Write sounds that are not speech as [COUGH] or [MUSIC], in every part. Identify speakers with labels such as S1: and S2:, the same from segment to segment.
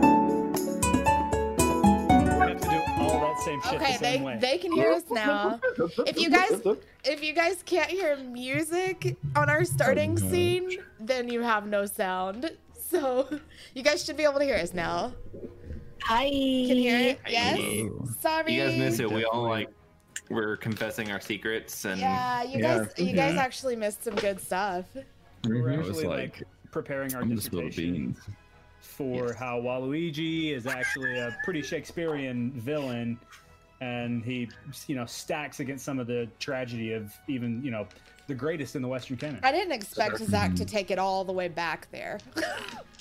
S1: [LAUGHS]
S2: [LAUGHS]
S3: if you guys if you guys can't hear music on our starting scene, then you have no sound. So [LAUGHS] you guys should be able to hear us now.
S4: Hi.
S3: Can you hear it? Yes.
S2: Hello.
S3: Sorry.
S5: You guys miss it. We all like we're confessing our secrets and
S3: Yeah, you
S2: Yeah.
S3: guys you guys
S5: Yeah.
S3: actually missed some good stuff.
S2: I
S6: We're
S2: was
S6: actually like,
S2: like,
S6: preparing our
S2: I'm just little
S6: dissertation
S2: beans.
S6: for
S2: Yes.
S6: how Waluigi is actually a pretty Shakespearean villain, and he, you know, stacks against some of the tragedy of even, you know, the greatest in the Western canon.
S3: I didn't expect Zach to take it all the way back there.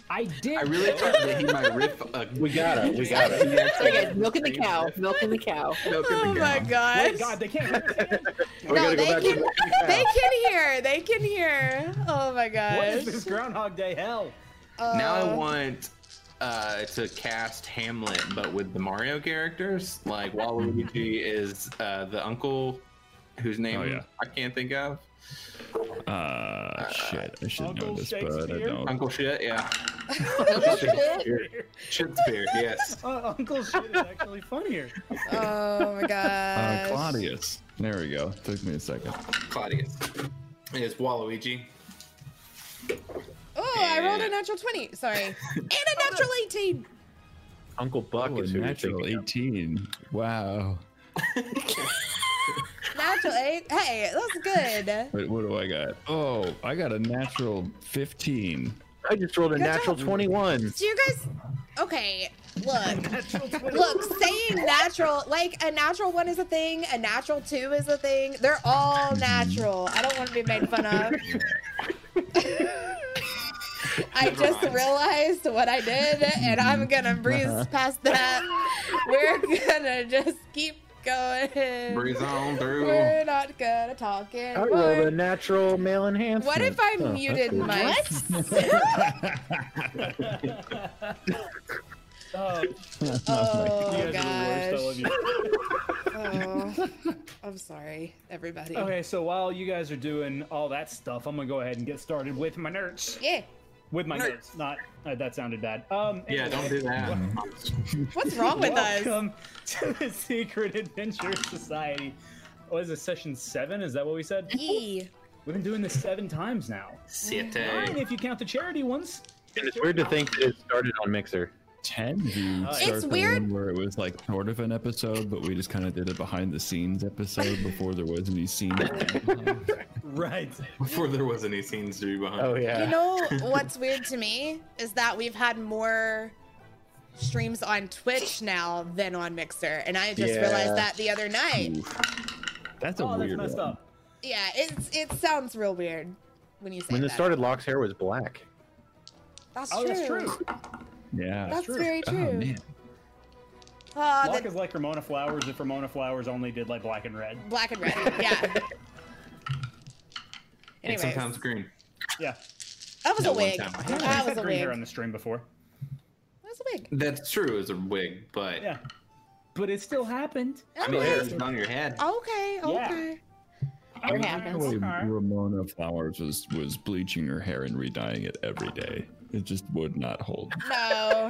S6: I did.
S4: [LAUGHS]
S5: I really thought that he might riff a [LAUGHS]
S1: We got it. We got it.
S4: Okay, milking the cow. Milking the cow.
S3: oh my gosh.
S6: Wait, God, they can't.
S1: We gotta go
S3: they
S1: back
S3: can-
S1: to
S3: [LAUGHS] They can hear. They can hear. Oh my gosh.
S6: what is this Groundhog Day hell?
S5: Now I
S3: Uh,
S5: want uh, to cast Hamlet, but with the Mario characters. Like Waluigi is uh, the uncle whose name
S2: Oh, yeah.
S5: I can't think of.
S2: Uh, shit. I should know
S6: Uncle
S2: this, but I
S6: Shakespeare?
S2: don't. Uh,
S5: Uncle shit,
S4: [LAUGHS]
S5: yeah. Shakespeare, yes.
S6: Uh, Uncle shit is actually funnier.
S3: Oh my
S2: Uh,
S3: gosh.
S2: Claudius. There we go. Took me a second.
S5: Claudius. It's Waluigi.
S3: Oh, I rolled a natural 20. Sorry. And a natural 18.
S1: Uncle Buck
S2: Oh, a
S1: is who
S2: natural 18. Wow.
S3: Natural 8. Hey, that's good.
S2: Wait, what do I got? Oh, I got a natural 15.
S1: I just rolled a
S3: Good
S1: natural
S3: job.
S1: 21.
S3: So you guys Okay, look. Look, saying natural, like a natural one is a thing, a natural two is a thing. They're all natural. I don't want to be made fun of. [LAUGHS] I
S5: Never
S3: just
S5: mind.
S3: realized what I did, and I'm
S1: Mm-hmm.
S3: gonna
S1: Uh-huh.
S3: breeze past that. [LAUGHS] We're gonna just keep going.
S5: Breeze
S4: [LAUGHS]
S5: on through.
S3: We're not gonna talk it.
S1: I rolled a natural male enhancement.
S3: What if I muted my?
S6: [LAUGHS]
S1: [LAUGHS]
S6: Oh, you
S3: Oh
S6: guys are the worst. I
S3: gosh.
S6: love you.
S3: Oh, I'm sorry, everybody.
S6: Okay, so while you guys are doing all that stuff, I'm gonna go ahead and get started with my nerds.
S3: Yeah.
S6: With my nerds, not uh, that sounded bad. Um,
S5: Yeah,
S6: anyway.
S5: don't do that.
S3: What's wrong with us?
S6: Welcome [LAUGHS] to the Secret Adventure Society. What is this, session seven? Is that what we said?
S3: Yee.
S6: We've been doing this seven times now.
S5: Siete.
S6: Nine if you count the charity ones. [LAUGHS]
S1: And it's weird to think that it started on Mixer.
S2: 10 dude
S6: It's
S2: start the
S3: weird-
S2: one where it was like sort of an episode but we just kind of did a behind the scenes episode before there was
S3: [LAUGHS]
S2: any scene
S6: Right.
S5: Before there was any scenes to be behind.
S1: Oh yeah.
S3: You know what's weird to me is that we've had more streams on Twitch now than on Mixer, and I just
S1: Yeah.
S3: realized that the other night.
S2: that's a
S6: Oh, that's
S2: weird
S6: messed
S2: one
S6: up.
S3: Yeah, it's it sounds real weird when you say
S1: when
S3: that.
S1: it started, Locke's hair was black.
S3: that's,
S6: Oh,
S3: true.
S6: that's true.
S2: yeah
S3: That's
S6: true.
S3: very
S2: oh
S3: true.
S2: man
S3: Ah,
S6: Lock
S3: the
S6: is like Ramona Flowers if Ramona Flowers only did like black and red.
S3: black and red. Yeah.
S5: [LAUGHS] and
S3: Anyways,
S5: sometimes green.
S6: Yeah.
S3: that was
S5: No,
S3: a
S5: one
S3: wig.
S5: time. I
S6: I've
S3: That
S6: had
S3: was a
S6: green
S3: wig.
S6: hair on the stream before.
S3: That was a wig.
S5: That's true, It's a wig, but
S6: Yeah. But it still happened.
S5: I mean,
S3: Okay.
S5: it's on your head.
S3: Okay.
S6: Yeah. [LAUGHS]
S3: Okay.
S4: It
S2: The
S4: happens.
S2: way
S6: Okay.
S2: ramona flowers was was bleaching her hair and redying it every day it just would
S6: [LAUGHS]
S2: not hold
S3: No.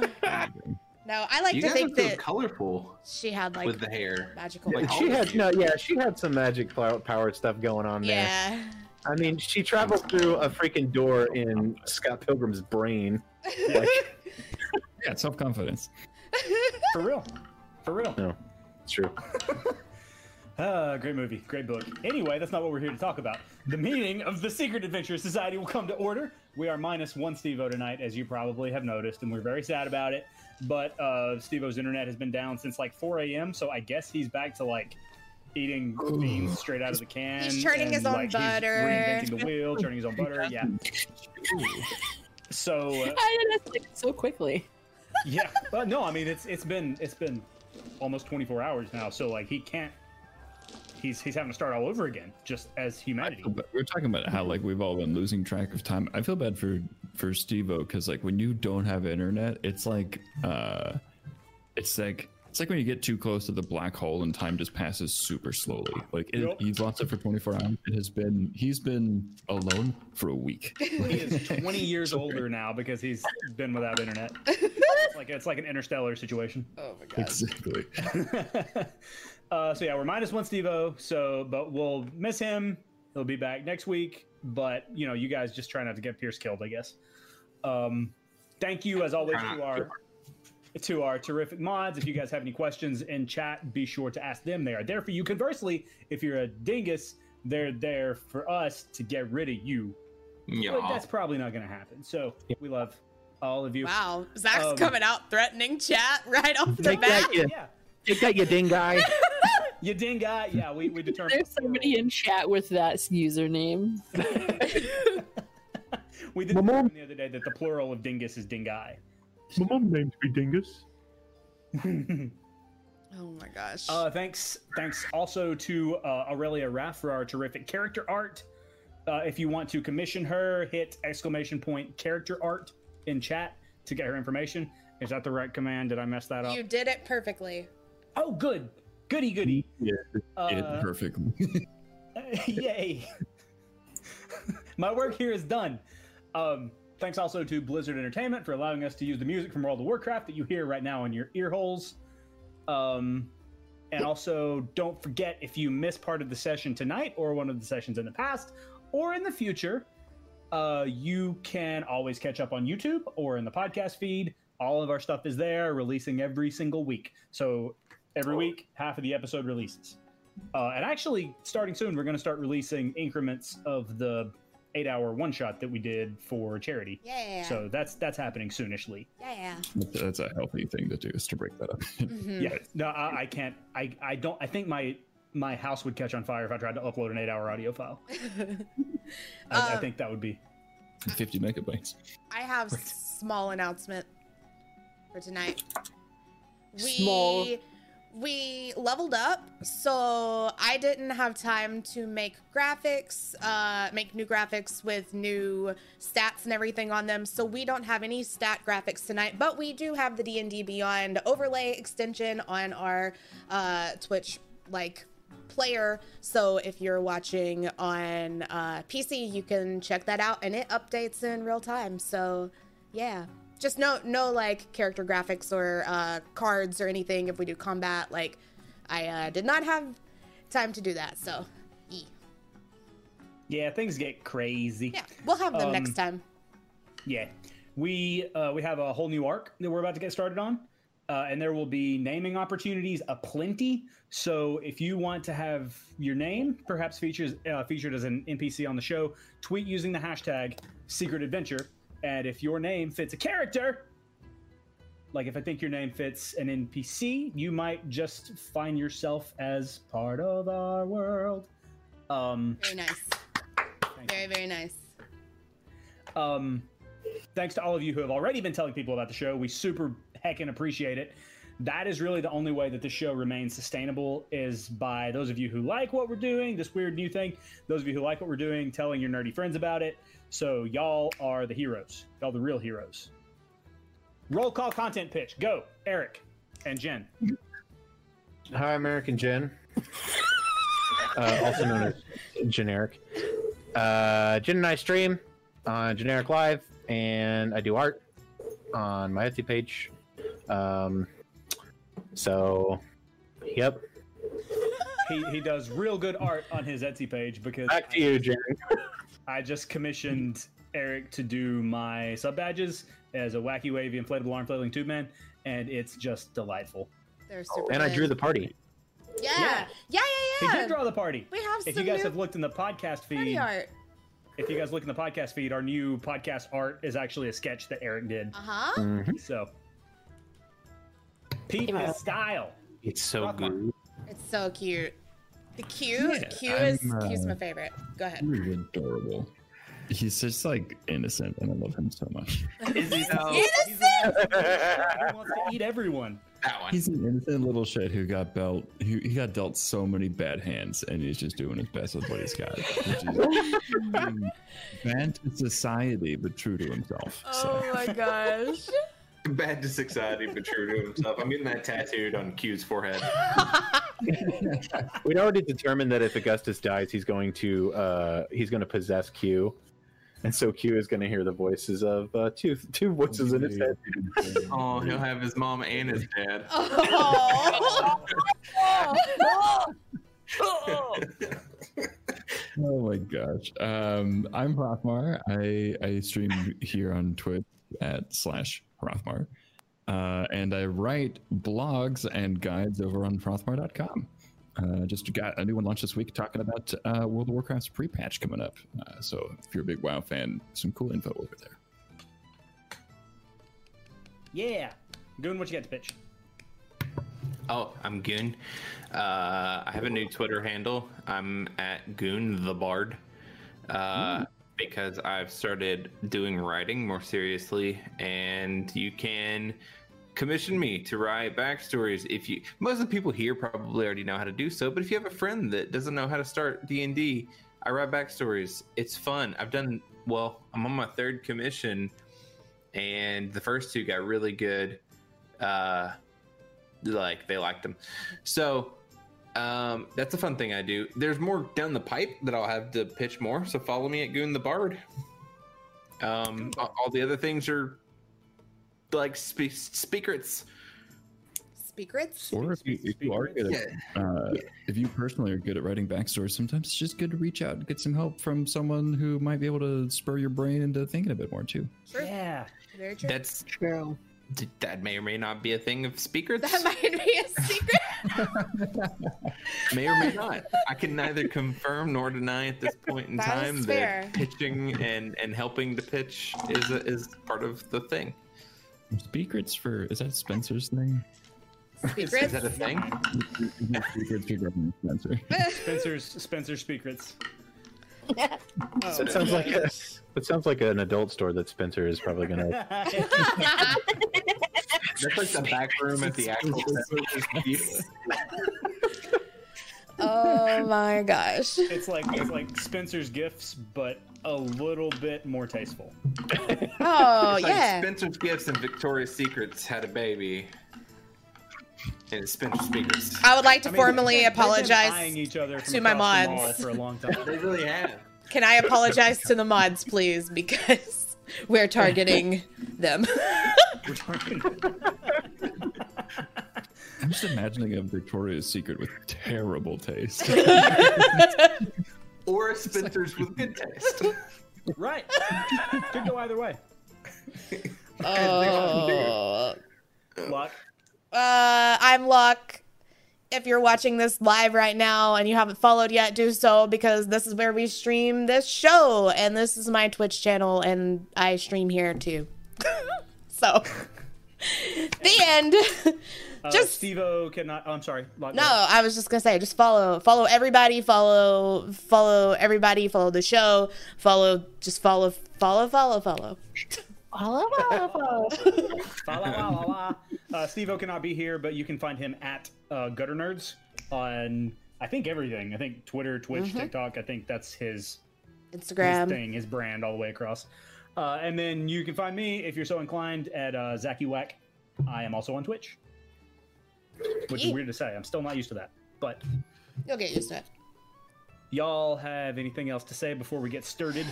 S3: No, I like
S5: you
S3: to
S5: guys
S3: think
S5: are so
S3: that
S5: colorful
S3: she had like
S5: with the hair.
S3: magical.
S5: Like,
S1: she
S5: all
S1: had
S5: of you.
S1: no, yeah, she had some magic plow- powered stuff going on
S3: [LAUGHS]
S1: there.
S3: yeah.
S1: I mean, she traveled through a freaking door in Scott Pilgrim's brain. Like,
S2: yeah self-confidence
S6: For real. For real.
S1: no, it's true.
S6: Ah, great movie, great book. Anyway, that's not what we're here to talk about. The meeting of the Secret Adventure Society will come to order. We are minus one Steve-O tonight, as you probably have noticed, and we're very sad about it. But uh, Steve-O's internet has been down since like 4 a.m., so I guess he's back to like eating beans straight out of the can.
S3: He's churning
S6: and,
S3: his own
S6: like, he's
S3: butter.
S6: reinventing the wheel, churning his own butter.
S3: [LAUGHS]
S6: Yeah. So uh,
S4: I did not think so quickly.
S6: yeah, but no, I mean it's it's been it's been almost 24 hours now, so like he can't. He's he's having to start all over again, just as humanity.
S2: But we're talking about how like we've all been losing track of time. I feel bad for for Stevo because like when you don't have internet, it's like uh, it's like it's like when you get too close to the black hole and time just passes super slowly. Like it,
S6: Yep.
S2: he's lost it for 24 hours. It has been he's been alone for
S6: [LAUGHS]
S2: a week.
S6: He is 20 years older now because he's been without internet. It's like it's like an interstellar situation.
S3: Oh my god.
S2: exactly.
S6: [LAUGHS] Uh, so yeah, we're minus one Stevo. So, but we'll miss him. He'll be back next week. But you know, you guys just try not to get Pierce killed, I guess. Um, thank you as always
S5: Try
S6: to
S5: not
S6: our to our terrific mods. If you guys have any questions in chat, be sure to ask them. They are there for you. Conversely, if you're a dingus, they're there for us to get rid of you. But
S5: Yeah.
S6: that's probably not going to happen. So we love all of you.
S3: [LAUGHS] Wow, Zach's
S6: Um,
S3: coming out threatening chat [LAUGHS] right off the
S1: Take
S3: bat.
S1: that, you,
S6: Yeah,
S1: take that, you
S3: [LAUGHS]
S1: ding guy.
S6: you dinga. Yeah, we we determined.
S4: There's somebody in chat with that username.
S6: We did
S1: My mom-
S6: the other day that the plural of dingus is dingai. [LAUGHS]
S1: My mom named me Dingus.
S3: Oh my gosh.
S6: Uh, thanks, thanks also to uh, Aurelia Raff for our terrific character art. Uh, if you want to commission her, hit exclamation point character art in chat to get her information. Is that the right command? Did I mess that up?
S3: you did it perfectly.
S6: Oh, good, goody goody.
S1: Yeah,
S2: It
S6: Uh,
S2: perfectly.
S6: [LAUGHS] Yay. My work here is done. Um, thanks also to Blizzard Entertainment for allowing us to use the music from World of Warcraft that you hear right now in your ear holes. Um, and also, don't forget if you miss part of the session tonight or one of the sessions in the past or in the future, uh, you can always catch up on YouTube or in the podcast feed. All of our stuff is there, releasing every single week. So every week, half of the episode releases. Uh, and actually, starting soon, we're going to start releasing increments of the eight-hour one-shot that we did for charity.
S3: Yeah.
S6: So that's that's happening soonishly.
S3: yeah.
S2: That's a healthy thing to do is to break that up.
S3: Mhm. [LAUGHS]
S6: Yeah. No, I, I can't. I I don't. I think my my house would catch on fire if I tried to upload an eight-hour audio file. I, I
S3: Um,
S6: think that would be.
S2: 50 megabytes.
S3: I have s- small announcement for tonight. We
S4: Small.
S3: we leveled up, so I didn't have time to make graphics, uh, make new graphics with new stats and everything on them. So we don't have any stat graphics tonight, but we do have the D and D Beyond overlay extension on our uh, Twitch like player. So if you're watching on uh, PC, you can check that out, and it updates in real time. So yeah, just no no like character graphics or uh, cards or anything. If we do combat, like I uh, did not have time to do that. So yeah,
S6: Yeah, things get crazy.
S3: yeah we'll have them
S6: Um,
S3: next time.
S6: Yeah, we uh, we have a whole new arc that we're about to get started on, uh, and there will be naming opportunities aplenty. So if you want to have your name perhaps features uh, featured as an NPC on the show, tweet using the hashtag Secret Adventure, and if your name fits a character. Like if I think your name fits an NPC, you might just find yourself as part of our world. Um,
S3: Very nice,
S6: thank you.
S3: very very nice.
S6: Um, thanks to all of you who have already been telling people about the show. We super heckin' appreciate it. That is really the only way that this show remains sustainable is by those of you who like what we're doing, this weird new thing. Those of you who like what we're doing, telling your nerdy friends about it. So y'all are the heroes. Y'all the real heroes. Roll call content pitch. Go, Eric and Jen.
S1: Hi, American Jen, uh, also known as Generic. Uh, Jen and I stream on Generic Live, and I do art on my Etsy page. Um, so, yep.
S6: He, he does real good art on his Etsy page because
S1: Back to you, Jen.
S6: I just commissioned Eric to do my sub badges as a wacky wavy inflatable arm flailing tube man, and it's just delightful.
S3: They're super.
S1: And I
S3: good.
S1: drew the party.
S3: Yeah, yeah,
S6: Yeah.
S3: yeah,
S6: He
S3: yeah.
S6: did draw the party.
S3: we have
S6: If
S3: some
S6: you guys
S3: new
S6: have looked in the podcast
S3: party
S6: feed,
S3: art.
S6: if you guys look in the podcast feed, our new podcast art is actually a sketch that Eric did.
S3: Uh huh.
S1: Mhm.
S6: So, Pete
S4: Yeah.
S6: his style.
S5: It's so
S6: Rock one.
S5: good.
S3: It's so cute. The Q,
S2: Yeah,
S3: Q is
S2: I'm, uh,
S3: Q's my favorite. Go ahead.
S2: [LAUGHS]
S3: [LAUGHS]
S2: He's adorable. He's just like innocent, and I love him so much.
S5: [LAUGHS] Is he though?
S6: He's the
S1: [LAUGHS]
S6: guy who wants to eat everyone.
S5: That one. [LAUGHS]
S2: He's an innocent little shit who got dealt who he got dealt so many bad hands, and he's just doing his best with what he's got. Which is bad to society, but true to himself. So.
S3: Oh my gosh.
S5: Bad to society, but true to himself. I'm getting that tattooed on Q's forehead.
S1: We'd already determined that if Augustus dies, he's going to uh, he's going to possess Q, And so Q is going to hear the voices of uh, two two voices in his head.
S5: Oh, he'll have his mom and his dad.
S3: Oh.
S2: Oh my gosh. Um, I'm Hrothmar. I, I stream here on Twitch at slash Hrothmar. Uh, and I write blogs and guides over on Hrothmar.com. Uh, just got a new one launched this week talking about uh, World of Warcraft's pre patch coming up. Uh, so if you're a big WoW fan, some cool info over there.
S6: Yeah. Goon, what you got to pitch?
S5: Oh, I'm Goon. Uh, I have a new Twitter handle. I'm at Goon the Bard uh, because I've started doing writing more seriously, and you can commission me to write backstories if you most of the people here probably already know how to do so but if you have a friend that doesn't know how to start d&d i write backstories it's fun i've done well i'm on my third commission and the first two got really good uh like they liked them so um that's a fun thing i do there's more down the pipe that i'll have to pitch more so follow me at goon the bard um a- all the other things are like spe- secrets
S3: Secrets?
S2: Or if you, if you are good at, uh, if you personally are good at writing backstories, sometimes it's just good to reach out and get some help from someone who might be able to spur your brain into thinking a bit more too.
S3: True.
S6: Yeah.
S3: Very true.
S5: that's
S4: True.
S5: d- that may or may not be a thing of secrets
S3: [LAUGHS] That might be a secret.
S5: may or
S3: [LAUGHS]
S5: may not i can neither confirm nor deny at this point in
S3: That is
S5: time that
S3: fair.
S5: pitching and and helping to pitch is a, is part of the thing
S2: Secrets for is that Spencer's thing?
S5: is,
S3: Secrets?
S5: is that a thing
S2: Secrets for Governor Spencer.
S6: Spencer's Spencer's
S3: [LAUGHS]
S6: secrets.
S3: Oh.
S1: That sounds like a, that sounds like an adult store that Spencer is probably going [LAUGHS] to.
S6: [LAUGHS]
S5: that's like the back room at the actual
S3: [LAUGHS] oh my gosh.
S6: it's like it's like Spencer's gifts, but a little bit more tasteful.
S3: Oh,
S5: It's like
S3: yeah.
S5: spencer's gifts and victoria's secrets had a baby and it's spencer's secrets
S3: I would like to
S6: I mean,
S3: formally
S6: they've been eyeing
S3: apologize.
S6: each other from
S3: to my
S6: across the
S3: mods.
S6: mall for a long time.
S5: they really have
S3: Can I apologize to the mods, please? [LAUGHS] Because we're targeting them.
S2: I'm just imagining a Victoria's Secret with
S3: [LAUGHS]
S2: terrible taste.
S5: or spencer's with good taste
S6: right. [LAUGHS] Could go either way.
S3: [LAUGHS] oh.
S6: Lock.
S3: Uh, I'm Luck. If you're watching this live right now and you haven't followed yet, do so because this is where we stream this show, and this is my Twitch channel, and I stream here too. [LAUGHS] so, [LAUGHS] the end.
S6: Uh,
S3: Just-
S6: Stevo cannot. Oh, I'm sorry. Lock
S3: No, I was just gonna say, just follow, follow everybody, follow, follow everybody, follow the show, follow, just follow, follow, follow, follow.
S4: Follow, follow, follow.
S6: La, la, la, la, la. Uh, Steve-O cannot be here, but you can find him at uh, Gutter Nerds on I think everything. I think Twitter, Twitch,
S3: Mm-hmm.
S6: TikTok. I think that's his his
S3: [LAUGHS] Instagram.
S6: thing, his brand all the way across. Uh, and then you can find me if you're so inclined at uh, Zacky Wack. I am also on Twitch, which is
S3: Yeet.
S6: weird to say. I'm still not used to that. But
S3: You'll get used to it.
S6: y'all have anything else to say before we get started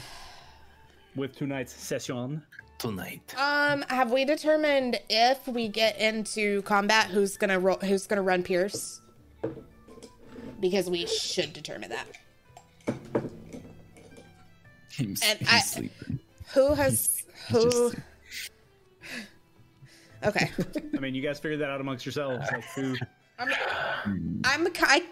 S6: with tonight's session?
S5: [LAUGHS] tonight
S3: Um, have we determined if we get into combat who's gonna ro- who's gonna run Pierce? Because we should determine that.
S2: He's-
S3: And
S2: he's
S3: I-
S2: sleeping.
S3: Who has who? Okay,
S6: I mean, you guys figure that out amongst yourselves. Like who?
S3: I'm the ki- I,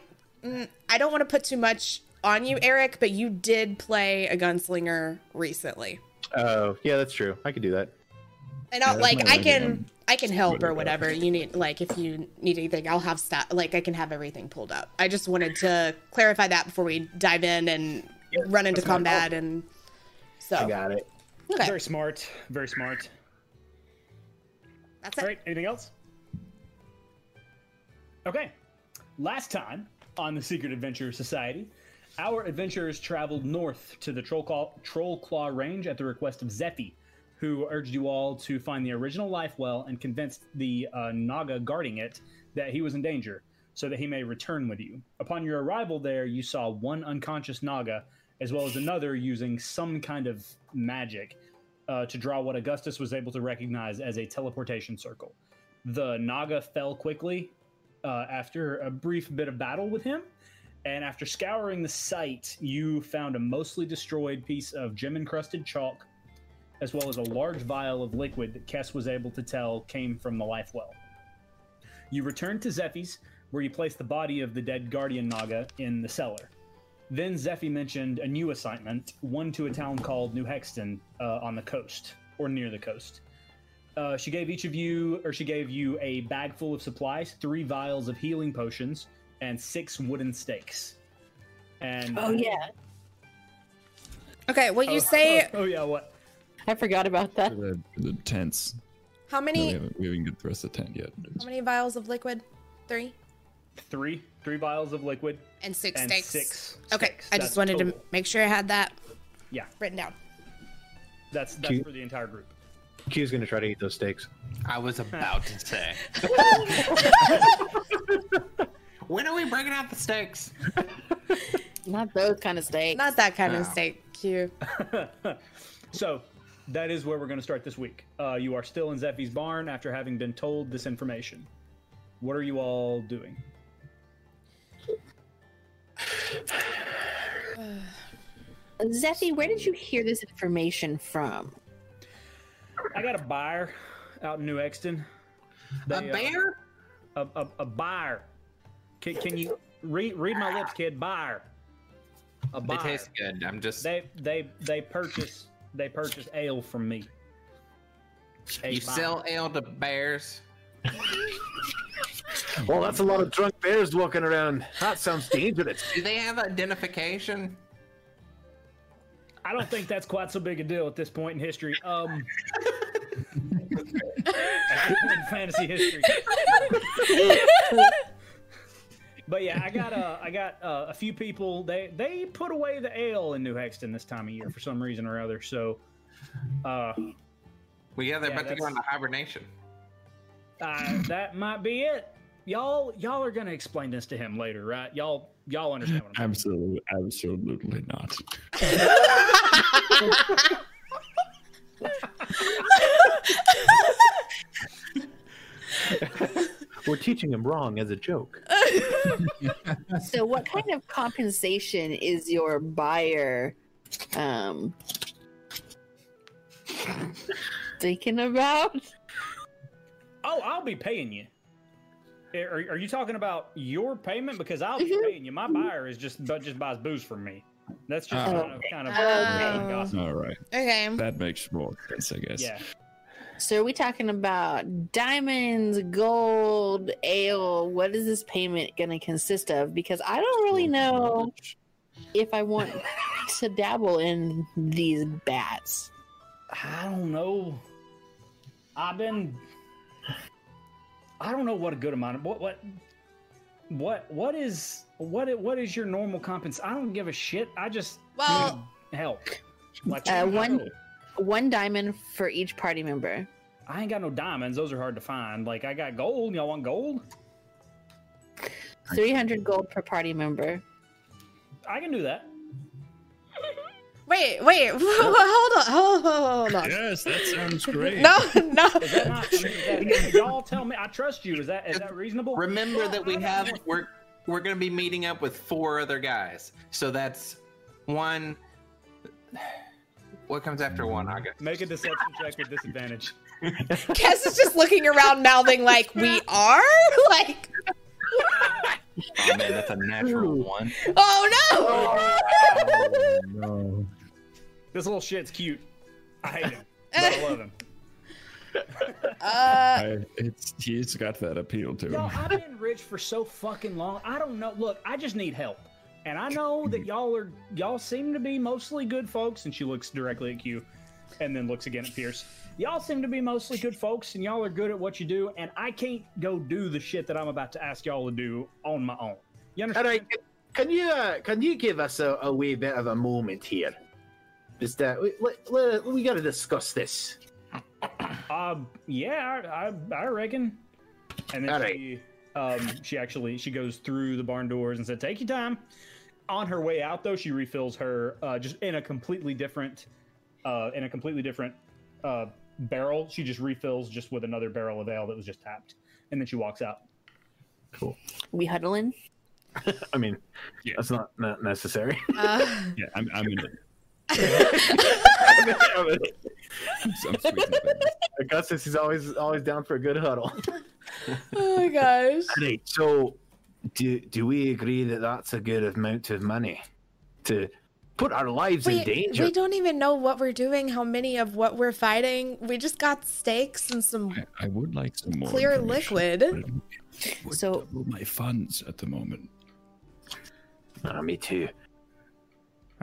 S3: mm, I don't want to put too much on you, Eric, but you did play a gunslinger recently,
S1: Oh, yeah, that's true. I could do that.
S3: and I'll,
S2: Yeah, that's
S3: like
S2: my
S3: I can
S2: idea.
S3: I can help or
S2: Whatever.
S3: whatever you need. Like if you need anything, I'll have stat. Like I can have everything pulled up. I just wanted to clarify that before we dive in and run into combat and so.
S1: I got it.
S3: Okay,
S6: Very smart. Very smart.
S3: that's
S6: All
S3: it.
S6: right. Anything else? Okay. Last time on the Secret Adventure Society, our adventurers traveled north to the Trollclaw, Trollclaw Range at the request of Zephi, who urged you all to find the original life well and convinced the uh, Naga guarding it that he was in danger, so that he may return with you. Upon your arrival there, you saw one unconscious Naga as well as another using some kind of magic uh, to draw what Augustus was able to recognize as a teleportation circle. The Naga fell quickly uh, after a brief bit of battle with him, and after scouring the site, you found a mostly destroyed piece of gem encrusted chalk, as well as a large vial of liquid that Kess was able to tell came from the life well. You return to Zephi's, where you place the body of the dead guardian Naga in the cellar. Then Zephi mentioned a new assignment, one to a town called New Hexton uh, on the coast, or near the coast. Uh, she gave each of you, or she gave you a bag full of supplies, three vials of healing potions, and six wooden stakes. And
S4: Oh yeah,
S3: Okay, well, you
S6: Oh,
S3: say
S6: [LAUGHS] oh, yeah, what?
S4: I forgot about that.
S2: For the, for the tents.
S3: how
S2: No, we
S3: many
S2: haven't we haven't get the rest of the tent yet.
S3: how many vials of liquid? Three
S6: Three, three vials of liquid
S3: and six
S6: and
S3: stakes.
S6: six.
S3: okay,
S6: stakes.
S3: I
S6: That's
S3: just wanted to
S6: total.
S3: make sure I had that
S6: Yeah,
S3: written down.
S6: that's that's
S1: Cute.
S6: for the entire group.
S1: Q's gonna try to eat those steaks.
S5: I was about to say. [LAUGHS] when are we bringing out the stakes?
S4: Not those kind of steaks.
S3: Not that kind of
S5: Wow.
S3: steak. [LAUGHS] Q.
S6: So that is where we're going to start this week. Uh, you are still in Zephi's barn after having been told this information. What are you all doing?
S4: Zephy, where did you hear this information from?
S6: I got a buyer out in New Exton.
S5: A
S6: They, uh,
S5: bear?
S6: a, a, a buyer. Can, can you read read my lips, kid? Buyer. A
S5: They
S6: buyer.
S5: taste good. I'm just.
S6: they they they purchase they purchase ale from me. A
S5: you
S6: buyer.
S5: sell ale to bears.
S1: Well, that's a lot of drunk bears walking around. That sounds dangerous.
S5: Do they have identification?
S6: I don't think that's quite so big a deal at this point in history. Um, [LAUGHS] in fantasy history. but yeah, I got uh, I got uh, a few people. They they put away the ale in New Hexton this time of year for some reason or other. So, uh,
S5: Well, yeah, they're
S6: Yeah,
S5: about to go
S6: that's-
S5: into hibernation.
S6: uh, that might be it. Y'all y'all are gonna explain this to him later, right? Y'all y'all understand what I'm saying.
S2: Absolutely, absolutely not.
S1: We're teaching him wrong as a [LAUGHS] joke.
S4: So, what kind of compensation is your buyer um, thinking about?
S6: Oh, I'll be paying you. Eh, Are, are you talking about your payment? Because I'll be
S4: Mhm.
S6: paying you. My buyer is just but just buys booze from me. That's just
S2: Oh.
S6: kind of kind of
S3: Oh.
S6: gossip.
S2: All right,
S3: Okay.
S2: that makes more sense, I guess.
S6: Yeah.
S4: So, are we talking about diamonds, gold, ale? What is this payment going to consist of? Because I don't
S2: Mm-hmm.
S4: really know if I want [LAUGHS] to dabble in these bats.
S6: I don't know. I've been. I don't know what a good amount of what what what what is what i- what is your normal compens? I don't give a shit. I just
S3: Well-
S6: need help. Like,
S4: Uh,
S6: I
S4: one-
S6: know.
S4: One diamond for each party member.
S6: I ain't got no diamonds. Those are hard to find. Like I got gold. Y'all want gold?
S4: 300 gold per party member.
S6: I can do that.
S3: Wait, wait. [LAUGHS] Hold on. Hold, hold on.
S2: Yes, that sounds great.
S3: No, no.
S6: Is that not? is that- y'all tell me. I trust you. Is that is that reasonable?
S5: Remember that we have we're we're gonna be meeting up with four other guys. So that's one. What comes after one, Aga?
S6: Make a deception check with disadvantage.
S3: Cass is just looking around, mouthing like, "We are." [LAUGHS] Like,
S5: Oh man, that's a natural one.
S1: [LAUGHS]
S3: oh no.
S1: No.
S6: This little shit's cute. I hate him. But I love him.
S3: Uh,
S2: I, it's he's got that appeal to
S6: Y'all,
S2: him.
S6: I've been rich for so fucking long. I don't know. Look, I just need help. And I know that y'all are y'all seem to be mostly good folks. And she looks directly at you, and then looks again at Pierce. Y'all seem to be mostly good folks, and y'all are good at what you do. And I can't go do the shit that I'm about to ask y'all to do on my own. You
S1: All
S6: understand?
S1: right, can you uh, can you give us a, a wee bit of a moment here? Is that we, let- let- we got to discuss this?
S6: Uh, yeah, I, I, I reckon. And then
S1: All right.
S6: she, um, she actually she goes through the barn doors and said, "Take your time," on her way out, though, she refills her uh, just in a completely different, uh, in a completely different uh, barrel. She just refills just with another barrel of ale that was just tapped, and then she walks out.
S4: We huddling.
S1: I mean,
S2: Yeah.
S1: that's not, not [LAUGHS] necessary.
S3: Uh,
S2: Yeah, I'm, I'm in it.
S1: Augustus,
S2: I'm, I'm squeezing things.
S1: he's always always down for a good huddle.
S3: oh my gosh.
S1: Right. So, do do we agree that that's a good amount of money to put our lives in
S3: We,
S1: danger?
S3: we don't even know what we're doing, how many of what we're fighting. We just got steaks and some
S2: I, I would like some more
S3: clear
S2: information,
S3: liquid.
S2: but it would
S4: So-
S2: double my funds at the moment.
S1: Ah, me too.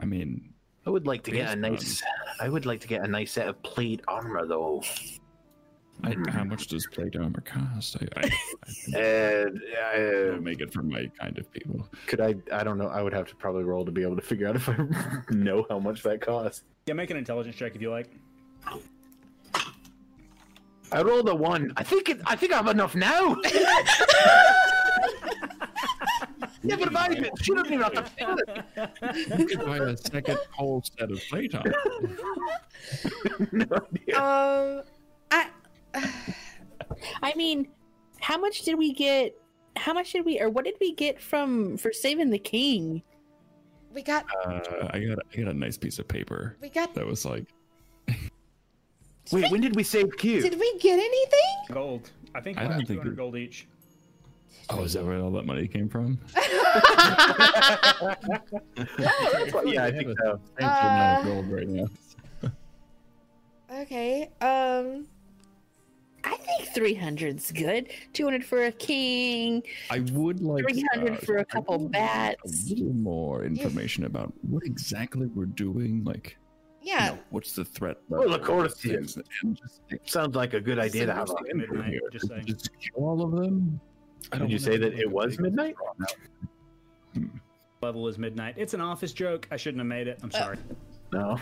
S2: I mean,
S1: I would like to get a
S2: Based
S1: nice. I would like to get a nice set of plate armor
S2: [LAUGHS]
S1: though.
S2: I,
S1: Hmm.
S2: how much does plate armor cost? I,
S1: [LAUGHS]
S2: I, I think
S1: Uh,
S2: I
S1: uh,
S2: don't make it for my kind of people.
S1: could I? I don't know. I would have to probably roll to be able to figure out if I [LAUGHS] know how much that costs.
S6: Yeah, make an intelligence check if you like.
S1: I rolled a one. I think it, I think I have enough now. [LAUGHS] yeah, but if I did, she doesn't even have
S2: [LAUGHS]
S1: to think of it.
S2: You could buy
S1: [LAUGHS]
S2: a second whole set of Uh, plate armor.
S1: No idea.
S3: Um, I
S4: I mean, how much did we get? How much did we, or what did we get from for saving the king?
S3: we got
S2: Uh, I got I got a nice piece of paper
S3: we got.
S2: that was like
S1: Wait, when did we save Q?
S3: Did we get anything? [LAUGHS]
S6: Gold. I think
S2: I
S6: we're
S2: don't
S6: at
S2: think
S6: 200
S2: we-
S6: gold each.
S2: oh is that where all that money came from?
S1: yeah, I think so.
S2: Thanks for my
S3: Uh,
S2: gold right now.
S3: Okay. Um.
S4: I think 300's good. 200 for a king,
S2: I would like uh,
S4: 300 for a couple
S2: I would like
S4: bats.
S2: A little more information about what exactly we're doing, like you
S3: Yeah.
S2: know, what's the threat?
S1: Well,
S2: level
S1: of course,
S2: these things, and just,
S1: Sounds like a good idea to have.
S6: Seriously,
S1: on.
S6: midnight,
S2: here.
S6: just saying.
S2: just kill all of them. I
S1: Did you
S2: wanna
S1: say that
S2: be
S1: it
S2: like a
S1: was
S2: big
S1: midnight?
S2: fraud.
S6: Level is midnight. It's an office joke. I shouldn't have made it. I'm
S1: Uh,
S6: sorry.
S1: No.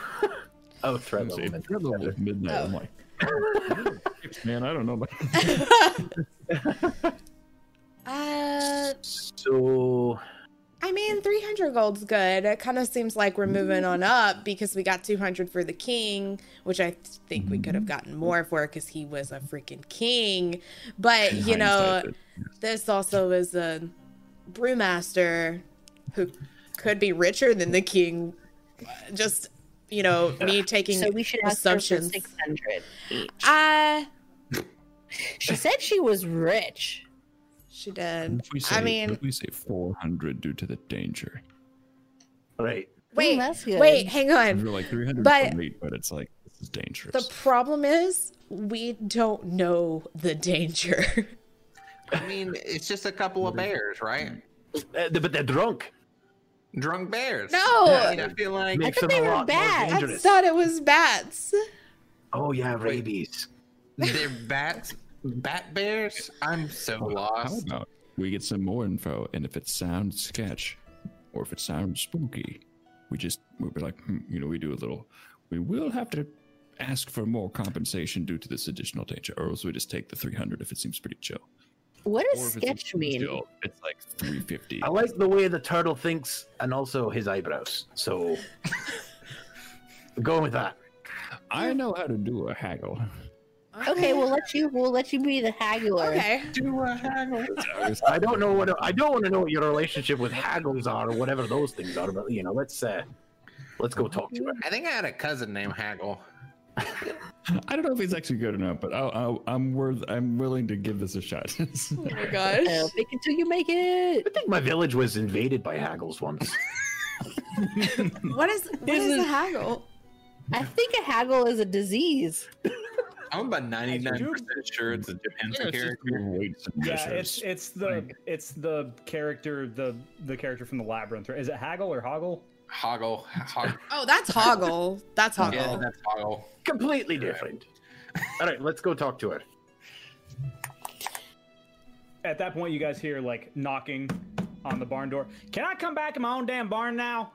S1: oh, threat
S2: I'm saying
S1: element.
S2: threat level is midnight.
S3: Oh.
S2: I'm like, man, I don't know.
S3: [LAUGHS] Uh.
S1: So
S3: I mean, 300 gold's good. It kind of seems like we're moving on
S2: Mm-hmm.
S3: up because we got 200 for the king, which I th- think we
S2: Mm-hmm.
S3: could have gotten more for because he was a freaking king. But,
S2: In
S3: you know,
S2: hindsight, it-
S3: this also is a brewmaster who could be richer than the king. Just, you
S2: [LAUGHS]
S3: know, me taking
S4: So we should ask her for
S3: assumptions.
S4: 600 each.
S3: I.
S4: She said she was rich.
S3: She did.
S2: if we say,
S3: I mean,
S2: if we say 400 due to the danger.
S1: right.
S3: wait,
S4: Mm, that's good.
S3: wait, hang on.
S2: We're like 300
S3: But-
S2: but, meat, but it's like this is dangerous.
S3: The problem is we don't know the danger. [LAUGHS]
S5: I mean, it's just a couple of bears, right?
S1: Uh, th- but they're drunk.
S5: Drunk bears.
S3: No.
S5: I, mean, I feel like
S1: Makes
S4: thought
S1: them
S4: they
S1: a
S4: were
S1: lot
S4: bad.
S1: more
S3: I
S1: dangerous.
S3: thought it was bats.
S1: Oh yeah, rabies.
S5: they're bats, bat bears. I'm so
S2: How
S5: lost.
S2: about we get some more info, and if it sounds sketch, or if it sounds spooky, we just we'll be like, hmm, you know, we do a little. We will have to ask for more compensation due to this additional danger, or else we just take the 300 if it seems pretty chill.
S4: What
S2: Or if it's
S4: does
S2: a
S4: sketch mean? Oh.
S2: chill, it's like 350.
S1: I like the way the turtle thinks, and also his eyebrows. So, go with that.
S2: I know how to do a haggle. [LAUGHS]
S4: Okay, we'll let you. We'll let you be the haggler.
S3: Okay.
S5: Do a haggle.
S1: I don't know what I don't want to know what your relationship with haggles are or whatever those things are, but you know, let's uh, let's go talk to her.
S5: I think I had a cousin named Haggle.
S2: I don't know if he's actually good or not, but I'll, I'll, I'm worth. I'm willing to give this a shot. [LAUGHS]
S3: Oh my [LAUGHS] gosh.
S4: Uh, fake it till you make it.
S1: I think my village was invaded by haggles [LAUGHS] once.
S3: What is what is a haggle?
S4: I think a haggle is a disease.
S5: I'm about 99% sure it's a Jim Henson character.
S6: Yeah, it's it's the it's the character the the character from the labyrinth. Is it Haggle or Hoggle?
S5: Hoggle. Hog-
S3: Oh, that's hoggle. That's hoggle.
S5: yeah, that's Hoggle.
S1: Completely different. All right, let's go talk to her.
S6: At that point, you guys hear like knocking on the barn door. Can I come back in my own damn barn now?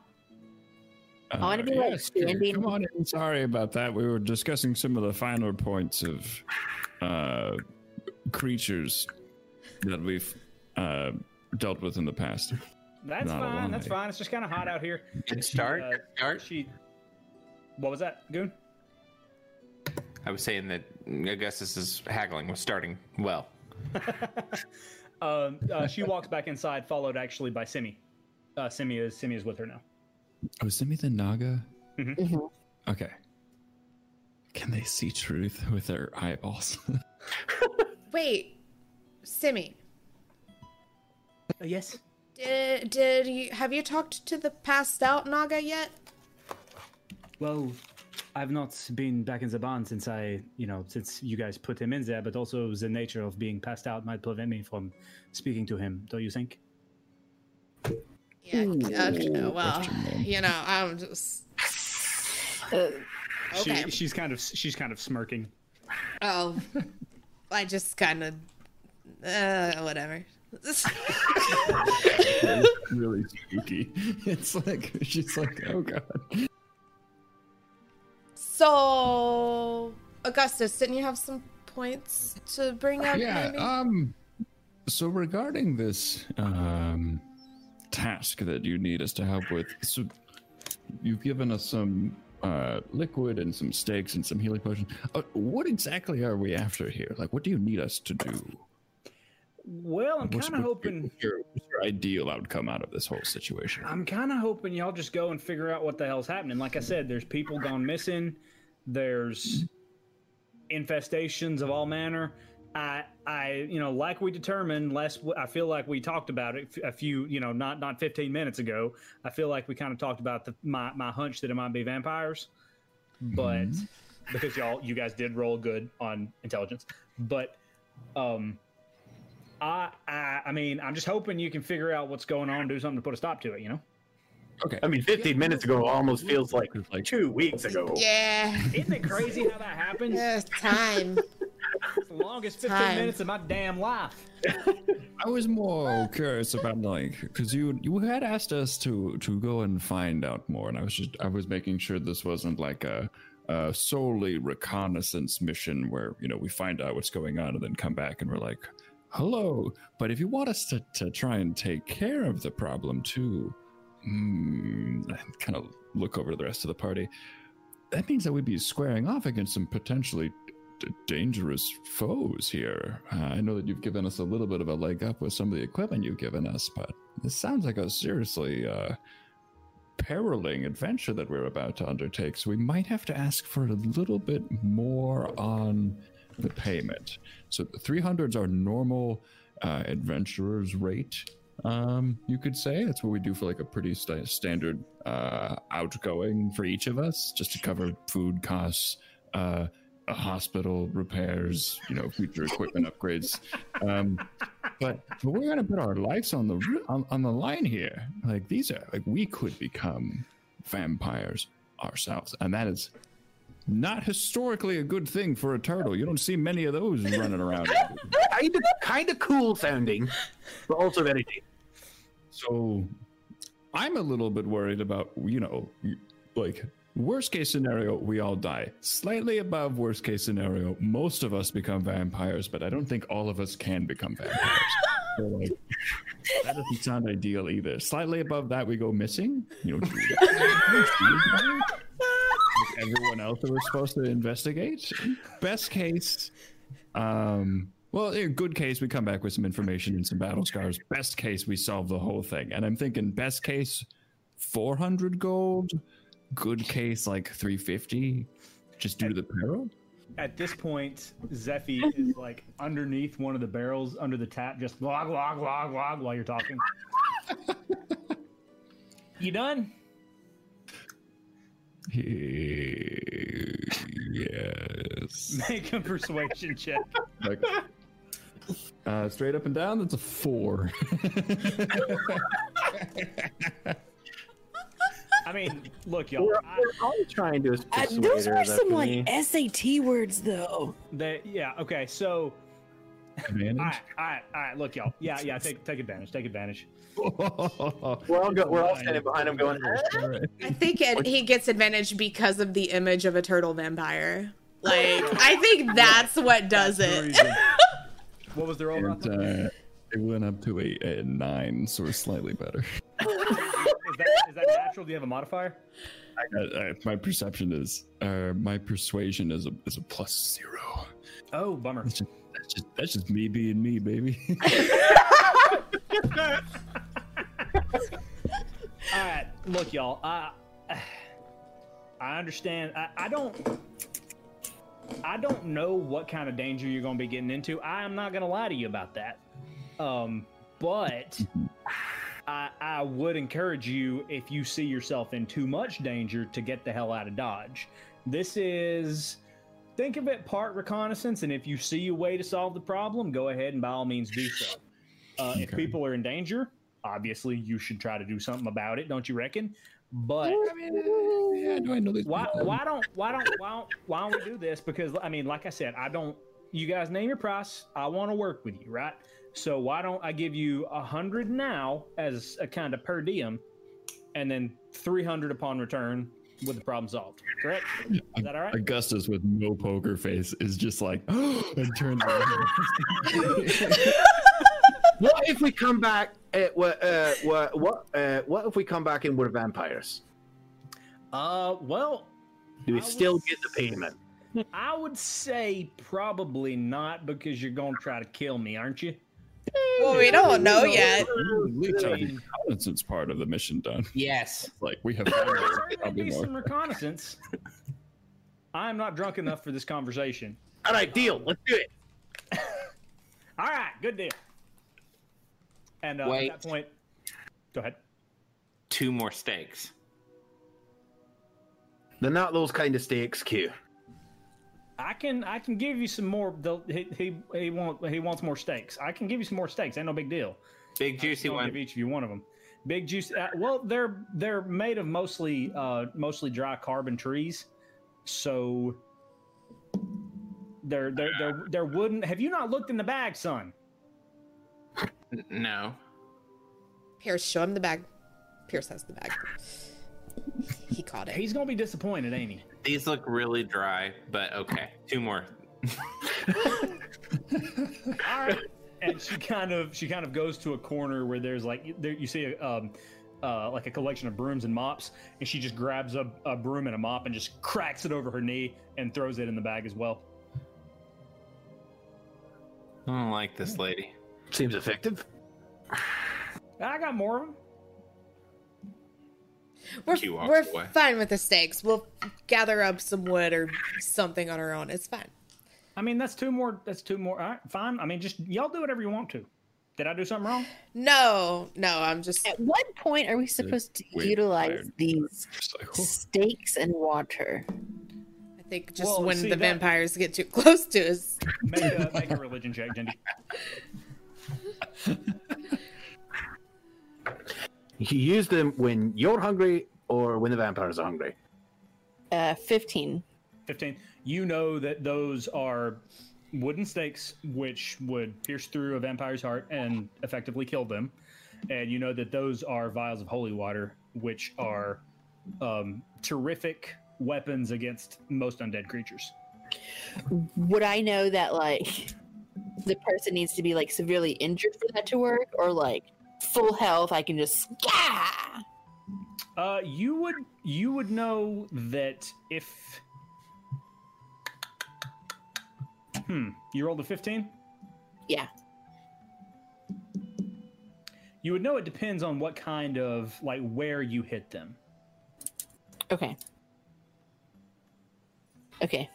S2: I
S4: wanna be like Sandy.
S2: Come on in. Sorry about that. We were discussing some of the finer points of uh, creatures that we've uh, dealt with in the past.
S6: That's
S2: Not a
S6: fine.
S2: long
S6: That's
S2: night.
S6: fine. It's just kind of hot out here.
S5: It's dark.
S6: Uh,
S5: dark.
S6: She. What was that, Goon?
S5: I was saying that Augustus is haggling was starting well.
S6: Um, uh, she walks back inside, followed actually by Simi. Uh, Simi is Simi is with her now.
S2: Oh, send me the Naga.
S6: Mhm.
S2: Mm-hmm.
S4: Mhm.
S2: Okay. Can they see truth with their eyeballs?
S3: Wait, Simi,
S6: Uh, yes.
S3: did did you have you talked to the passed out Naga yet?
S6: Well, I've not been back in the barn since I, you know, since you guys put him in there. But also the nature of being passed out might prevent me from speaking to him. Don't you think?
S3: Yeah. Okay. Well,
S2: question mark.
S3: you know, I'm just
S4: Uh,
S3: okay.
S6: She, she's kind of she's kind of smirking.
S3: Oh, I just kind of uh, whatever. [LAUGHS]
S2: It's [LAUGHS] really spooky. [LAUGHS] It's like she's like, oh god.
S3: so, Augustus, didn't you have some points to bring up?
S2: yeah
S3: maybe?
S2: um so regarding this um task that you need us to help with so you've given us some uh liquid and some steaks and some healing potion uh, what exactly are we after here like what do you need us to do
S6: Well, I'm
S2: What's-
S6: kind of
S2: what's your-
S6: hoping.
S2: what's your, what's your ideal outcome out of this whole situation
S6: I'm kind of hoping y'all just go and figure out what the hell's happening. Like I said, there's people gone missing. There's infestations of all manner. I, I, you know, like we determined last. I feel like we talked about it a few, you know, not not 15 minutes ago. I feel like we kind of talked about the, my my hunch that it might be vampires, but
S2: Mm-hmm.
S6: because y'all you guys did roll good on intelligence, but um. I, I I mean I'm just hoping you can figure out what's going on, do something to put a stop to it. You know,
S2: okay
S1: I mean, 15 minutes ago almost feels like
S2: Like-
S1: two weeks ago.
S3: Yeah.
S6: isn't it crazy how that happens?
S3: Yes, time.
S6: It's the longest 15
S3: Time.
S6: minutes of my damn life.
S2: I was more curious about like because you you had asked us to to go and find out more, and I was just I was making sure this wasn't like a, a solely reconnaissance mission where you know we find out what's going on and then come back and we're like, hello. But if you want us to, to try and take care of the problem too, hmm, kind of look over to the rest of the party. That means that we'd be squaring off against some potentially d- dangerous foes here. Uh, I know that you've given us a little bit of a leg up with some of the equipment you've given us, but this sounds like a seriously uh, periling adventure that we're about to undertake. So we might have to ask for a little bit more on the payment. So the 300s are normal uh, adventurers' rate. Um, you could say that's what we do for like a pretty st- standard uh, outgoing for each of us, just to cover food costs, uh, a hospital repairs, you know, future equipment upgrades. Um, but, but we're gonna put our lives on the ri- on, on the line here. Like these are like we could become vampires ourselves, and that is not historically a good thing for a turtle. You don't see many of those running around.
S1: Kind of, kind of cool sounding, but also very deep.
S2: So I'm a little bit worried about, you know, like worst case scenario, we all die. Slightly above worst case scenario, most of us become vampires, but I don't think all of us can become vampires. so like, that doesn't sound ideal either. Slightly above that, we go missing. You know, do we- like everyone else that we're supposed to investigate. Best case, um, well, in good case, we come back with some information and some battle scars. Best case, we solve the whole thing. And I'm thinking, best case, 400 gold. Good case, like 350, just due to the peril.
S6: At this point, Zephy is like underneath one of the barrels under the tap, just log, log, log, log while you're talking. you done?
S2: yes.
S6: [LAUGHS] Make a persuasion check.
S2: [LAUGHS] Like, uh, straight up and down, that's a four.
S6: I mean, look, y'all.
S1: We're,
S6: I,
S1: we're all trying to
S4: uh,
S1: persuade
S4: those
S1: her,
S4: were
S1: though,
S4: some
S1: for
S4: like
S1: me.
S4: SAT words, though.
S6: that, yeah, okay, so.
S2: Advantage?
S6: All [LAUGHS] right, all right, all right, look, y'all. Yeah, yeah, take, take advantage, take advantage.
S1: We're all, go, we're all standing behind him going,
S2: All [LAUGHS] right.
S3: I think it, he gets advantage because of the image of a turtle vampire. Like, I think that's what does
S6: No
S3: it. [LAUGHS]
S6: reason. what was the roll?
S2: And,
S6: Malcolm?
S2: uh, it went up to a, a nine, so we're slightly better.
S6: Is that natural? Do you have a modifier?
S2: I, I, my perception is, uh, my persuasion is a is a plus zero.
S6: Oh, bummer.
S2: That's just that's just me being me, baby.
S6: All right, look, y'all. I I understand. I, I don't. I don't know what kind of danger you're going to be getting into. I am not going to lie to you about that. Um, but I, I would encourage you if you see yourself in too much danger to get the hell out of Dodge. This is think of it part reconnaissance, and if you see a way to solve the problem, go ahead and by all means do so. Uh, If
S2: Okay.
S6: people are in danger, obviously you should try to do something about it, don't you reckon? But
S2: I mean, [LAUGHS] yeah, do I know this?
S6: why why don't why don't why don't why don't we do this? Because I mean, like I said, I don't. You guys name your price. I want to work with you, right? So why don't I give you a hundred now as a kind of per diem, and then three hundred upon return with the problem solved. Correct? Is that all right?
S2: Augustus with no poker face is just like [GASPS] and turns
S4: [LAUGHS]
S2: around.
S1: What if we come back? Uh, what, uh, what, what, uh, what if we come back and we're vampires?
S6: Uh, well,
S1: Do we
S6: I would
S1: still get the payment?
S6: I would say probably not because you're gonna try to kill me, aren't you?
S3: Well, we don't know yet.
S2: At least have the reconnaissance part of the mission done.
S5: Yes.
S2: Like we have
S6: There will
S2: probably
S6: certainly be
S2: more.
S6: some reconnaissance. I am not drunk enough for this conversation.
S1: All right, deal. Let's do it.
S6: [LAUGHS] All right, good deal. And uh,
S5: Wait.
S6: at that point, go ahead.
S5: Two more stakes.
S1: They're not those kind of stakes, Q.
S6: I can I can give you some more. The, he he he wants he wants more steaks. I can give you some more steaks. Ain't no big deal.
S5: Big juicy
S6: I'll
S5: one.
S6: give each of you one of them. Big juice. Uh, well, they're they're made of mostly uh, mostly dry carbon trees, so there there there there wouldn't. Have you not looked in the bag, son?
S5: N- No.
S3: Pierce, show him the bag. Pierce has the bag. He caught it.
S6: He's gonna be disappointed, ain't he?
S5: These look really dry, but okay. Two more.
S6: [LAUGHS] all right and she kind of she kind of goes to a corner where there's like there you see a, um uh, like a collection of brooms and mops and she just grabs a, a broom and a mop and just cracks it over her knee and throws it in the bag as well
S5: I don't like this lady.
S1: Seems effective.
S6: i got more of them
S3: We're,
S5: She walks
S3: we're
S5: away.
S3: fine with the stakes. We'll gather up some wood or something on our own. It's fine.
S6: i mean that's two more that's two more all right fine i mean just y'all do whatever you want to did i do something wrong
S3: No, no, I'm just.
S4: At what point are we supposed to
S2: Wait,
S4: utilize
S2: tired.
S4: these
S2: Just like, oh.
S4: stakes and water?
S3: I think just
S6: Well,
S3: when
S6: see,
S3: the
S6: that-
S3: vampires get too close to us.
S6: make a, make a religion check Jindy.
S1: You use them when you're hungry or when the vampires are hungry.
S4: Uh, fifteen.
S6: 15 you know that those are wooden stakes which would pierce through a vampire's heart and effectively kill them and you know that those are vials of holy water which are um, terrific weapons against most undead creatures
S4: Would I know that like the person needs to be like severely injured for that to work, or like full health? I can just Gah!
S6: uh, you would you would know that if hmm you rolled a 15
S4: yeah.
S6: you would know it depends on what kind of like where you hit them
S4: Okay. Okay.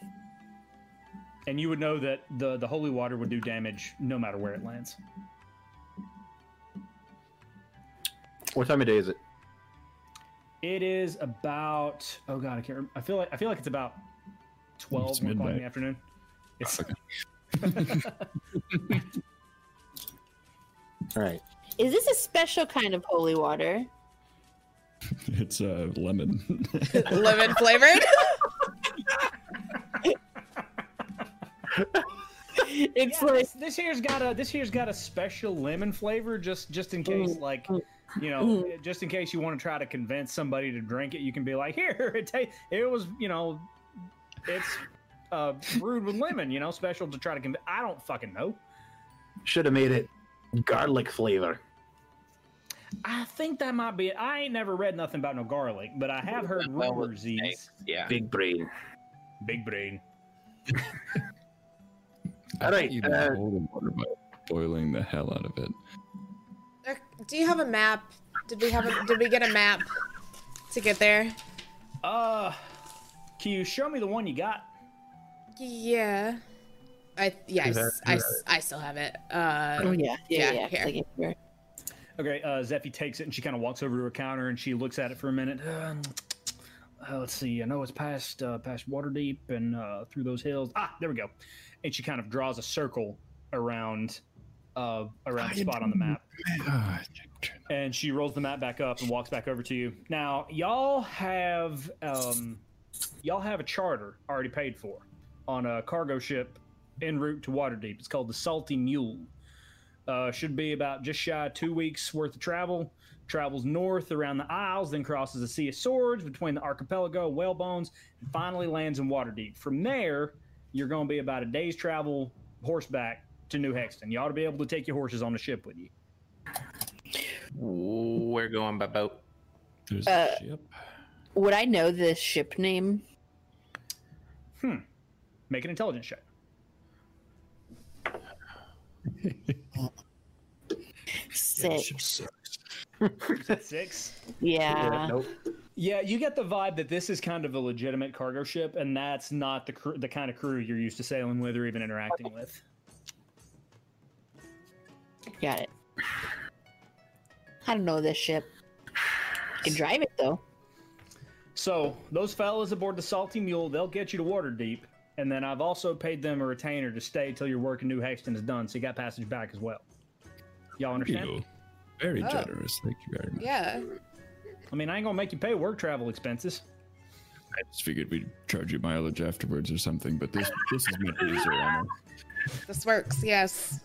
S6: and you would know that the the holy water would do damage no matter where it lands.
S1: What time of day is it?
S6: It is about oh god, I can't. Remember. I feel like I feel like it's about twelve
S2: It's
S6: o'clock in
S2: midnight.
S6: the afternoon. It's,
S1: All right.
S4: Is this a special kind of holy water?
S2: [LAUGHS] It's a uh, lemon.
S3: Lemon flavored.
S4: It's
S6: Yeah,
S4: like
S6: this, this here's got a this here's got a special lemon flavor just just in case like you know just in case you want to try to convince somebody to drink it you can be like [LAUGHS] here it ta- it was you know it's uh brewed with lemon you know special to try to convince I don't fucking know
S1: Should have made it garlic flavor.
S6: I think that might be it. I ain't never read nothing about no garlic, but I have heard
S5: Well,
S6: rumors these
S5: Yeah.
S1: Big brain.
S6: big brain.
S2: I
S1: All
S2: thought
S1: right,
S2: You boiled
S1: uh,
S2: the water by boiling the hell out of it.
S3: Uh, Do you have a map? Did we have a, did we get a map to get there?
S6: Uh, can you show me the one you got?
S3: Yeah. I yeah, I,
S1: Is that-
S3: s- I s- I still have it. Uh
S4: Oh yeah,
S3: Yeah,
S4: yeah, yeah.
S3: here.
S4: Like, here.
S6: Okay, uh, Zeffy takes it and she kind of walks over to her counter and she looks at it for a minute. Um, uh, let's see. I know it's past uh, past Waterdeep and uh, through those hills. Ah, there we go. And she kind of draws a circle around uh, around the spot on the map.
S2: God.
S6: and she rolls the map back up and walks back over to you. Now, y'all have um, y'all have a charter already paid for on a cargo ship en route to Waterdeep. It's called the Salty Mule. Uh, should be about just shy of two weeks worth of travel. Travels north around the Isles, then crosses the Sea of Swords between the archipelago and whalebones, and finally lands in Waterdeep. From there, you're going to be about a day's travel horseback to New Hexton. You ought to be able to take your horses on the ship with you.
S5: We're going by boat.
S2: There's a
S4: Uh,
S2: ship.
S4: Would I know the ship name?
S6: Make an intelligence check.
S4: Six.
S6: Six.
S4: Yeah.
S1: nope.
S6: Yeah, you get the vibe that this is kind of a legitimate cargo ship, and that's not the cr- the kind of crew you're used to sailing with or even interacting with.
S4: Got it. I don't know this ship. I can drive it though.
S6: So those fellas aboard the Salty Mule, they'll get you to Waterdeep, and then I've also paid them a retainer to stay till your work in New Hexton is done, so you got passage back as well. Y'all understand?
S2: You. Very
S4: Uh,
S3: Oh.
S2: generous. Thank you very much.
S3: yeah.
S6: I mean, I ain't gonna make you pay work travel expenses.
S2: I just figured we'd charge you mileage afterwards or something, but this this is much easier. I [LAUGHS] know.
S3: This works. Yes.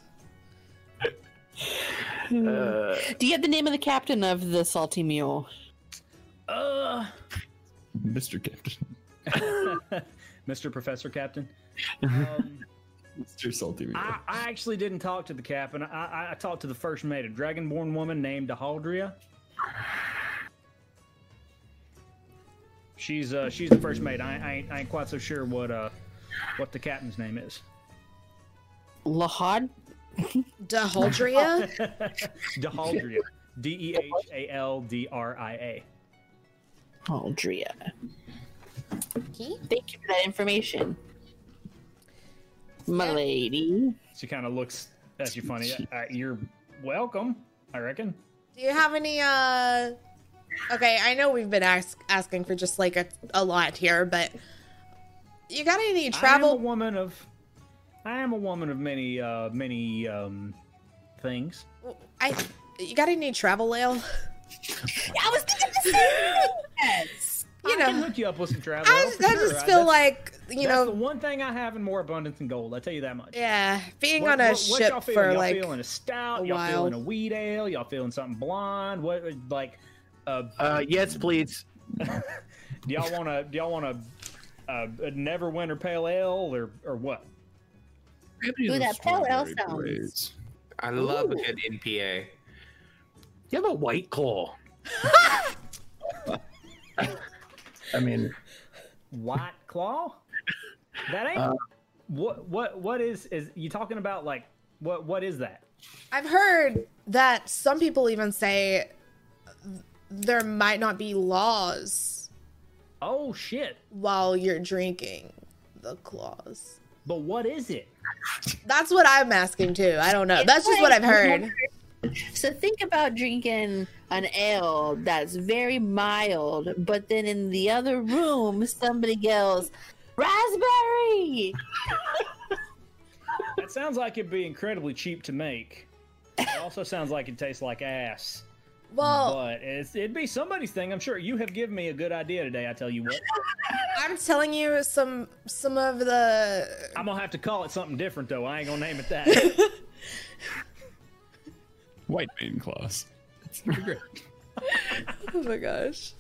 S4: Do you have the name of the captain of the salty mule?
S6: Uh, [LAUGHS]
S2: Mr. Captain, [LAUGHS]
S6: Mr. Professor Captain. Um,
S2: Mr. Salty. Meal.
S4: Ah,
S6: I, I actually didn't talk to the captain. I, I, I talked to the first mate, a dragonborn woman named Ahaldria. She's uh, she's the first mate. I, I, ain't, I ain't quite so sure what uh, what the captain's name is.
S4: Lahad?
S3: [LAUGHS] Deholdria?
S6: Dahaldria. D E H A L D R I A.
S4: Oh, Drea.
S3: He?
S4: Thank you for that information. My
S3: Yeah.
S4: lady.
S6: She kind of looks at you funny. Uh, you're welcome, I reckon.
S3: Do you have any uh Okay, I know we've been ask- asking for just like a, a lot here, but you got any
S6: I am a
S3: travel
S6: woman of I am a woman of many uh, many um, things.
S3: I you got any travel ale?
S4: I was thinking the same
S3: [LAUGHS] You
S6: I can
S3: know,
S6: hook you up with some travel. Oh,
S3: I,
S6: for
S3: I
S6: sure.
S3: just
S6: I-
S3: feel
S6: that's-
S3: like, you
S6: That's the
S3: know,
S6: one thing I have in more abundance than gold. I tell you that much.
S3: yeah, being
S6: What-
S3: on a
S6: what- what y'all
S3: ship
S6: feeling?
S3: for
S6: y'all
S3: like
S6: feeling a stout,
S3: a
S6: y'all
S3: while.
S6: feeling a wheat ale, y'all feeling something blonde. What like? Uh,
S1: Uh, yes, please.
S6: do y'all want to? Do y'all want to? Uh, a Neverwinter pale ale or or what?
S4: Ooh, that pale ale sounds-
S5: I love a good NPA.
S1: You have a white claw. I mean,
S6: White Claw? That ain't.
S1: Uh,
S6: what what what is is you talking about? Like what what is that?
S3: I've heard that some people even say there might not be laws
S6: Oh shit!
S3: while you're drinking the claws.
S6: But what is it?
S3: That's what I'm asking too. I don't know. That's just what I've heard.
S4: So think about drinking an ale that's very mild, but then in the other room somebody yells, "Raspberry!"
S6: That sounds like it'd be incredibly cheap to make. It also sounds like it tastes like ass.
S3: Well,
S6: But it's, it'd be somebody's thing, I'm sure. You have given me a good idea today. I tell you what,
S3: I'm telling you some some of the
S6: I'm gonna have to call it something different though. I ain't gonna name it that.
S2: White bean claws.
S3: Oh my gosh.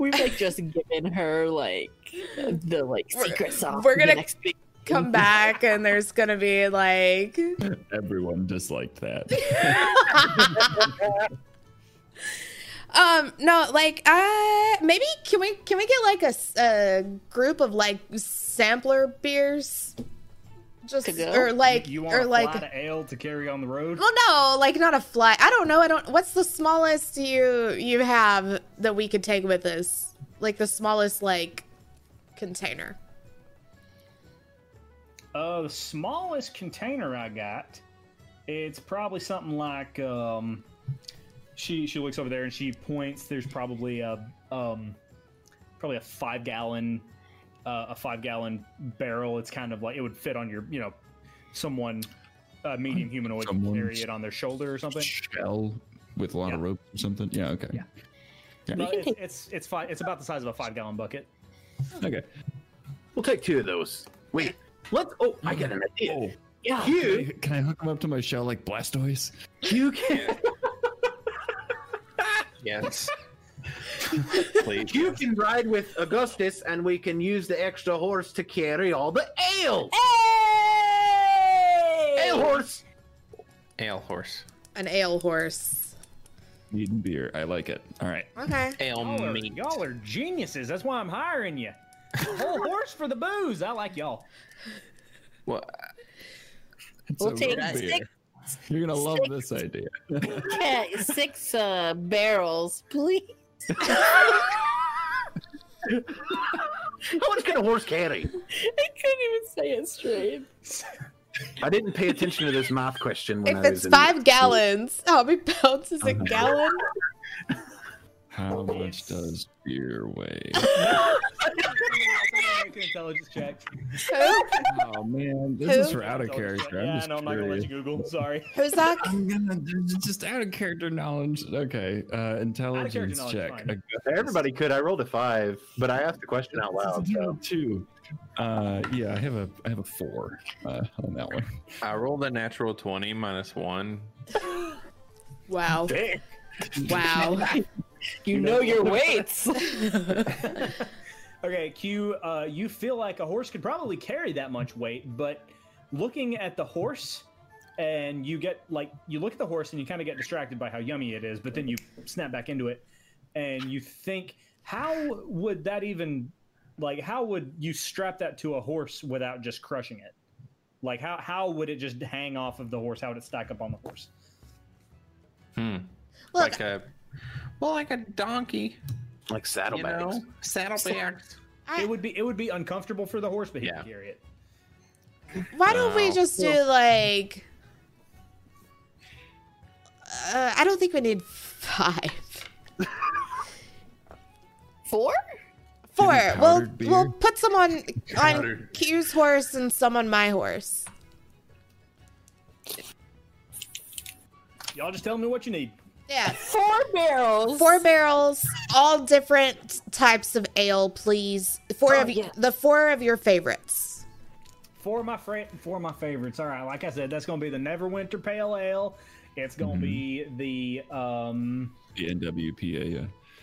S4: We've like just given her like the like secret sauce.
S3: we're
S4: for
S3: gonna-
S4: the next big
S3: come back and there's gonna be like [LAUGHS]
S2: Everyone disliked
S4: [LAUGHS]
S2: that.
S3: um no like uh maybe can we can we get like a, s- a group of like sampler beers just
S4: To go?
S3: or [LAUGHS] like
S6: you want
S3: or
S6: a
S3: like
S6: flat of ale to carry on the road?
S3: well no like not a fly i don't know i don't what's the smallest you you have that we could take with us like the smallest like container
S6: Uh, the smallest container I got, it's probably something like um, she she looks over there and she points. There's probably a um, probably a five gallon uh, a five gallon barrel. It's kind of like it would fit on your you know someone uh, medium humanoid can
S2: Someone's-
S6: carry it on their shoulder or something.
S2: Shell with a lot of
S6: Yeah.
S2: rope or something. Yeah, okay.
S6: Yeah. No, it's, it's it's fi- It's about the size of a five gallon bucket.
S2: Okay.
S1: We'll take two of those. Wait, let's. Oh, I got an idea.
S2: Oh,
S4: Yeah.
S1: You
S2: can I hook him up to my shell like Blastoise?
S1: you can
S5: Yes. Please.
S1: you can ride with Augustus, and we can use the extra horse to carry all the ale. Ale horse.
S5: Ale horse.
S3: an ale horse
S2: Meat and beer. I like it. All right.
S3: okay
S5: Ale
S6: Y'all are,
S5: meat.
S6: y'all are geniuses. That's why I'm hiring you. Whole horse for the booze. I like y'all.
S5: Well,
S2: It's
S4: We'll
S2: a
S4: take
S2: root
S4: six-
S2: You're gonna love
S4: six-
S2: this idea.
S4: Yeah, six uh, barrels, please.
S1: How much can a horse carry?
S4: [LAUGHS] I couldn't even say it straight.
S1: I didn't pay attention to this math question when
S3: if
S1: I
S3: it's
S1: was in- Oh
S3: five gallons how many pounds is a gallon
S2: How much does beer weigh?
S6: Make an intelligence check.
S2: oh man, this is
S3: Who?
S2: for out of
S6: Intelligence check.
S2: character. I'm
S6: Yeah,
S2: just
S6: no, I'm not gonna let
S2: curious.
S6: you Google. Sorry.
S3: who's that
S2: I'm gonna this is just out of character knowledge. Okay, uh, intelligence
S6: knowledge,
S2: check.
S6: fine.
S2: Augustus.
S1: Everybody could. I rolled a five, but I asked the question out loud.
S2: This is
S1: So.
S2: round two. Uh, yeah, I have a I have a four uh, on that one.
S5: I rolled a natural 20 minus one.
S3: wow wow
S4: You know your weights.
S6: [LAUGHS] Okay, Q. Uh, you feel like a horse could probably carry that much weight, but looking at the horse, and you get like you look at the horse and you kind of get distracted by how yummy it is, but then you snap back into it, and you think, how would that even, like, how would you strap that to a horse without just crushing it? Like, how how would it just hang off of the horse? How would it stack up on the horse?
S5: Hmm.
S3: look
S5: [LAUGHS] Like a. Well, like a donkey.
S1: Like
S5: You
S1: saddlebags.
S5: know? Saddlebags.
S3: I-
S6: It would be it would be uncomfortable for the horse, but he
S5: Yeah.
S6: could carry it.
S3: Why don't we
S5: Wow.
S3: just do like? Uh, I don't think we need five.
S4: Four?
S3: Four.
S2: powdered
S3: We'll
S2: beer?
S3: we'll put someone on
S5: Powdered.
S3: Q's horse and some on my horse.
S6: Y'all just tell me what you need.
S3: Yeah.
S4: Four barrels.
S3: Four barrels, all different types of ale, please. Four
S4: Oh,
S3: of y
S4: yeah.
S3: the four of your favorites.
S6: Four of my fra- four of my favorites. All right, like I said, that's gonna be the Neverwinter Pale Ale. It's gonna
S2: Mm-hmm.
S6: be the um,
S2: The NWPA. Yeah.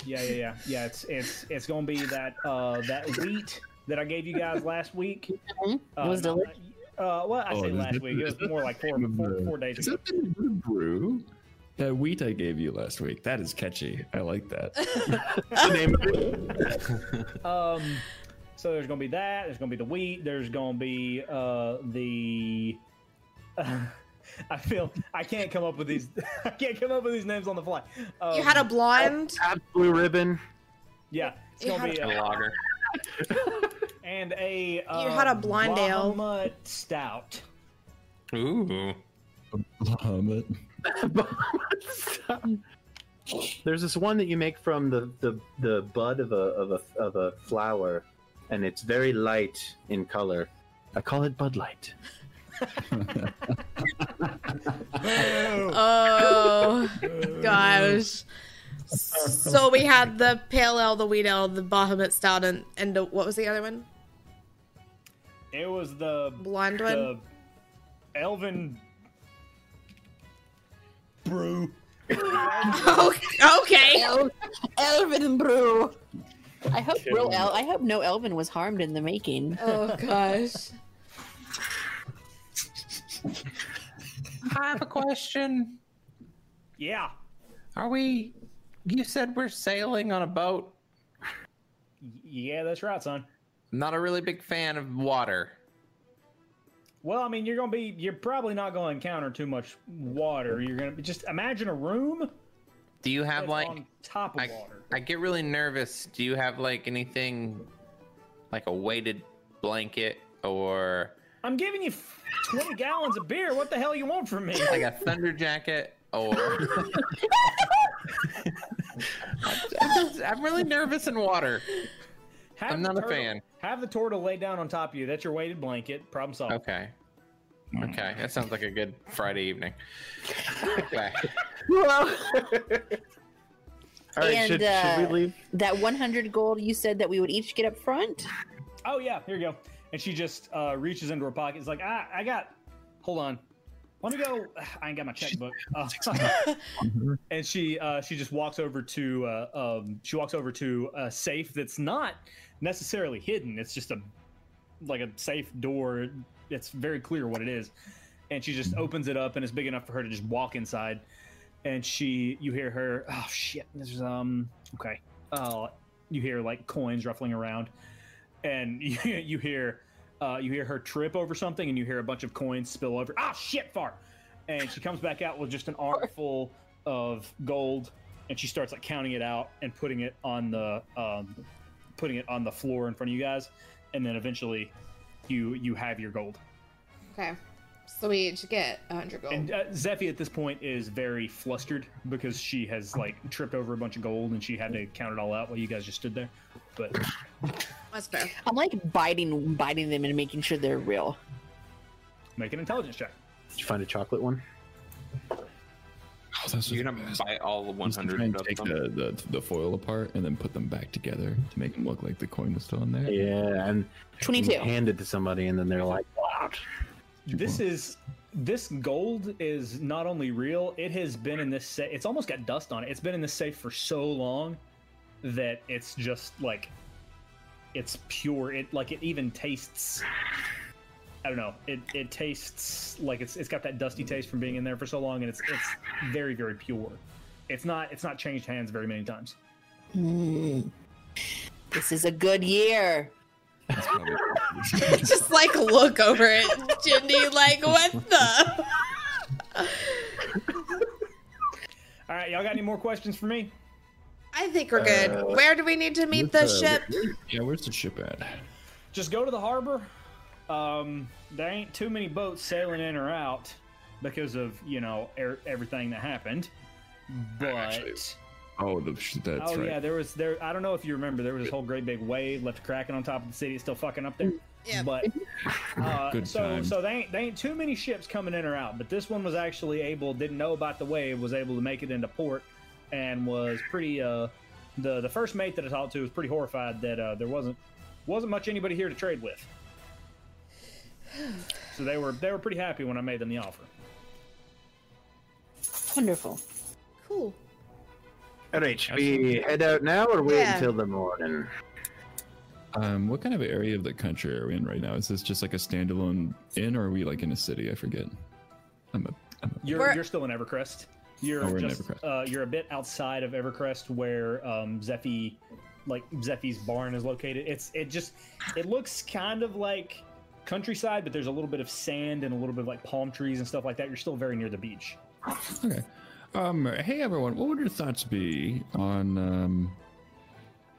S6: yeah, yeah, yeah, yeah. It's it's it's gonna be that uh that wheat that I gave you guys last week.
S4: Mhm.
S6: Uh,
S4: It was
S6: no,
S4: delicious.
S6: Uh, well, I
S2: Oh,
S6: say
S2: is
S6: last
S2: it-
S6: week.
S2: is
S6: It was
S2: it
S6: more like four,
S2: Name of
S6: four,
S2: the-
S6: four days
S2: Is
S6: ago.
S2: that the name of the brew? That wheat I gave you last week. That is catchy. I like that.
S1: The name of it.
S6: Um, so there's gonna be that. There's gonna be the wheat. There's gonna be uh, the. [LAUGHS] I feel I can't come up with these. [LAUGHS] I can't come up with these names on the fly. Um,
S3: You
S5: Oh.
S3: had a blonde.
S1: Tap blue ribbon.
S6: yeah. It's
S3: you
S6: gonna
S3: had
S6: be
S5: A
S6: uh,
S5: lager.
S6: and a. Uh,
S3: had a blonde ale.
S6: Bahamut stout.
S5: Ooh.
S2: Bahamut.
S1: [LAUGHS] There's this one that you make from the, the, the bud of a, of, a, of a flower, and it's very light in color. I call it
S4: [LAUGHS]
S1: Bud Light.
S6: [LAUGHS]
S3: Oh gosh. So we had the pale ale, the wheat ale, the Bahamut stout, and and the, what was the other one?
S6: It was the
S3: Blonde one.
S6: the Elven brew.
S3: Oh, okay.
S4: El- Elvin brew. [LAUGHS] I hope real El- I hope no Elvin was harmed in the making.
S3: Oh gosh.
S5: I have a question.
S6: Yeah.
S5: Are we? You said we're sailing on a boat.
S6: Yeah, that's right, son.
S5: Not a really big fan of water.
S6: Well, I mean, you're gonna be, you're probably not gonna encounter too much water. You're gonna just imagine a room
S5: Do you have
S6: that's
S5: like?
S6: on top of
S5: I,
S6: water.
S5: I get really nervous. Do you have like anything, like a weighted blanket or
S6: I'm giving you 20 gallons of beer. What the hell you want
S5: [LAUGHS]
S6: from me?
S5: like a thunder jacket or? [LAUGHS] I'm, just- I'm really nervous in water.
S6: Have
S5: I'm
S6: the
S5: not a
S6: turtle-
S5: fan.
S6: Have the turtle lay down on top of you. That's your weighted blanket. Problem solved.
S5: Okay. Okay, that sounds like a good Friday [LAUGHS] evening. Okay.
S1: All right,
S4: And,
S1: should, should
S4: uh,
S1: we leave?
S4: That 100 gold you said that we would each get up front?
S6: Oh yeah, here you go. And she just uh, reaches into her pocket. It's like ah, I got. Hold on. Let me go. [SIGHS] I ain't got my checkbook. Uh, [LAUGHS] and she uh, she just walks over to uh, um, she walks over to a safe that's not necessarily hidden. It's just a like a safe door. It's very clear what it is. And she just opens it up, and it's big enough for her to just walk inside. And she, you hear her. Oh shit! This is um okay. Oh, you hear like coins ruffling around and [LAUGHS] you, you hear uh, you hear her trip over something, and you hear a bunch of coins spill over. Ah, shit, far! And she comes back out with just an armful of gold, and she starts like counting it out and putting it on the um, putting it on the floor in front of you guys, and then eventually you you have your gold.
S3: Okay. So we each get 100 gold.
S6: And uh, Zeffy at this point is very flustered because she has like tripped over a bunch of gold, and she had to count it all out while you guys just stood there. But
S3: That's fair.
S4: I'm like biting biting them and making sure they're real.
S6: make an intelligence check.
S1: Did you find a chocolate one?
S2: Oh, that's
S5: You're
S2: just
S5: gonna
S2: best.
S5: buy all
S2: I'm just
S5: 100
S2: trying to
S5: of
S2: take
S5: them.
S2: the, the, the foil apart and then put them back together to make them look like the coin is still in there.
S1: Yeah, and
S4: 22.
S1: handed to somebody, and then they're like, wow.
S6: this is this gold is not only real it has been in this safe it's almost got dust on it it's been in this safe for so long that it's just like it's pure it like it even tastes i don't know it, it tastes like it's it's got that dusty taste from being in there for so long and it's it's very very pure it's not it's not changed hands very many times
S4: Mm. This is a good year.
S2: That's probably-
S3: [LAUGHS]
S6: [LAUGHS]
S3: Just like look over it, Jindy, like what the?
S6: all right y'all got any more questions for me
S3: I think we're good.
S2: Uh,
S3: Where do we need to meet the
S2: Where's
S3: ship?
S2: Yeah, where's the ship at?
S6: just go to the harbor. Um, there ain't too many boats sailing in or out because of you know er- everything that happened. But
S2: Actually, Oh, the, sh- that's
S6: oh
S2: right.
S6: yeah, there was there. I don't know if you remember, there was this whole great big wave left cracking on top of the city. It's still fucking up there.
S3: Yeah.
S6: But
S2: [LAUGHS]
S6: uh,
S2: Good
S6: so
S2: times.
S6: so they ain't they ain't too many ships coming in or out. But this one was actually able, didn't know about the wave, was able to make it into port, and was pretty. Uh, the the first mate that I talked to was pretty horrified that uh, there wasn't wasn't much anybody here to trade with. So they were they were pretty happy when I made them the offer.
S4: Wonderful.
S3: Cool.
S1: All right, should we head out now or wait
S3: Yeah.
S1: until the morning?
S2: Um, what kind of area of the country are we in right now? Is this just like a standalone inn, or are we like in a city? I forget. I'm a, I'm a
S6: You're
S3: We're-
S6: you're still in Evercrest. You're
S2: Oh, we're in
S6: just
S2: Evercrest.
S6: Uh, you're a bit outside of Evercrest where um, Zeffy, like Zeffy's barn is located. It's it just it looks kind of like countryside, but there's a little bit of sand and a little bit of like palm trees and stuff like that. You're still very near the beach.
S2: Okay. Um, hey everyone, what would your thoughts be on um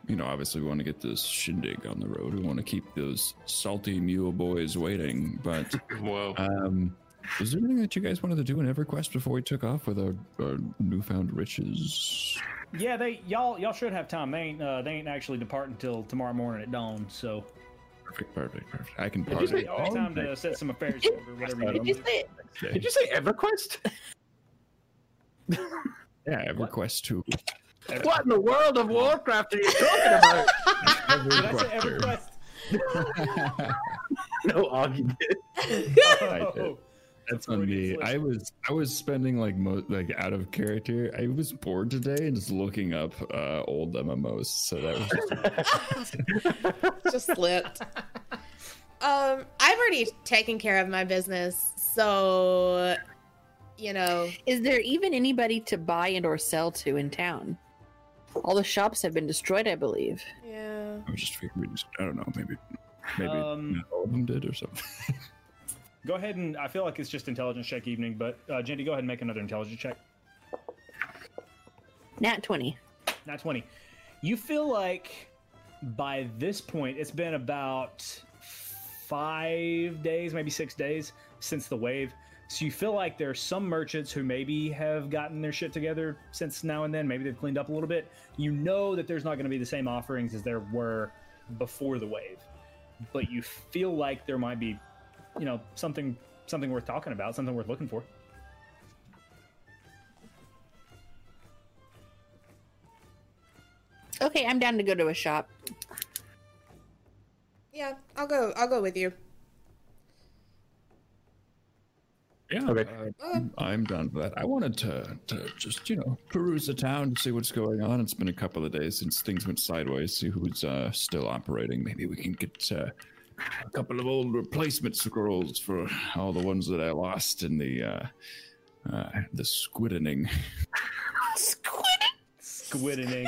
S2: you know, obviously we want to get this shindig on the road. We want to keep those salty mule boys waiting, but
S5: Whoa.
S2: um is there anything that you guys wanted to do in EverQuest before we took off with our, our newfound riches?
S6: Yeah, they y'all y'all should have time. They ain't uh, they ain't actually departing until tomorrow morning at dawn. So
S2: Perfect, perfect, perfect. I can
S6: if you
S2: party.
S6: say y'all have time to set some affairs over whatever you
S4: Did
S6: need
S4: you
S6: to do.
S4: say
S1: Did you say EverQuest?
S2: Yeah, EverQuest too.
S1: What in the world of Warcraft are you talking about?
S6: Did I say
S2: EverQuester.
S6: EverQuest?
S1: [LAUGHS]
S2: [LAUGHS]
S1: no, Augie did.
S2: I did.
S6: Oh,
S2: That's on me.
S6: Freudian slip.
S2: I was I was spending like mo- like out of character. I was bored today and just looking up uh, old MMOs. So that was just
S3: Just [LAUGHS] slipped. um, I've already taken care of my business, so you know,
S4: Is there even anybody to buy and or sell to in town? All the shops have been destroyed, I believe.
S3: yeah.
S2: I was just figuring, we just- I don't know, maybe, maybe
S6: Um,
S2: not all of them did or something.
S6: Go ahead and I feel like it's just intelligence check evening, but uh, Jendy, go ahead and make another intelligence check.
S4: Nat 20.
S6: Not 20. You feel like by this point, it's been about five days, maybe six days since the wave. So you feel like there's some merchants who maybe have gotten their shit together since now and then. Maybe they've cleaned up a little bit. You know that there's not going to be the same offerings as there were before the wave, but you feel like there might be, you know, something something worth talking about, something worth looking for.
S4: Okay, I'm down to go to a shop.
S3: Yeah, I'll go. I'll go with you.
S2: Yeah,
S1: Okay.
S2: uh, I'm- I'm done for that. I wanted to, to just you know peruse the town to see what's going on. It's been a couple of days since things went sideways. See who's uh, still operating. Maybe we can get uh, a couple of old replacement scrolls for all the ones that I lost in the uh, uh, the squiddening.
S4: Squid!
S6: Squiddening.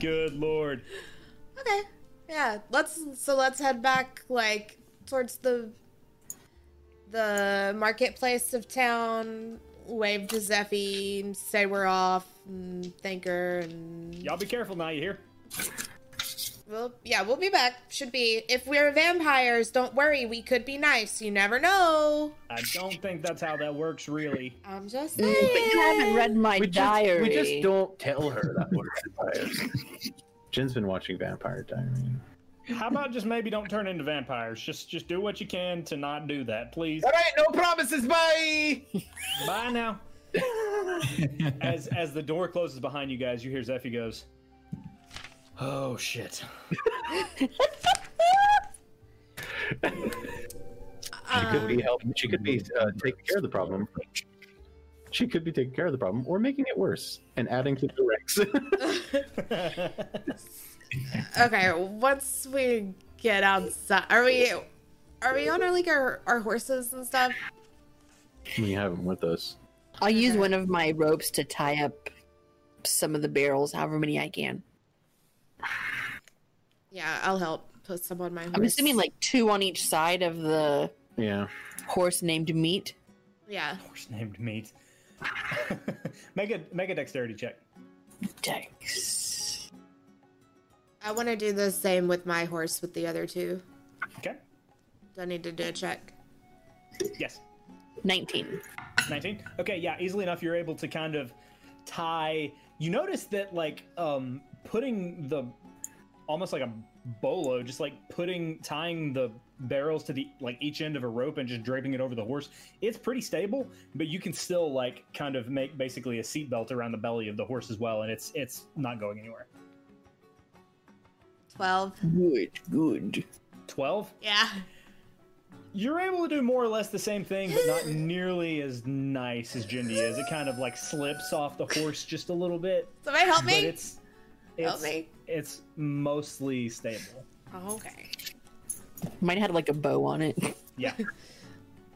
S6: Good lord.
S3: Okay. Yeah. Let's. So let's head back like towards the the marketplace of town. Wave to Zeffy, say we're off, and thank her, and
S6: Y'all be careful now. You hear?
S3: Well, yeah, we'll be back. Should be. If we're vampires, don't worry. We could be nice. You never know.
S6: I don't think that's how that works, really.
S3: I'm just
S4: But
S3: saying.
S4: you haven't read my
S1: we
S4: diary.
S1: Just, we just don't tell her that we're [LAUGHS] vampires. Jen's been watching Vampire Diary.
S6: How about just maybe don't turn into vampires? Just just do what you can to not do that, please.
S1: All right, no promises. Bye.
S6: Bye now. As as the door closes behind you guys, you hear Zeffy goes, "Oh shit."
S1: She
S3: Um,
S1: could be helping. She could be uh, taking care of the problem. She could be taking care of the problem or making it worse and adding to the [LAUGHS] wrecks.
S3: Okay, once we get outside, are we, are we on our like our, our horses and stuff?
S1: we have them with us.
S4: I'll use one of my ropes to tie up some of the barrels, however many I can.
S3: Yeah, I'll help put some on my horse.
S4: I'm assuming like two on each side of the
S1: Yeah.
S4: horse named Meat.
S3: yeah.
S6: Horse named Meat. [LAUGHS] make a make a dexterity check.
S4: Dex.
S3: I want to do the same with my horse with the other two.
S6: Okay.
S3: Do I need to do a check?
S6: Yes.
S4: 19.
S6: 19 okay yeah easily enough you're able to kind of tie you notice that like um putting the almost like a bolo just like putting tying the barrels to the like each end of a rope and just draping it over the horse it's pretty stable but you can still like kind of make basically a seatbelt around the belly of the horse as well and it's it's not going anywhere
S3: Twelve.
S4: Good, good.
S6: 12
S3: Yeah.
S6: you're able to do more or less the same thing, but not nearly as nice as Jindy is. It kind of like slips off the horse just a little bit.
S3: Somebody help
S6: But
S3: me.
S6: it's
S3: Help
S6: it's,
S3: me.
S6: it's mostly stable.
S3: Oh, okay.
S4: Might have had like a bow on it. [LAUGHS]
S6: Yeah.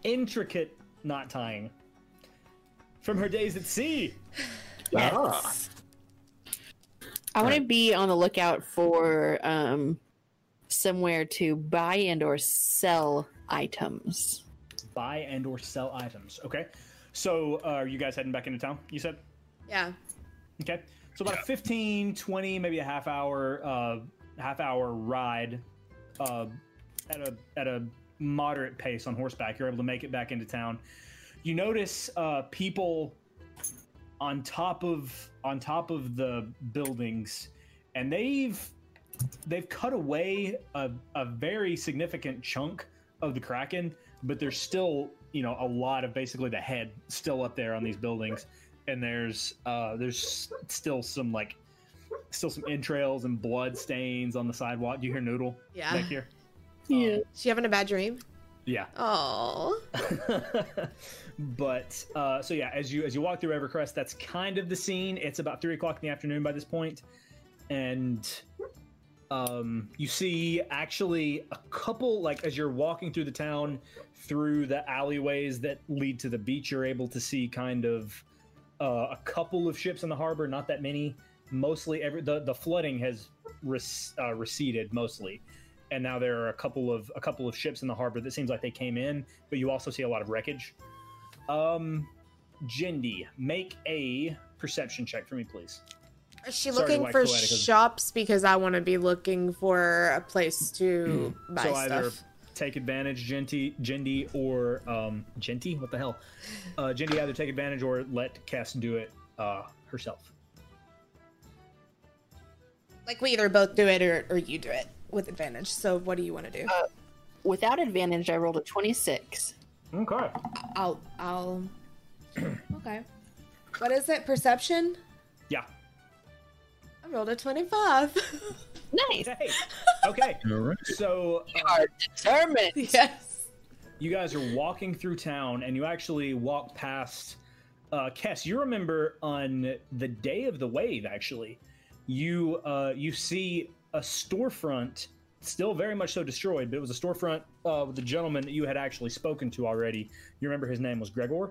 S6: Intricate knot tying. From her days at sea.
S1: Yes.
S4: I want to be on the lookout for um, somewhere to buy and or sell items.
S6: Buy and or sell items. Okay. So uh, are you guys heading back into town? You said?
S3: Yeah.
S6: Okay. So about a 15, 20, maybe a half hour, uh, half hour ride, uh, at a at a moderate pace on horseback. You're able to make it back into town. You notice uh, people on top of on top of the buildings, and they've they've cut away a, a very significant chunk of the kraken, but there's still you know a lot of basically the head still up there on these buildings and there's uh there's s- still some like still some entrails and blood stains on the sidewalk. Do you hear Noodle
S3: Yeah.
S6: back here?
S4: Yeah.
S3: She having a bad dream?
S6: Yeah.
S3: Oh.
S6: [LAUGHS] but uh, so yeah, as you as you walk through Evercrest, that's kind of the scene. It's about three o'clock in the afternoon by this point, and um, you see actually a couple like as you're walking through the town through the alleyways that lead to the beach you're able to see kind of uh, a couple of ships in the harbor not that many mostly every the, the flooding has rec- uh, receded mostly and now there are a couple of a couple of ships in the harbor that seems like they came in but you also see a lot of wreckage um jindy make a perception check for me please
S3: Is she
S6: Sorry to
S3: looking
S6: wax
S3: for
S6: poetic, isn't it?
S3: shops because I want to be looking for a place to buy
S6: Hmm. so
S3: stuff?
S6: either take advantage Genty, Jindy or um Genty, what the hell? Uh Jindy either take advantage or let Cass do it uh herself.
S3: Like we either both do it or, or you do it with advantage. So what do you want to do?
S4: Without advantage, I rolled a 26.
S6: Okay.
S3: I'll I'll [CLEARS THROAT] Okay. What is it? Perception?
S6: Yeah.
S3: I rolled a twenty-five. [LAUGHS]
S4: Nice.
S6: Hey. Okay.
S2: All right.
S6: So
S4: You are determined.
S3: yes.
S6: you guys are walking through town and you actually walk past uh Cass, you remember on the day of the wave actually, you uh you see a storefront still very much so destroyed, but it was a storefront uh with the gentleman that you had actually spoken to already. You remember his name was Gregor?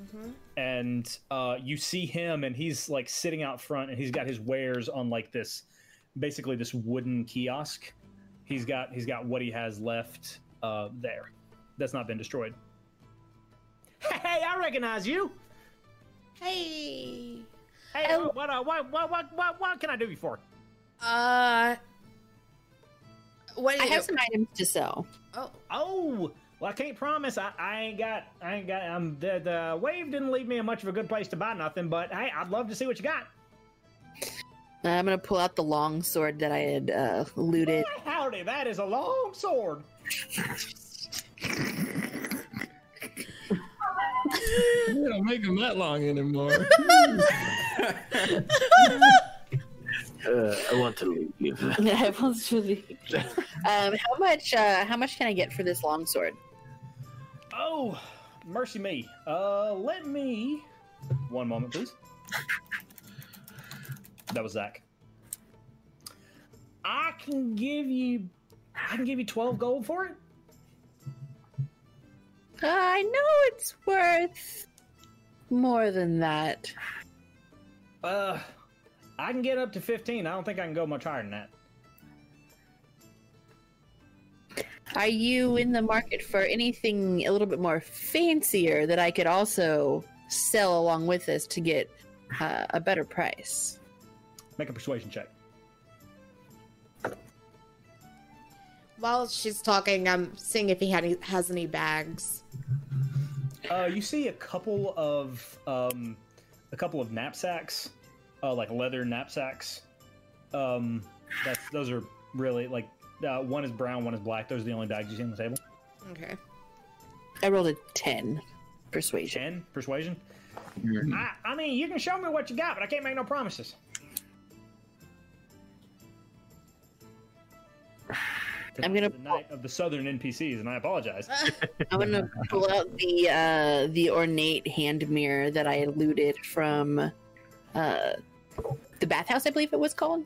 S3: Mm-hmm.
S6: and uh, you see him and he's like sitting out front and he's got his wares on like this basically this wooden kiosk he's got he's got what he has left uh, there that's not been destroyed hey i recognize you
S3: Hey.
S6: hey what, uh, what, what, what, what, what can i do you for
S3: Uh what do
S4: I
S3: you
S4: have some items to sell.
S3: Oh
S6: oh well i can't promise i, I ain't got i ain't got um, the, the wave didn't leave me in much of a good place to buy nothing but hey i'd love to see what you got
S4: I'm gonna pull out the long sword that I had uh, looted.
S6: howdy that is a long sword
S7: We don't make them that long
S2: [LAUGHS]
S7: anymore.
S8: Uh, I want to leave.
S4: [LAUGHS] I was really- um, how much? Uh, how much can I get for this long sword?
S6: Oh, mercy me. Uh, let me. One moment, please. that was Zach. I can give you. I can give you twelve gold for it.
S4: I know it's worth more than that.
S6: Uh, I can get up to fifteen. I don't think I can go much higher than that.
S4: Are you in the market for anything a little bit more fancier that I could also sell along with this to get uh, a better price?
S6: Make a persuasion check.
S3: while she's talking, I'm seeing if he had any, has any bags.
S6: Uh, you see a couple of um, a couple of knapsacks, uh, like leather knapsacks. Um, that's those are really like uh, one is brown, one is black. Those are the only bags you see on the table.
S3: Okay.
S4: I rolled a ten persuasion.
S6: Ten persuasion. I, I mean, you can show me what you got, but I can't make no promises.
S4: I'm gonna-
S6: the night of the southern NPCs, and I
S4: [LAUGHS]
S6: apologize.
S4: I'm gonna pull out the uh, the ornate hand mirror that I looted from uh, the bathhouse, I believe it was called.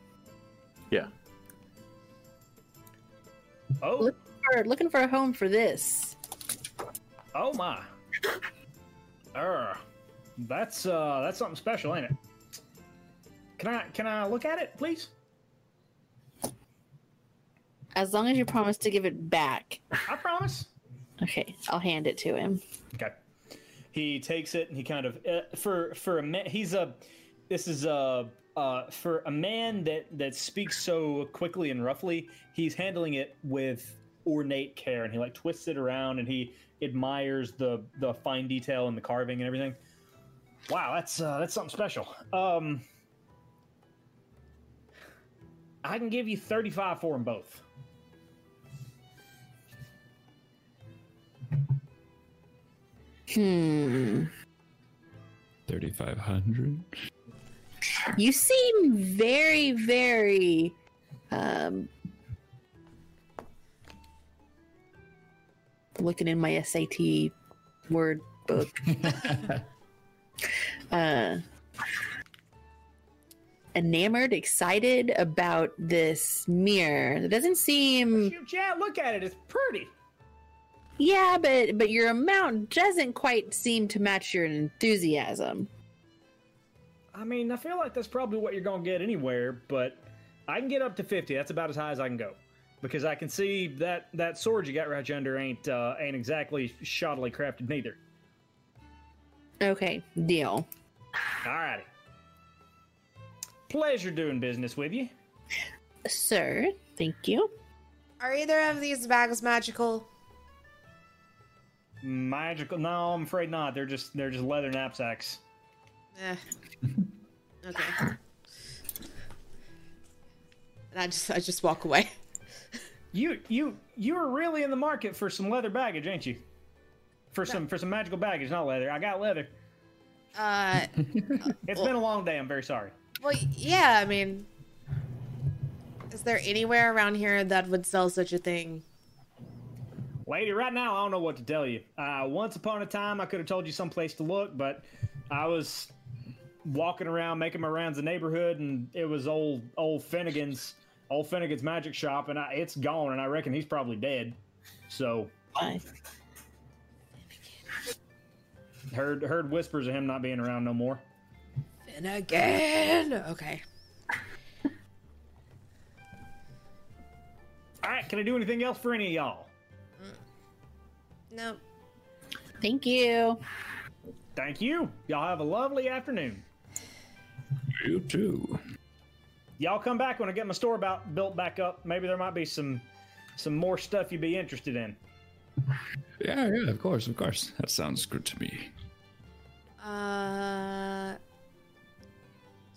S6: Oh,
S4: Look- We're looking for a home for this.
S6: oh my. Err, that's uh, that's something special, ain't it? Can I can I look at it, please?
S4: As long as you promise to give it back.
S6: I promise.
S4: Okay, I'll hand it to him.
S6: Okay. He takes it and he kind of uh, for for a man. He's a this is a uh, for a man that that speaks so quickly and roughly. He's handling it with ornate care and he like twists it around and he admires the the fine detail and the carving and everything. Wow, that's uh, that's something special. Um, I can give you thirty five for them both.
S4: Hmm.
S2: 3,500.
S4: You seem very, very um looking in my SAT word book. uh enamored, excited about this mirror. It doesn't seem
S6: Shoot, Chat, look at it. It's pretty.
S4: yeah, but but your amount doesn't quite seem to match your enthusiasm.
S6: I mean, I feel like that's probably what you're going to get anywhere, but I can get up to 50. That's about as high as I can go. Because I can see that that sword you got right yonder ain't uh, ain't exactly shoddily crafted neither.
S4: Okay, deal.
S6: Alrighty. Pleasure doing business with you.
S4: Sir, thank you.
S3: Are either of these bags magical?
S6: Magical No, I'm afraid not. They're just they're just leather knapsacks.
S3: [LAUGHS] Eh. Okay. And I just I just walk away.
S6: You you you were really in the market for some leather baggage, ain't you? For some for some magical baggage, not leather. I got leather.
S3: Uh,
S6: It's been a long day, I'm very sorry.
S3: well, yeah. I mean, is there anywhere around here that would sell such a thing?
S6: Lady, right now I don't know what to tell you. Uh, once upon a time, I could have told you someplace to look, but I was walking around, making my rounds the neighborhood, and it was old old Finnegan's old Finnegan's magic shop, and I, it's gone, and I reckon he's probably dead. So
S4: Bye.
S6: heard heard whispers of him not being around no more.
S3: And again. Okay.
S6: All right, can I do anything else for any of y'all?
S3: No.
S4: Thank you.
S6: Thank you. Y'all have a lovely afternoon.
S2: You too.
S6: Y'all come back when I get my store about built back up. Maybe there might be some some more stuff you'd be interested in.
S2: Yeah, yeah, of course, of course. That sounds good to me.
S3: Uh,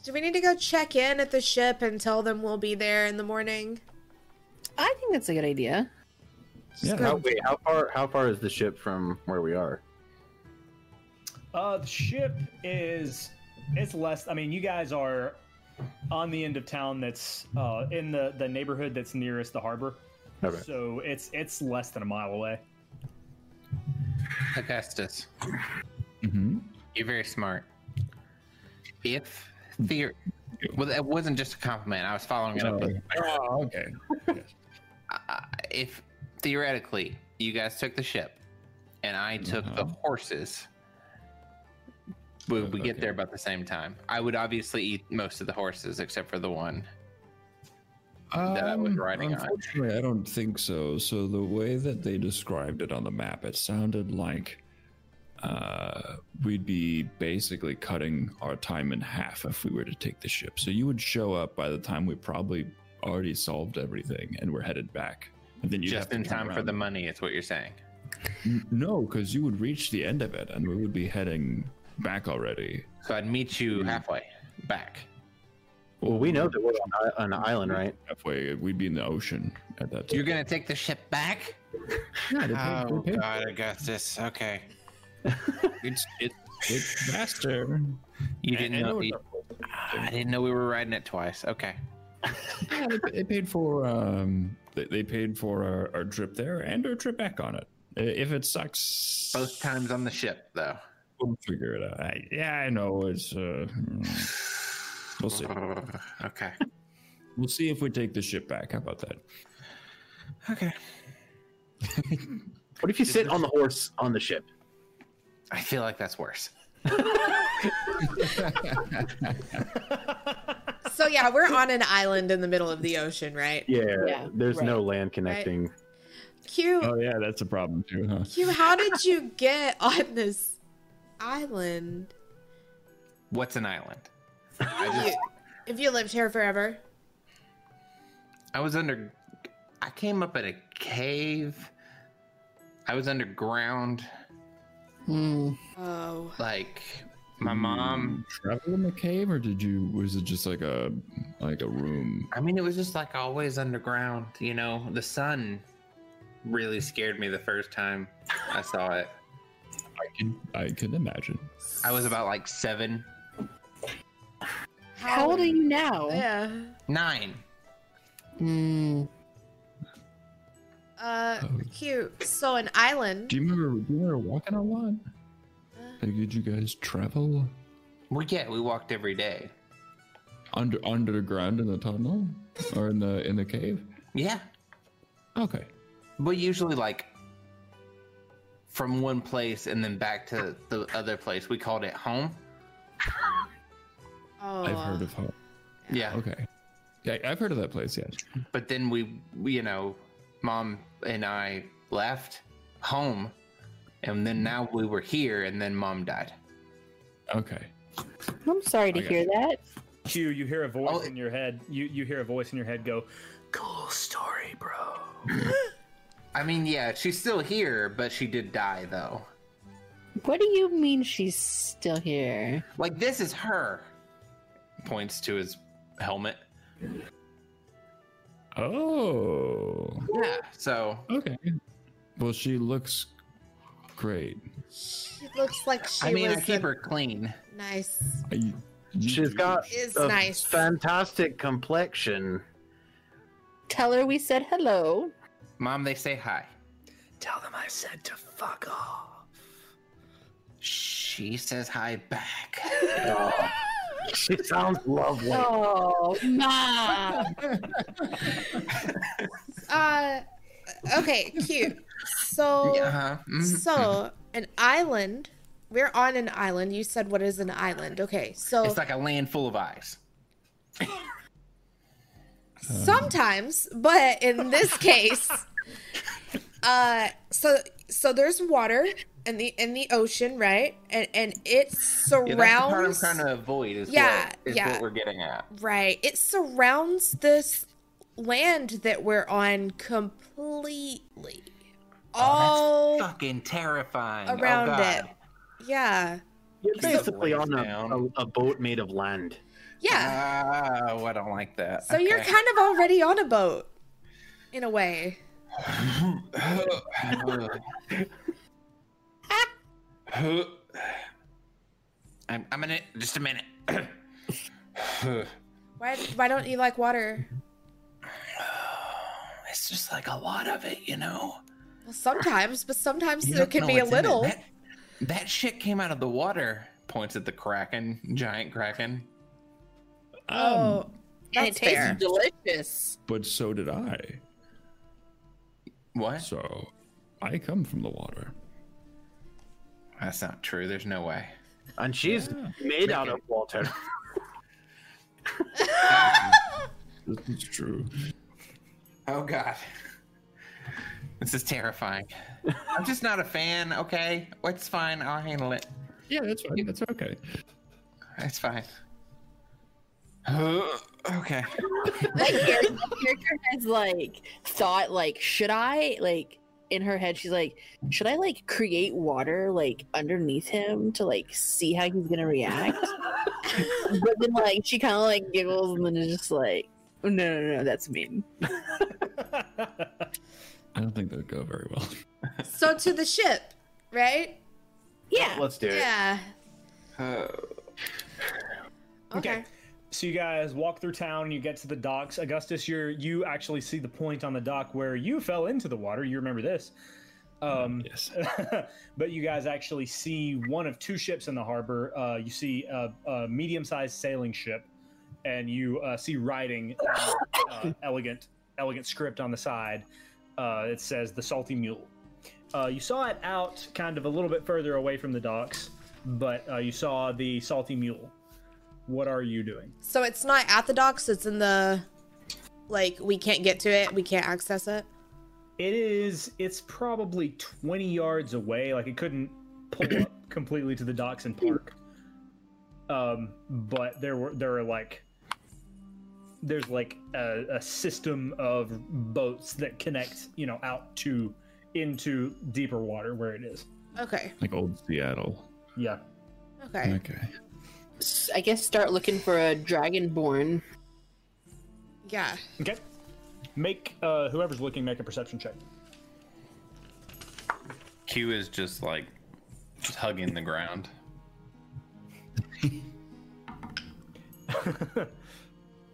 S3: do we need to go check in at the ship and tell them we'll be there in the morning?
S4: I think that's a good idea.
S2: Yeah,
S1: How, wait, how far? How far is the ship from where we are?
S6: Uh, the ship is it's less. I mean, you guys are on the end of town that's uh, in the the neighborhood that's nearest the harbor,
S1: Okay.
S6: so it's it's less than a mile away.
S5: Augustus,
S2: hmm
S5: you're very smart. If theory, well, that wasn't just a compliment. I was following it up. with-
S2: Oh, okay.
S5: Uh, if theoretically you guys took the ship, and I took the
S2: Uh-huh.
S5: horses, would we get
S2: Okay.
S5: there about the same time? I would obviously eat most of the horses except for the one. That I was riding on.
S2: Um, unfortunately, I don't think so. So the way that they described it on the map, it sounded like uh, we'd be basically cutting our time in half if we were to take the ship. So you would show up by the time we probably already solved everything and we're headed back. And then you
S5: just in time for the money, is what you're saying.
S2: no, because you would reach the end of it and we would be heading back already.
S5: So I'd meet you
S2: Mm.
S5: halfway back.
S1: Well, we know that we're on, i- on an island, right?
S2: Halfway, we'd be in the ocean at that time.
S5: You're gonna uh, take the ship back?
S2: Yeah, they paid- they paid
S5: Oh, God, I got this. Okay.
S2: It's it, [LAUGHS] it's faster.
S5: You
S2: I- I
S5: didn't know.
S2: know
S5: you- I didn't know we were riding it twice. Okay.
S2: Yeah, they, they paid for um they, they paid for our, our trip there and our trip back on it. I- If it sucks,
S5: Both times on the ship, though.
S2: we'll figure it out. I, yeah, I know it's uh we'll see.
S5: [SIGHS] Okay.
S2: We'll see if we take the ship back. How about that?
S5: Okay.
S1: What if you sit on the horse on the ship?
S5: I feel like that's worse. [LAUGHS]
S3: So yeah, we're on an island in the middle of the ocean, right?
S1: Yeah.
S4: Yeah,
S1: Uh, there's
S4: right.
S1: no land connecting.
S3: Q,
S2: Oh yeah, that's a problem too, huh?
S3: Q, how did you get on this island?
S5: What's an island? I
S3: You,
S5: just
S3: if you lived here forever,
S5: I was under. I came up at a cave. I was underground.
S4: Hmm.
S3: oh,
S5: Like my
S2: Hmm.
S5: mom.
S2: Travel in the cave, or did you? Was it just like a like a room?
S5: I mean, it was just like always underground. You know, the sun really scared me the first time I saw it.
S2: I can I can imagine.
S5: I was about like seven,
S4: How old are you now?
S3: Yeah.
S5: nine.
S4: Hmm.
S3: Uh, cute. So an island.
S2: Oh. Do you remember? Do you remember walking a lot? Like, did you guys travel?
S5: Well, yeah, we walked every day.
S2: under under the ground in the tunnel or in the in the cave?
S5: Yeah,
S2: Okay.
S5: but usually like from one place and then back to the other place. We called it home.
S3: Oh,
S2: I've heard of Ho-
S5: Yeah,
S2: Okay. Yeah, I've heard of that place, yes.
S5: but then we, we, you know, mom and I left home, and then now we were here, and then mom died.
S2: Okay.
S4: I'm sorry to
S2: Okay.
S4: hear that.
S6: Q, you hear a voice
S5: Oh, it-
S6: in your head. You you hear a voice in your head go,
S8: Cool story, bro.
S5: I mean, yeah, she's still here, but she did die though.
S4: What do you mean she's still here?
S5: Like this is her. Points to his helmet.
S2: Oh.
S5: Yeah. So
S2: Okay. Well, she looks great.
S3: she looks like she
S5: I mean,
S3: was
S5: I keep
S3: a-
S5: her clean.
S3: nice.
S2: I- you-
S1: She's got
S3: Is
S1: a
S3: nice.
S1: fantastic complexion.
S4: Tell her we said hello.
S5: Mom, they say hi.
S8: Tell them I said to fuck off.
S5: She says hi
S3: [LAUGHS]
S5: back.
S1: She sounds
S4: [LAUGHS]
S1: lovely.
S4: Oh, ma.
S3: Uh, okay, cute. So,
S5: Uh-huh. mhm.
S3: so an island. We're on an island. You said what is an island? Okay, so
S5: It's like a land full of eyes.
S3: sometimes, but in this
S5: [LAUGHS]
S3: case, uh, so so there's water in the in the ocean, right? And and it surrounds.
S5: Yeah, that's the part I'm trying to avoid. Is
S3: Yeah,
S5: what, is
S3: yeah.
S5: what we're getting at.
S3: Right. It surrounds this land that we're on completely.
S5: Oh,
S3: All
S5: that's fucking terrifying. Oh,
S3: around
S5: God.
S3: it. yeah.
S1: You're basically on
S5: down.
S1: a, a, a boat made of land.
S3: Yeah.
S5: Oh, I don't like that.
S3: so you're [LAUGHS]
S5: Okay. [LAUGHS]
S3: kind of already on a boat in a way.
S5: I'm, I'm in it. Just
S3: [LAUGHS]
S5: a minute. [CLEARS THROAT]
S3: Why why don't you like water?
S5: it's just like a lot of it, you know.
S3: Well, sometimes, but sometimes
S5: You
S3: there
S5: don't
S3: can
S5: know
S3: be a
S5: what's in it.
S3: little.
S5: That, that shit came out of the water. Points at the kraken, giant kraken.
S3: Oh.
S4: and it
S3: That's
S4: tastes
S3: fair.
S4: delicious.
S2: Um, But so did I.
S5: What?
S2: So I come from the water.
S5: That's not true. There's no way.
S1: And she's made out of water.
S2: This is true.
S5: Oh god. This is terrifying. I'm just not a fan. Okay, it's fine. I'll handle it.
S2: Yeah, that's fine. That's okay.
S5: It's fine. [SIGHS] okay. [SIGHS]
S4: Like, your character has like thought, like, should I like in her head? She's like, should I like create water like underneath him to like see how he's gonna react? but then like she kind of like giggles and then is just like, no, no, no, that's mean.
S2: I don't think that'd go very well. [LAUGHS]
S3: So to the ship, right?
S4: Yeah.
S1: Let's do it.
S3: Yeah.
S5: Uh,
S3: Okay.
S6: So you guys walk through town and you get to the docks. Augustus, you're you actually see the point on the dock where you fell into the water. You remember this. Um,
S2: Yes.
S6: [LAUGHS] but you guys actually see one of two ships in the harbor. Uh, you see a, a medium-sized sailing ship, and you uh, see writing, uh, uh, elegant, elegant script on the side. Uh, it says "The Salty Mule." Uh, you saw it out kind of a little bit further away from the docks, but uh, you saw the Salty Mule. What are you doing?
S3: So it's not at the docks, it's in the like we can't get to it, we can't access it.
S6: It is. It's probably twenty yards away. Like it couldn't pull up completely to the docks and park. Um, but there were there are like there's like a, a system of boats that connect you know out to into deeper water where it is.
S3: Okay.
S2: Like old Seattle.
S6: Yeah.
S3: Okay.
S2: Okay.
S4: S- I guess start looking for a dragonborn.
S3: Yeah.
S6: Okay. Make uh, whoever's looking make a perception check.
S5: Q is just like just hugging the ground.
S6: [LAUGHS]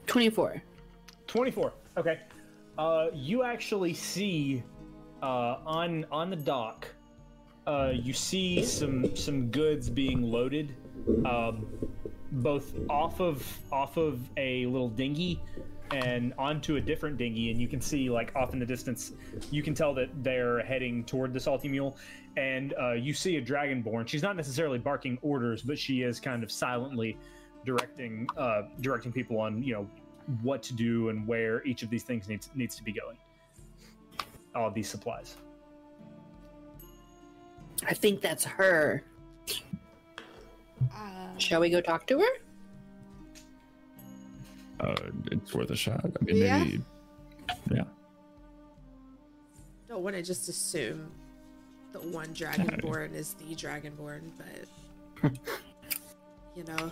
S4: Twenty-four.
S6: 24 okay uh, you actually see uh, on on the dock uh, you see some some goods being loaded um, both off of off of a little dinghy and onto a different dinghy and you can see like off in the distance you can tell that they're heading toward the salty mule and uh, you see a dragonborn she's not necessarily barking orders but she is kind of silently directing uh, directing people on you know what to do and where each of these things needs needs to be going all of these supplies
S4: I think that's her.
S3: Uh,
S4: Shall we go talk to her?
S2: Uh, it's worth a shot. I mean,
S3: Yeah.
S2: maybe. Yeah.
S3: don't want to just assume that one dragonborn is the dragonborn, but you know,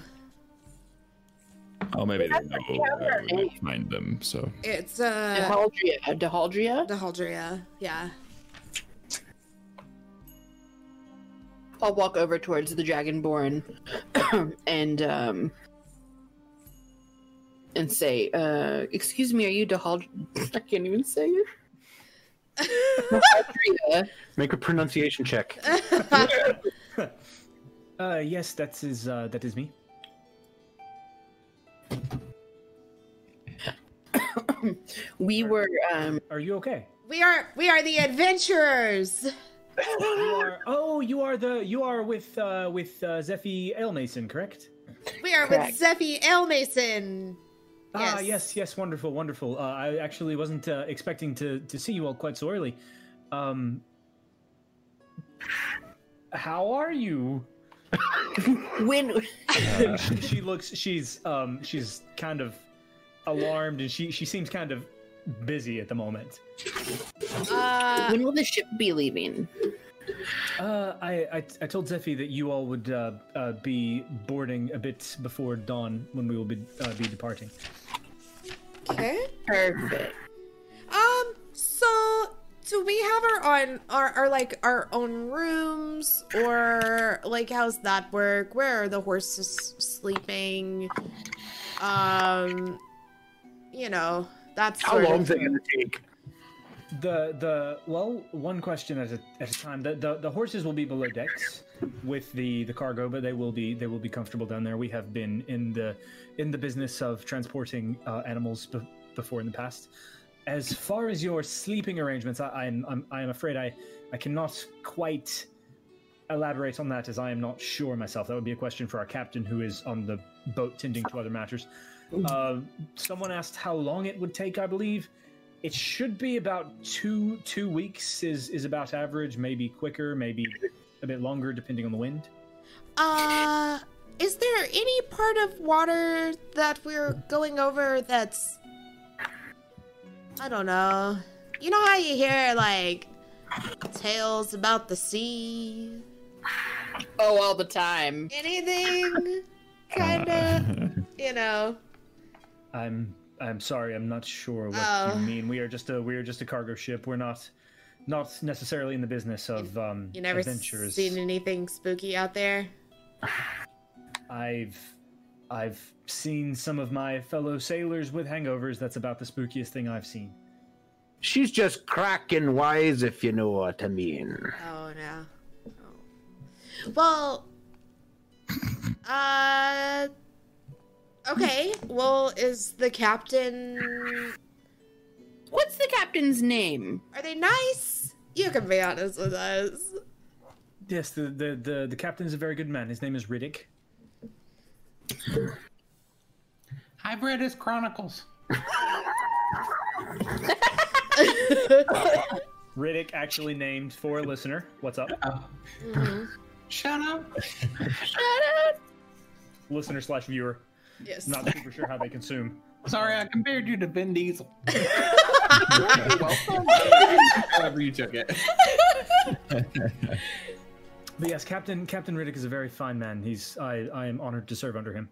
S2: Oh, maybe they
S4: That's
S2: know
S4: like
S2: where we
S4: cover.
S2: might find them. So
S3: it's uh
S4: Dehaldria. Dehaldria?
S3: the Haldria. Yeah. [LAUGHS]
S4: I'll walk over towards the Dragonborn [CLEARS THROAT] and um and say, uh, excuse me, are you Dehald [LAUGHS] I can't even say [LAUGHS] it. Dehaldria.
S1: Make a pronunciation check.
S6: uh yes that's his uh that is me
S4: we were um
S6: are you okay
S3: we are we are the adventurers.
S6: you are oh you are the you are with uh with uh zephy alemason correct
S3: We are with
S4: Correct.
S3: Zeffy L. Mason.
S6: Ah,
S3: Yes.
S6: yes, yes, wonderful, wonderful. Uh, I actually wasn't uh, expecting to, to see you all quite so early. Um, how are you?
S4: when
S6: [LAUGHS] she, she looks. She's um, she's kind of alarmed, and she she seems kind of busy at the moment.
S3: Uh,
S4: when will the ship be leaving?
S6: Uh, I, I I told Zephy that you all would uh, uh, be boarding a bit before dawn when we will be uh, be departing.
S3: okay.
S4: Perfect.
S3: Um. So, do we have our on our, our like our own rooms, or like how's that work? Where are the horses sleeping? Um, you know, that's
S1: How
S3: sort
S1: long
S3: of-
S1: is it going to take?
S6: The the well, one question at a, at a time. The, the the horses will be below decks with the the cargo, but they will be they will be comfortable down there. We have been in the in the business of transporting uh, animals b- before in the past. As far as your sleeping arrangements, I, I'm, I'm I am afraid I I cannot quite elaborate on that as I am not sure myself. That would be a question for our captain, who is on the boat tending to other matters. Uh, someone asked how long it would take, I believe. It should be about two two weeks is is about average, maybe quicker, maybe a bit longer depending on the wind.
S3: Uh, is there any part of water that we're going over that's. I don't know. You know how you hear, like, tales about the sea?
S4: Oh, all the time.
S3: Anything?
S6: Uh,
S3: Kinda.
S2: uh,
S3: You know.
S6: I'm I'm sorry, I'm not sure what
S3: Oh.
S6: you mean. We are just a we are just a cargo ship. We're not not necessarily in the business of um
S3: You never s-
S6: adventures.
S3: seen anything spooky out there?
S6: I've I've seen some of my fellow sailors with hangovers. That's about the spookiest thing I've seen.
S8: She's just cracking wise, if you know what I mean.
S3: Oh, no. Oh. Well. [LAUGHS] Uh. Okay. Well, is the captain
S4: What's the captain's name?
S3: Are they nice? You can be honest with us. [LAUGHS]
S6: Yes, the the the, the captain is a very good man. His name is Riddick.
S5: Hybrid is Chronicles.
S6: Riddick actually named for a listener. What's up?
S5: Shut up.
S6: listener slash viewer.
S3: Yes.
S6: Not super sure how they consume.
S5: Sorry, I compared you to Vin Diesel. However you took it.
S6: But yes, Captain Captain Riddick is a very fine man. He's I, I am honored to serve under him.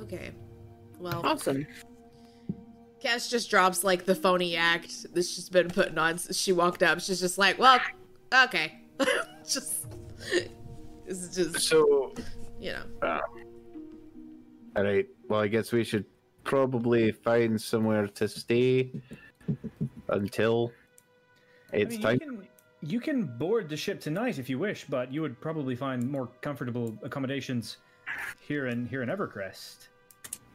S3: okay. Well,
S4: Awesome.
S3: Cass just drops like the phony act that she's been putting on since she walked up. She's just like, well, okay. [LAUGHS] just, it's just,
S1: So,
S3: you know.
S1: all right. Well, I guess we should probably find somewhere to stay until
S6: I
S1: it's
S6: mean,
S1: time.
S6: You can, you can board the ship tonight if you wish, but you would probably find more comfortable accommodations here in here in Evercrest.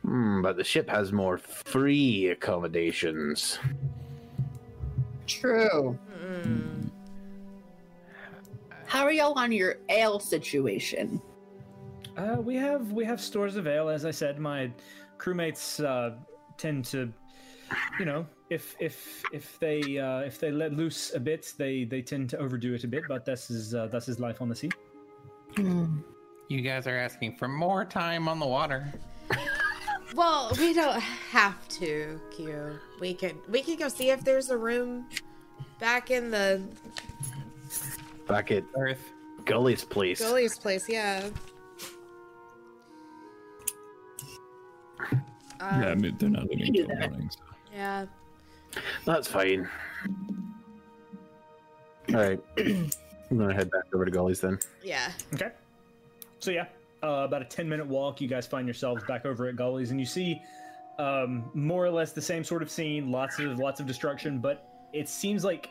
S8: Hmm, but the ship has more free accommodations.
S4: True. Mm-hmm. How are y'all on your ale situation?
S6: Uh, we have we have stores of ale, as I said. My crewmates uh, tend to, you know, if if if they uh, if they let loose a bit, they they tend to overdo it a bit. But this is uh, this is life on the sea.
S5: You guys are asking for more time on the water.
S3: Well, we don't have to, Q. We could we could go see if there's a room back in the
S8: Back at
S5: Earth.
S8: Gully's place.
S3: Billy's place. Yeah. Um,
S2: [LAUGHS] yeah, I mean, they're not leaving
S4: do
S2: till
S4: that.
S2: morning. So.
S3: yeah.
S8: That's fine. All right. [CLEARS THROAT] I'm gonna head back over to Gully's then.
S3: Yeah.
S6: Okay. So yeah, uh, about a ten-minute walk, you guys find yourselves back over at Gully's, and you see um, more or less the same sort of scene. Lots of lots of destruction, but it seems like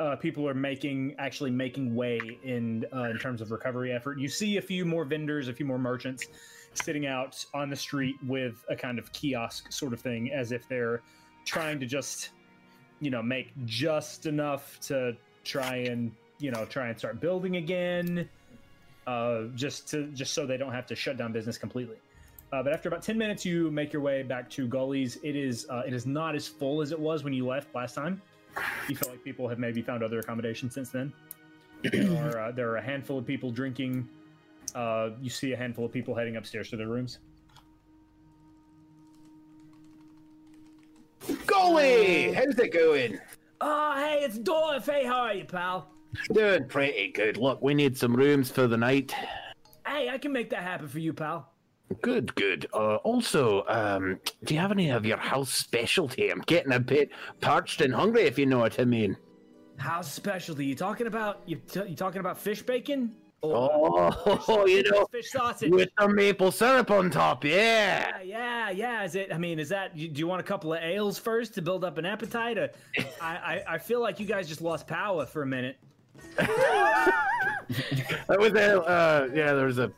S6: uh, people are making actually making way in uh, in terms of recovery effort. You see a few more vendors, a few more merchants sitting out on the street with a kind of kiosk sort of thing, as if they're trying to just you know make just enough to try and you know try and start building again uh, just to just so they don't have to shut down business completely. Uh, but after about ten minutes, you make your way back to Gully's. It is uh, it is not as full as it was when you left last time. You feel like people have maybe found other accommodations since then. There are uh, there are a handful of people drinking. Uh, you see a handful of people heading upstairs to their rooms.
S8: Gully! How's it going?
S6: Oh, hey, it's Dorf. Hey, how are you, pal?
S8: Doing pretty good. Look, we need some rooms for the night.
S6: Hey, I can make that happen for you, pal.
S8: Good, good. Uh, also, um, do you have any of your house specialty? I'm getting a bit parched and hungry, if you know what I mean.
S6: How's specialty? You talking about you, t- you talking about fish bacon? Or, uh,
S8: Oh, [LAUGHS] you know,
S6: fish sausage.
S8: with the maple syrup on top, yeah.
S6: [LAUGHS] Yeah, yeah, yeah. Is it? I mean, is that? You, do you want a couple of ales first to build up an appetite? Or, I, I, I feel like you guys just lost power for a minute.
S8: That was a, uh, yeah, there was a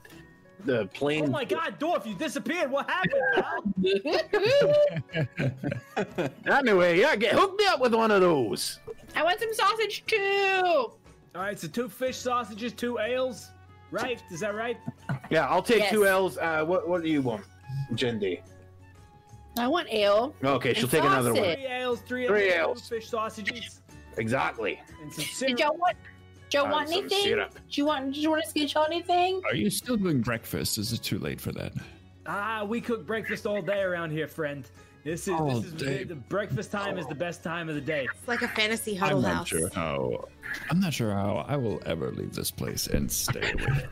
S8: the plane.
S6: Oh my God, Dorf, you disappeared. What happened, pal?
S8: Anyway, yeah, get hooked me up with one of those.
S4: I want some sausage too.
S6: All right, so two fish sausages, two ales. Right? Is that right?
S8: Yeah, I'll take
S4: Yes.
S8: two L's. Uh, what what do you want, Jindy?
S4: I want ale.
S8: Okay, she'll
S4: And
S8: take another one.
S4: sausage.
S6: Three ales, three,
S8: Three ales.
S6: two fish sausages,
S8: Exactly.
S6: and some
S4: Did
S6: syrup.
S4: y'all want? Did y'all
S8: Uh,
S4: want
S8: some
S4: anything?
S8: syrup.
S4: Do you want? Did you want us to get y'all anything?
S2: Are you still doing breakfast? Is it too late for that?
S6: Ah, we cook breakfast all day around here, friend. This is
S2: All
S6: this is
S2: day.
S6: the breakfast time is the best time of the day.
S3: It's like a fantasy
S2: I'm
S3: huddle
S2: not
S3: house.
S2: sure how. I'm not sure how I will ever leave this place and stay away.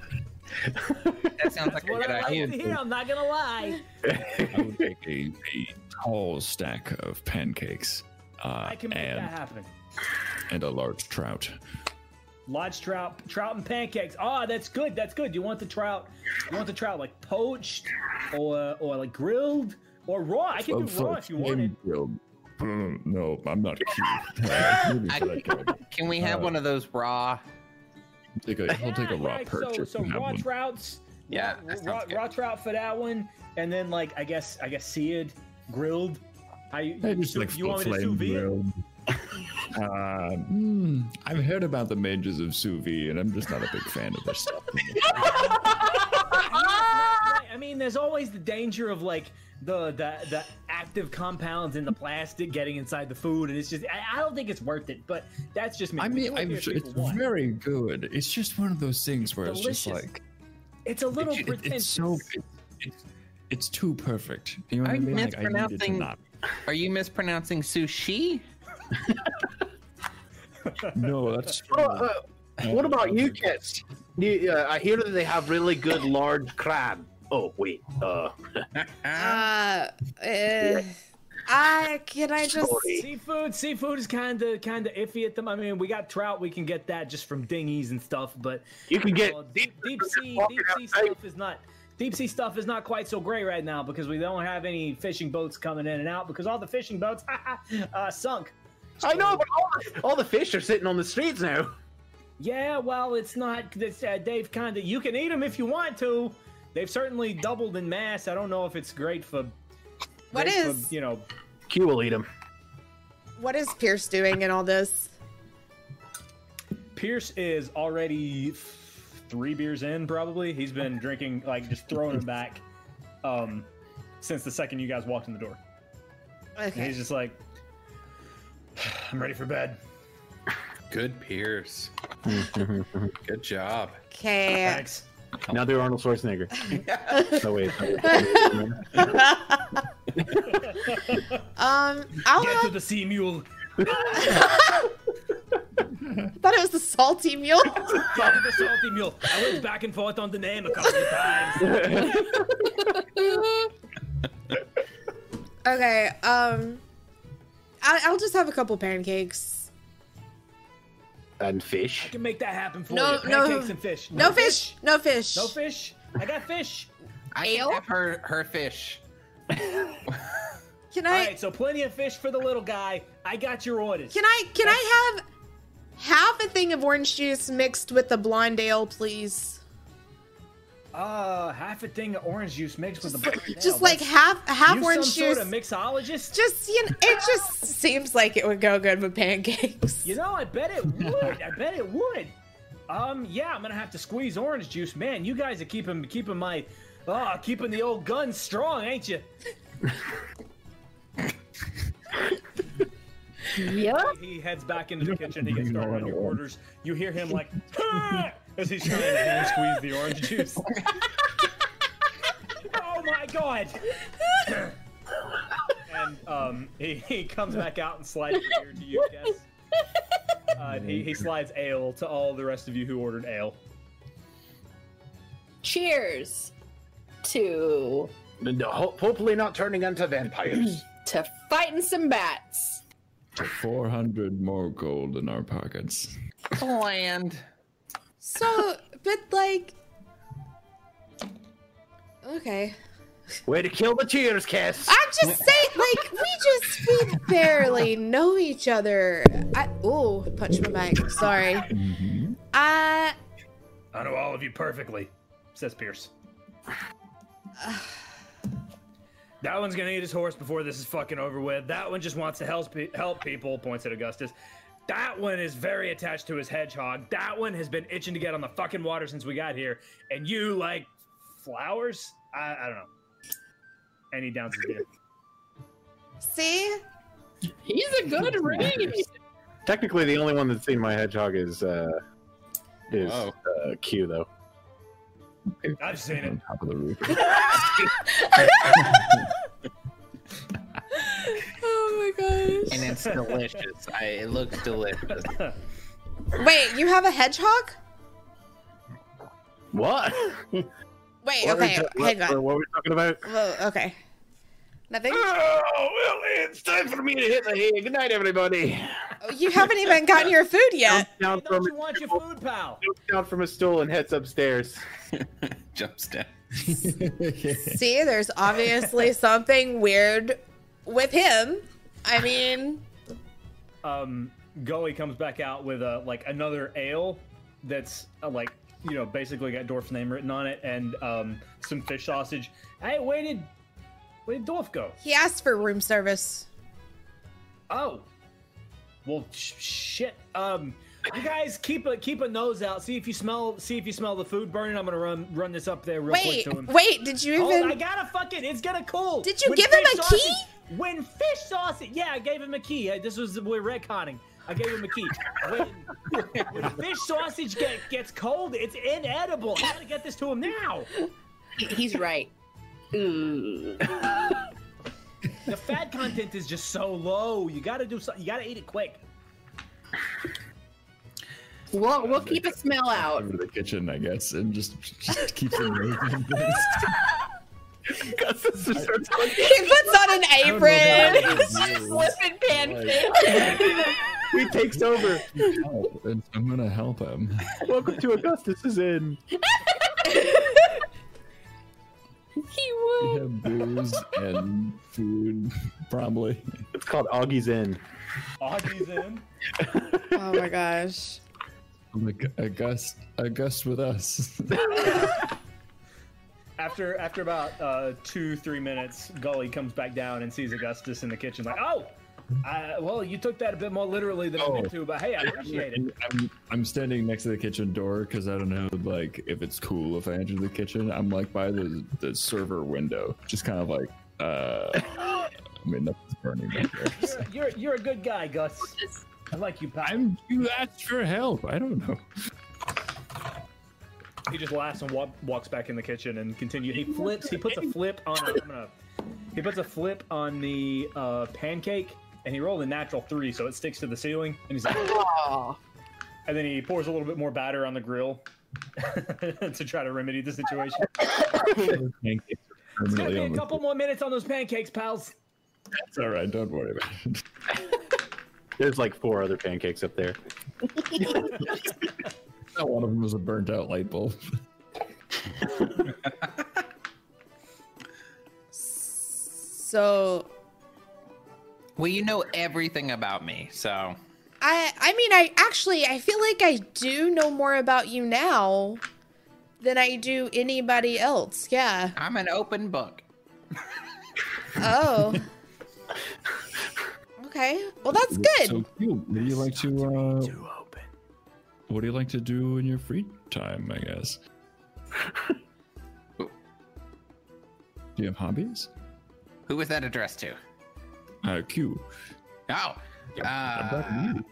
S5: That sounds like a
S6: What
S5: good
S6: I like to
S5: idea.
S6: hear, I'm not gonna lie.
S2: I would take a, a tall stack of pancakes uh,
S6: I can make that
S2: and,
S6: happen.
S2: and a large trout.
S6: Lodge trout, trout and pancakes. Ah, that's good. That's good. You want the trout? You want the trout like poached, or or like grilled, or raw? I can
S2: Oh,
S6: do raw
S2: fuck,
S6: if you want it.
S2: flame grilled. Mm, No, I'm
S6: [LAUGHS]
S2: not cute. Uh, maybe
S5: I-
S2: for that guy.
S5: Can we have
S2: Uh,
S5: one of those raw?
S2: Take a,
S6: [LAUGHS]
S2: I'll take a raw
S6: right,
S2: perch
S6: So,
S2: if
S6: so
S2: you have
S6: raw
S2: one.
S6: trouts.
S5: Yeah,
S6: raw-
S5: that sounds
S6: raw,
S5: good.
S6: raw trout for that one, and then like I guess I guess seared, grilled. How you,
S2: I just
S6: you,
S2: like
S6: you want me to
S2: flame
S6: sous vide? it? [LAUGHS]
S2: grilled. Uh, mm, I've heard about the mages of sous vide, and I'm just not a big fan
S6: [LAUGHS]
S2: of this stuff.
S6: Right, I mean, there's always the danger of like the the the active compounds in the plastic getting inside the food, and it's just I, I don't think it's worth it. But that's just me. We
S2: I
S6: do
S2: mean,
S6: it
S2: I'm
S6: here if
S2: sure
S6: people
S2: it's
S6: want.
S2: very good. It's just one of those things where it's just
S6: delicious.
S2: like
S6: It's a little
S2: it- it-
S6: pretentious.
S2: it's so it, it's it's too perfect. You know what I
S5: Aren't
S2: mean? Like, I need it to
S5: mispronouncing-
S2: not-
S5: Are you mispronouncing sushi?
S2: No,
S6: [LAUGHS]
S2: that's
S8: Oh, uh, what about you, kids? You, uh, I hear that they have really good large crab. Oh wait, uh,
S2: [LAUGHS]
S3: Uh, uh, I can I just
S8: Sorry.
S6: Seafood, seafood is kind of kind of iffy at them. I mean, we got trout, we can get that just from dinghies and stuff, but
S8: you can get
S6: uh,
S8: deep,
S6: deep sea
S8: walking
S6: deep sea
S8: outside.
S6: stuff is not deep sea stuff is not quite so great right now because we don't have any fishing boats coming in and out because all the fishing boats [LAUGHS] uh, sunk.
S8: I know, but all the, all the fish are sitting on the streets now.
S9: Yeah, well, it's not. This, uh, they've kind of. You can eat them if you want to. They've certainly doubled in mass. I don't know if it's great for.
S3: What
S9: great for,
S3: is
S9: you know?
S8: Q will eat him.
S3: what is Pierce doing in all this?
S6: Pierce is already th- three beers in, probably. He's been drinking, like, just throwing them back um, since the second you guys walked in the door. And
S3: Okay.
S6: he's just like, [SIGHS] I'm ready for bed.
S5: Good Pierce. Good job.
S3: Okay.
S6: Thanks.
S1: Now they're Arnold Schwarzenegger. no wait. No, wait.
S3: Um, I'll
S6: Get to
S3: have,
S6: the sea mule.
S3: I thought it was the salty mule.
S6: Get to the salty mule. I went back and forth on the name a couple of times.
S3: [LAUGHS] Okay. Um, I, I'll just have a couple pancakes.
S8: [LAUGHS] And fish.
S6: can make that happen for
S3: No,
S6: you.
S3: no.
S6: Pancakes and fish.
S3: No fish. No fish.
S6: No fish. I got
S3: [LAUGHS]
S6: fish.
S5: I
S3: Ale?
S5: have her her fish.
S3: Can
S6: All
S3: I?
S6: right, so plenty of fish for the little guy. I got your orders.
S3: Can I? Can I have half a thing of orange juice mixed with the blonde ale, please?
S6: Uh, half a thing of orange juice mixed with the black
S3: [LAUGHS] Just
S6: ale.
S3: like half half
S6: you
S3: orange
S6: some
S3: juice.
S6: sort of mixologist?
S3: just you know, it just seems like it would go good with pancakes.
S6: You know, I bet
S3: [LAUGHS]
S6: it would. I bet it would. Um, yeah, I'm gonna have to squeeze orange juice, man. You guys are keeping keeping my, uh, keeping the old gun strong, ain't you?
S4: Yep.
S6: [LAUGHS] He heads back into the kitchen. He gets started on your orders. You hear him like "Ah!" as he's trying to hand squeeze the orange juice. [LAUGHS] oh my god! and um, he, he comes back out and slides the beer to you guys. Uh, and he, he slides ale to all the rest of you who ordered ale.
S4: Cheers to
S8: No, ho- hopefully not turning into [CLEARS THROAT] vampires.
S4: to fighting some bats.
S2: 400 more gold in our pockets.
S5: Bland.
S3: So, but like, okay.
S8: Way to kill the tears, Cass.
S3: I'm just saying, like, we just we barely know each other. I oh, punch my mic. Sorry.
S8: Mm-hmm.
S3: Uh,
S6: I know all of you perfectly, says Pierce. that one's gonna eat his horse before this is fucking over with. That one just wants to help pe- help people. Points at Augustus. That one is very attached to his hedgehog. That one has been itching to get on the fucking water since we got here. And you like flowers? I, I don't know. And he downs his beer.
S3: see,
S4: He's a good read.
S1: Technically, the only one that's seen my hedgehog is uh, is uh,
S5: Whoa.
S1: Q though.
S6: I've seen it.
S2: On top of the roof.
S3: oh my
S5: And it's delicious. I, it looks delicious.
S3: gosh. Wait, you have a hedgehog?
S8: What?
S3: Wait,
S8: What are we
S3: okay,
S8: ta-
S3: hang
S8: what,
S3: on.
S8: what are we talking about?
S3: Whoa, okay, nothing.
S8: Oh, well, it's time for me to hit the hay. Good night, everybody.
S3: Oh, You haven't even gotten your food yet.
S1: Down
S9: Don't
S1: from
S9: you want your food, pal?
S1: down from a stool and heads upstairs.
S5: Jumps down.
S3: See, there's
S8: [LAUGHS]
S3: obviously something weird with him. I mean,
S6: um, Gully comes back out with a like another ale that's uh, like you know basically got Dorf's name written on it and um, some fish sausage. Hey, where did where did Dorf go?
S3: he asked for room service.
S6: Oh, well, sh- shit. Um, you guys keep a keep a nose out. See if you smell see if you smell the food burning. I'm gonna run run this up there real quick
S3: Wait,
S6: to him.
S3: wait, did you
S6: Oh, I
S3: even?
S6: gotta fucking. It's gonna cool.
S3: Did you give him
S6: fish
S3: a key?
S6: sausage- When fish sausage. Yeah, I gave him a key. Uh, This was we're retconning. I gave him a key. When, when fish sausage get, gets cold, it's inedible. I gotta get this to him now.
S4: He's [LAUGHS] right. Ooh.
S6: The fat content is just so low. You gotta do something. You gotta eat it quick.
S4: We'll, we'll keep a smell out.
S2: Over to the kitchen, I guess, and just, just keep them moving.
S3: He puts on an apron.
S4: Flipping pancake.
S1: He takes over.
S2: Help, and I'm gonna help him.
S1: Welcome to Augustus is in.
S4: He
S2: We
S4: would.
S2: have booze and food, probably.
S1: It's called Augie's in.
S6: Augie's in.
S3: Oh my gosh.
S2: Like August, August with us.
S6: After after about uh, two three minutes, Gully comes back down and sees Augustus in the kitchen. Like, oh, I, well, you took that a bit more literally than I meant to, but hey, I appreciate it.
S2: And I'm, I'm standing next to the kitchen door because I don't know like if it's cool if I enter the kitchen. I'm like by the the server window, just kind of like uh, I mean nothing's burning back there.
S6: You're, you're you're a good guy, Gus. I like you, pal.
S2: I'm you asked for help. I don't know.
S6: He just laughs and wa- walks back in the kitchen and continue. He flips. He puts a flip on. A, I'm gonna, he puts a flip on the uh, pancake, and he rolled a natural three, so it sticks to the ceiling. And he's like,
S4: Aw.
S6: and then he pours a little bit more batter on the grill [LAUGHS] to try to remedy the situation.
S2: [LAUGHS] Pancakes are
S9: It's gonna
S2: permanently
S9: be
S2: on
S9: a
S2: the-
S9: couple more minutes on those pancakes, pals.
S2: It's all right. Don't worry about it. [LAUGHS]
S1: There's like four other pancakes up there.
S2: Not one of them was a burnt out light bulb.
S3: So
S5: Well, you know everything about me, so
S3: I I mean I actually I feel like I do know more about you now than I do anybody else. Yeah.
S5: I'm an open book.
S3: Oh. [LAUGHS] okay. Well, that's good.
S2: So cute. Would you like to? Uh, What do you like to do in your free time? I guess. do you have hobbies?
S5: Who was that addressed to?
S2: Uh, Q.
S5: Oh,
S2: about
S5: uh,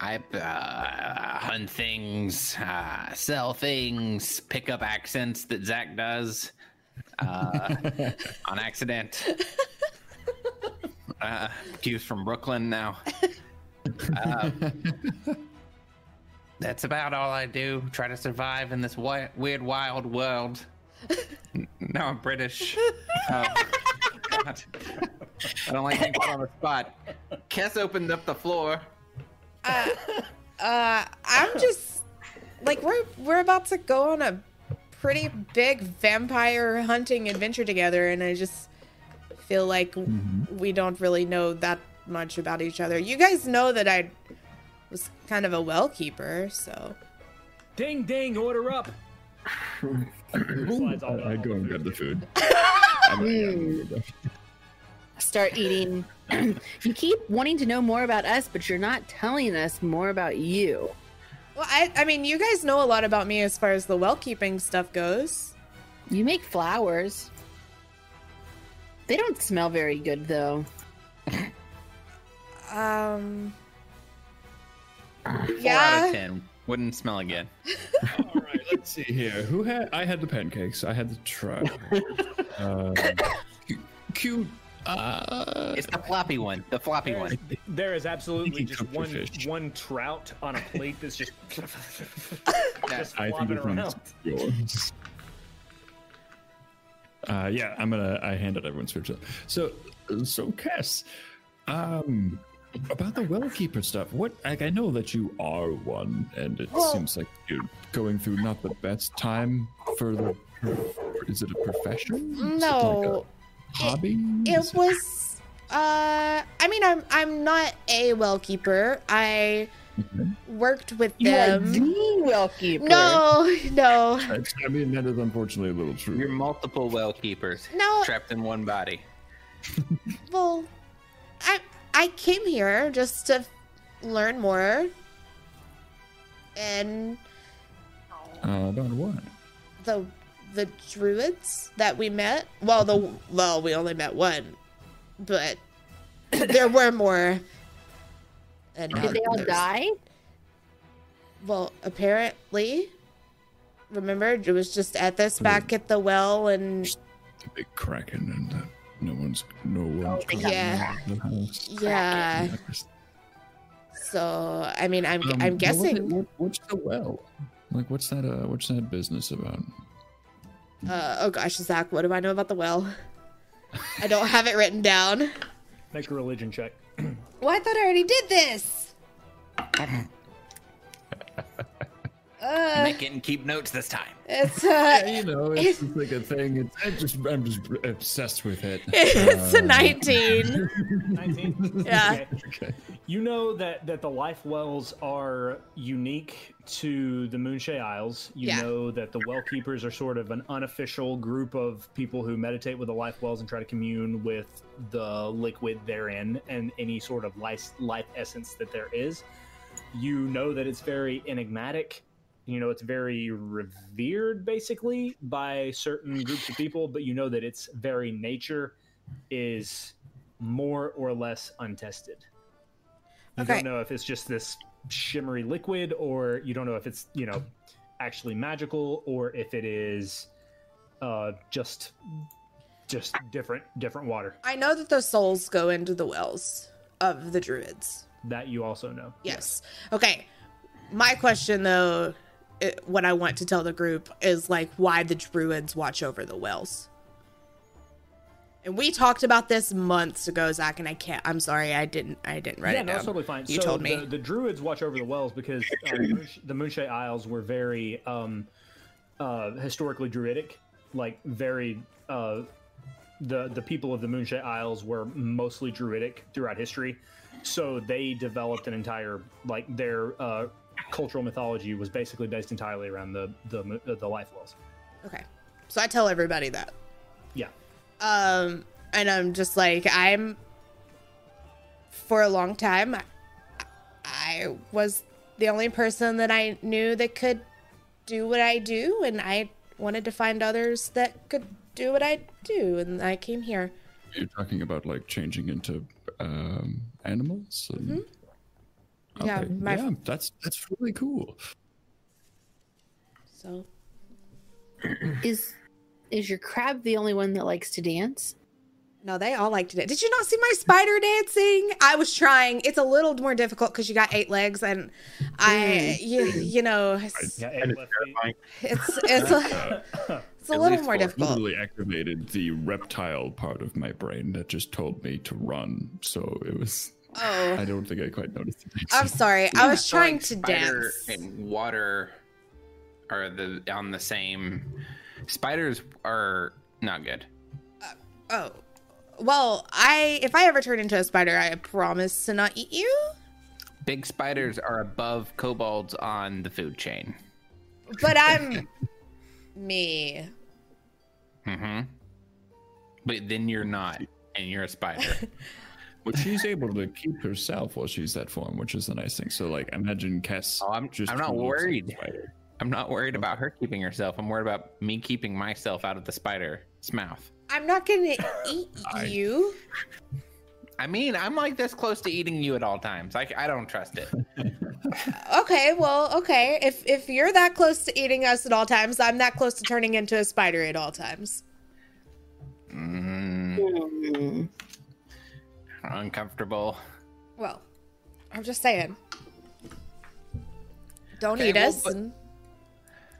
S5: I uh, hunt things, uh, sell things, pick up accents that Zach does uh, [LAUGHS] on accident. Uh, Q's from Brooklyn now. Uh, that's about all I do. Try to survive in this wi- weird, wild world. N- Now I'm British. Um, [LAUGHS] God. I don't like being put on the spot. Kes opened up the floor.
S3: Uh, I'm just like we're we're about to go on a pretty big vampire hunting adventure together, and I just feel like w we don't really know that much about each other. You guys know that I was kind of a well keeper, so
S9: Ding ding, order up.
S6: Slides all
S2: Mm-hmm. I
S6: down.
S2: go and grab the
S6: [LAUGHS]
S2: food. I'm like, yeah, I'm
S4: Mm.
S2: good.
S4: Start eating. [CLEARS THROAT] you keep wanting to know more about us, but you're not telling us more about you.
S3: well, I I mean, you guys know a lot about me as far as the well keeping stuff goes.
S4: You make flowers. They don't smell very good, though.
S3: Um,
S5: Four out
S3: yeah.
S5: of ten. Wouldn't smell again.
S2: All right, let's see here. Who had? I had the pancakes. I had the try. uh, Q- Q. Uh,
S5: It's the floppy one. The floppy one.
S6: There is absolutely
S2: Thinking
S6: just
S2: tuna
S6: one
S2: fish.
S6: one trout on a plate that's
S2: [LAUGHS]
S6: just [LAUGHS] just
S2: I think
S6: flopping
S2: this one's
S6: around.
S2: yours. [LAUGHS] Uh, yeah, I'm gonna. I hand out everyone's food. So, so Cass, um, about the wellkeeper stuff. What? Like, I know that you are one, and it seems like you're going through not the best time for the. Is it a profession? Is it like a
S3: No.
S2: hobby.
S3: it was uh i mean i'm i'm not a well keeper i worked with
S4: You are
S3: them
S4: the well keeper.
S3: no [LAUGHS] no
S2: That's- I mean, that is unfortunately a little true.
S5: You're multiple well keepers
S3: No.
S5: trapped in one body.
S3: well i i came here just to learn more and
S2: Uh, about what?
S3: the the druids that we met well the well we only met one
S4: [COUGHS]
S3: but there were more and now
S4: Did they all
S3: there's-
S4: die?
S3: Well, apparently, remember it was just
S2: Hmm.
S3: Ethis back at the well, and
S2: The big kraken and uh, no one's no one's
S4: they
S2: coming
S3: got
S2: out of the house.
S3: yeah. So I mean, I'm I'm
S2: um, what was it-
S3: guessing
S2: what- what's the well? Like, what's that? Uh, what's that business about?
S3: Uh, oh gosh, Zach, what do I know about the well? I don't have it written down.
S6: Make a religion check.
S3: Well, I thought I already did this. Uh,
S10: Nick and keep notes this time.
S3: it's uh,
S7: Yeah,
S6: [LAUGHS]
S3: a,
S7: you
S2: [LAUGHS]
S7: know, it's just like a thing. It's, I just, I'm just obsessed with
S2: [LAUGHS]
S7: it.
S3: [LAUGHS] it's a
S7: Uh,
S6: [LAUGHS]
S3: 19.
S2: [LAUGHS]
S6: 19.
S3: Yeah.
S6: Okay.
S7: Okay.
S6: You know that that the life wells are unique to the Moonshay Isles. You
S3: Yeah.
S6: know that the well keepers are sort of an unofficial group of people who meditate with the life wells and try to commune with the liquid therein and any sort of life, life essence that there is. You know that it's very enigmatic. You know it's very revered, basically, by certain groups of people. But you know that its very nature is more or less untested. You
S3: Okay.
S6: don't know if it's just this shimmery liquid, or you don't know if it's you know actually magical, or if it is uh, just just different different water.
S3: I know that the souls go into the wells of the druids.
S6: That you also know.
S3: Yes. Okay. My question, though, i what I want to tell the group is like why the druids watch over the wells. And we talked about this months ago, Zach, and I can't. I'm sorry, I didn't. I didn't write
S6: yeah,
S3: it
S6: no,
S3: down.
S6: that's totally fine.
S3: You
S6: so
S3: told me.
S6: The, the druids watch over the wells because uh, the Moonsh- the Moonshay Isles were very um, uh, historically druidic, like very. Uh, the the people of the Moonshay Isles were mostly druidic throughout history, so they developed an entire like their uh, cultural mythology was basically based entirely around the the mo- uh, the life wells.
S3: Okay. So I tell everybody that.
S6: Yeah.
S3: Um, and I'm just like, I'm for a long time, I, I was the only person that I knew that could do what I do, and I wanted to find others that could do what I do, and I came here.
S2: You're talking about like changing into um, animals. And...
S3: Yeah,
S2: Okay,
S3: my-
S2: Mm-hmm. yeah, that's that's really cool.
S3: So
S4: Is is your crab the only one that likes to dance?
S3: no, they all liked it. Did you not see my spider dancing? I was trying. It's a little more difficult because you got eight legs, and I, you, you know, it's-
S6: Yeah,
S1: Kind
S6: and
S1: of
S6: left feet.
S1: terrifying.
S3: It's it's
S2: [LAUGHS]
S3: a, it's a
S2: At
S3: little
S2: least
S3: more
S2: for-
S3: difficult.
S2: Literally activated the reptile part of my brain that just told me to run. So it was. I
S3: Oh,
S2: don't think I quite noticed. It.
S5: [LAUGHS]
S3: I'm sorry. I was
S5: So, like,
S3: trying to
S5: spider
S3: dance.
S5: And water are the on the same. Spiders are not good.
S3: Oh, well, I if I ever turn into a spider, I promise to not eat you.
S5: Big spiders are above kobolds on the food chain.
S3: But
S5: [LAUGHS]
S3: I'm me.
S5: Mm-hmm. But then you're not, and you're a spider.
S2: But she's able to keep herself while she's that form, which is the nice thing. So like, imagine Cass.
S5: Oh, I'm-
S2: just
S5: I'm not
S2: turns into a
S5: worried.
S2: spider. Oh.
S5: I'm not worried about her keeping herself. I'm worried about me keeping myself out of the spider's mouth.
S3: I'm not gonna eat
S2: I-
S3: you.
S5: I mean, I'm like this close to eating you at all times. I, I don't
S2: [LAUGHS]
S5: trust it.
S3: Okay, well, okay. If if you're that close to eating us at all times, I'm that close to turning into a spider at all times.
S5: Mm,
S4: Hmm.
S5: uncomfortable.
S3: Well, I'm just saying. Don't
S5: Okay,
S3: eat
S5: well,
S3: us.
S5: but-
S3: and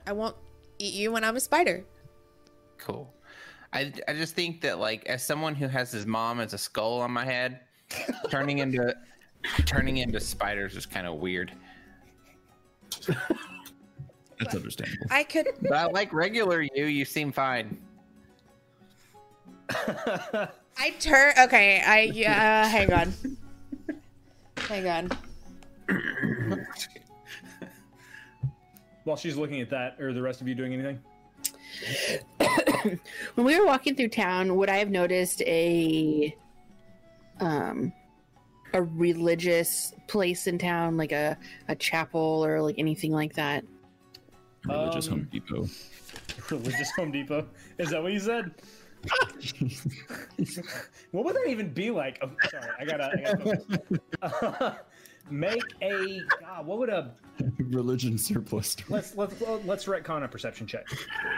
S3: I won't eat you when I'm a spider.
S5: Cool. I, I just think that like as someone who has his mom as a skull on my head, turning into turning into spiders is kind of weird.
S2: That's understandable. [LAUGHS]
S3: I could.
S5: [LAUGHS] But I like regular you. You seem fine.
S3: I turn. Okay. I. Yeah. uh, hang on. Hang on.
S6: [LAUGHS] While she's looking at that, are the rest of you doing anything?
S4: when we were walking through town, would I have noticed a um a religious place in town, like a a chapel or like anything like that?
S2: Religious
S6: Um,
S2: Home Depot.
S6: Religious Home Depot. Is that what you said? what would that even be like? Oh, sorry, I gotta. I gotta focus. make a. God, what would a?
S2: [LAUGHS] Religion surplus. store.
S6: Let's let's let's retcon a perception check.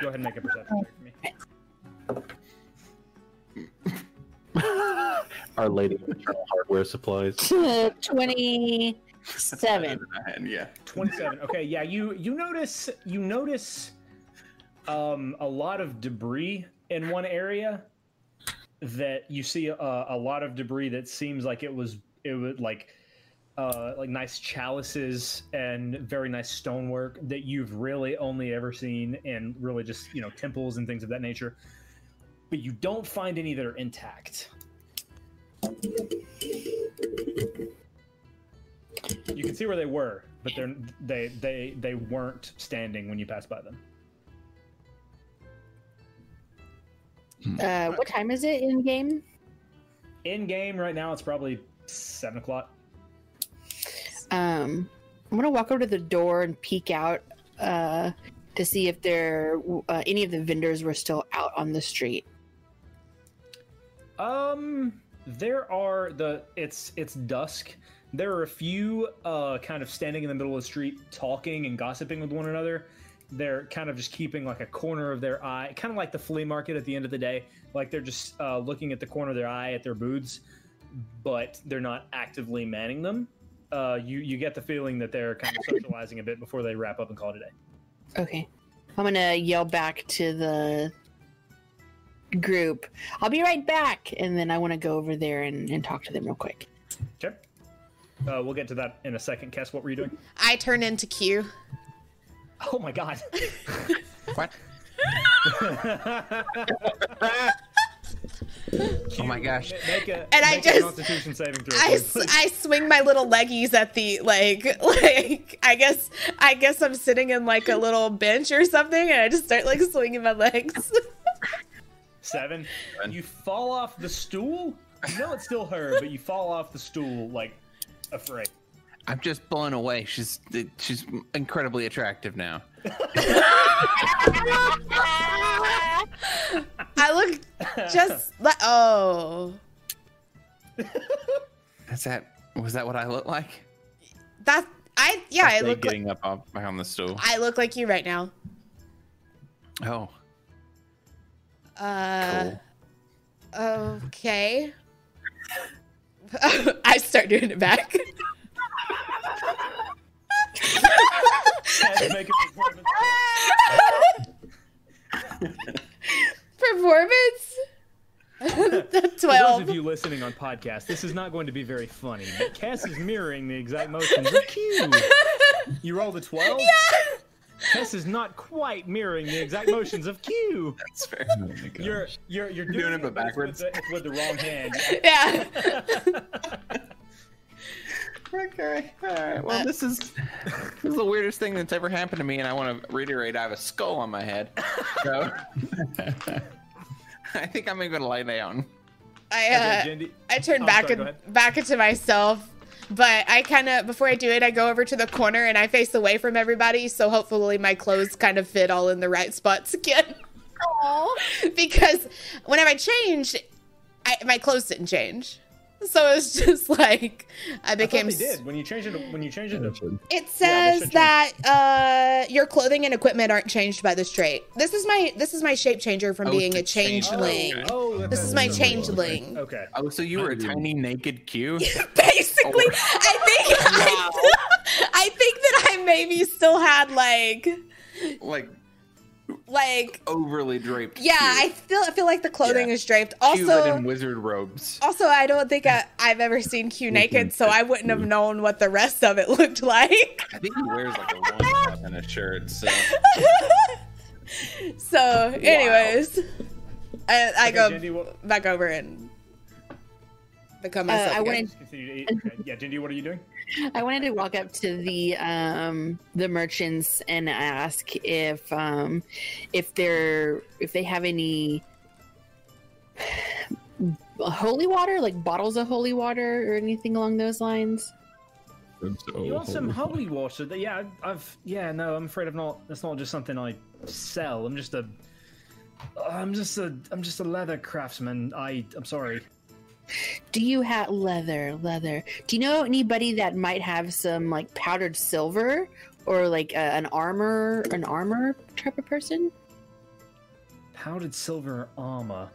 S6: Go ahead and make a perception check for me.
S1: Our Lady of Eternal Hardware Supplies.
S4: Twenty seven.
S5: Yeah.
S6: Twenty-seven. Okay, yeah. You you notice you notice um, a lot of debris in one area uh, that you see a, a lot of debris that seems like it was it was like uh, like nice chalices and very nice stonework that you've really only ever seen in really just you know temples and things of that nature. But you don't find any that are intact. You can see where they were, but they're they they they weren't standing when you passed by them.
S4: Uh, what time is it in game?
S6: In game right now, it's probably seven o'clock.
S4: Um, I'm gonna walk over to the door and peek out uh, to see if there uh, any of the vendors were still out on the street.
S6: Um, there are the it's it's dusk. There are a few uh, kind of standing in the middle of the street, talking and gossiping with one another. They're kind of just keeping like a corner of their eye, kind of like the flea market at the end of the day. Like they're just uh, looking at the corner of their eye at their booths, but they're not actively manning them. Uh, you you get the feeling that they're kind of socializing a bit before they wrap up and call it a day.
S4: Okay, I'm gonna yell back to the group. I'll be right back, and then I want to go over there and, and talk to them real quick.
S6: Okay. Uh, we'll get to that in a second. Cass, what were you doing?
S3: I turn into Q.
S6: [LAUGHS] Oh my god.
S11: What?
S5: Oh my gosh.
S6: Make a,
S3: And I
S6: make
S3: just-
S6: a Constitution saving throw.
S3: I, s- I swing my little leggies at the like [LAUGHS] like I guess I guess I'm sitting in like a little bench or something and I just start like swinging my legs.
S6: [LAUGHS]
S3: [LAUGHS]
S6: Seven. You fall off the stool. You know it's still her, but you fall off the stool like afraid. [LAUGHS]
S5: I'm just blown away. She's she's incredibly attractive now.
S3: I look just like oh
S5: Is that was that what I look like?
S3: that I yeah I
S5: Say
S3: look like,
S5: getting up off, on the stool.
S3: I look like you right now.
S5: Oh,
S3: Uh,
S5: cool.
S3: okay. [LAUGHS] I start doing it back.
S6: Cass, make a
S3: [LAUGHS]
S6: performance.
S3: Performance. [LAUGHS]
S6: For those
S3: Twelve.
S6: of you listening on podcast, this is not going to be very funny, but Cass is mirroring the exact motions of Q.
S3: [LAUGHS]
S6: You rolled a 12? Yeah! Cass is not quite mirroring the exact motions of Q.
S5: that's fair.
S2: Oh my gosh.
S6: You're you're you're doing,
S5: doing it, but
S6: it's with the- it's with the wrong hand.
S3: yeah.
S5: Okay. All right. Well, this is this is the weirdest thing that's ever happened to me, and I want to reiterate: I have a skull on my head. So [LAUGHS] I think I'm gonna go to lie down.
S3: I
S6: Okay,
S3: uh,
S6: Jindy-
S3: I turn
S6: Oh,
S3: back
S6: sorry, go
S3: and back into myself, but I kind of before I do it, I go over to the corner and I face away from everybody, so hopefully my clothes kind of fit all in the right spots [LAUGHS] again. [LAUGHS] because whenever I changed, I, my clothes didn't change, so it's [LAUGHS] just like I
S6: I thought
S3: became.
S6: they
S3: s-
S6: did when you change it. When you change it, to- Yeah,
S3: It
S6: they
S3: says
S6: should
S3: that uh, your clothing and equipment aren't changed by the trait. This is my this is my shape changer from
S5: Oh, it's
S3: being
S5: the
S3: a changeling.
S5: changeling.
S6: oh, that's
S3: This is my
S6: okay.
S3: changeling.
S6: Okay.
S5: Oh, so you were a tiny
S3: [LAUGHS]
S5: naked Q? Oh,
S3: basically i think [LAUGHS] I, [LAUGHS] I think that i maybe still had like
S5: like
S3: like
S5: overly draped.
S3: yeah i
S5: Q.
S3: feel i feel like the clothing
S5: Yeah.
S3: is draped
S5: Q lived in
S3: also [LAUGHS]
S5: wizard robes.
S3: also i don't think I, i've ever seen q naked so i wouldn't have known what the rest of it [LAUGHS] looked like
S5: I think he wears like a
S3: [LAUGHS]
S5: loincloth and a shirt. So
S3: so anyways i, I
S6: Okay,
S3: go
S6: Jindy, what-
S3: back over and become
S4: Uh,
S3: myself
S4: I
S3: again.
S4: wanted
S6: just continue to eat. Okay. Yeah, Jindy, what are you doing?
S4: I wanted to walk up to the um, the merchants and ask if um, if they're if they have any [SIGHS] holy water, like bottles of holy water or anything along those lines.
S2: So
S6: You want some
S2: holy-
S6: holy water? That- Yeah, I've- I've. Yeah, no, I'm afraid I'm not. That's not just something I sell. I'm just a. I'm just a. I'm just a leather craftsman. I. I'm sorry.
S4: Do you have leather? Leather. Do you know anybody that might have some like powdered silver or like a, an armor, an armor type of person?
S6: Powdered silver armor.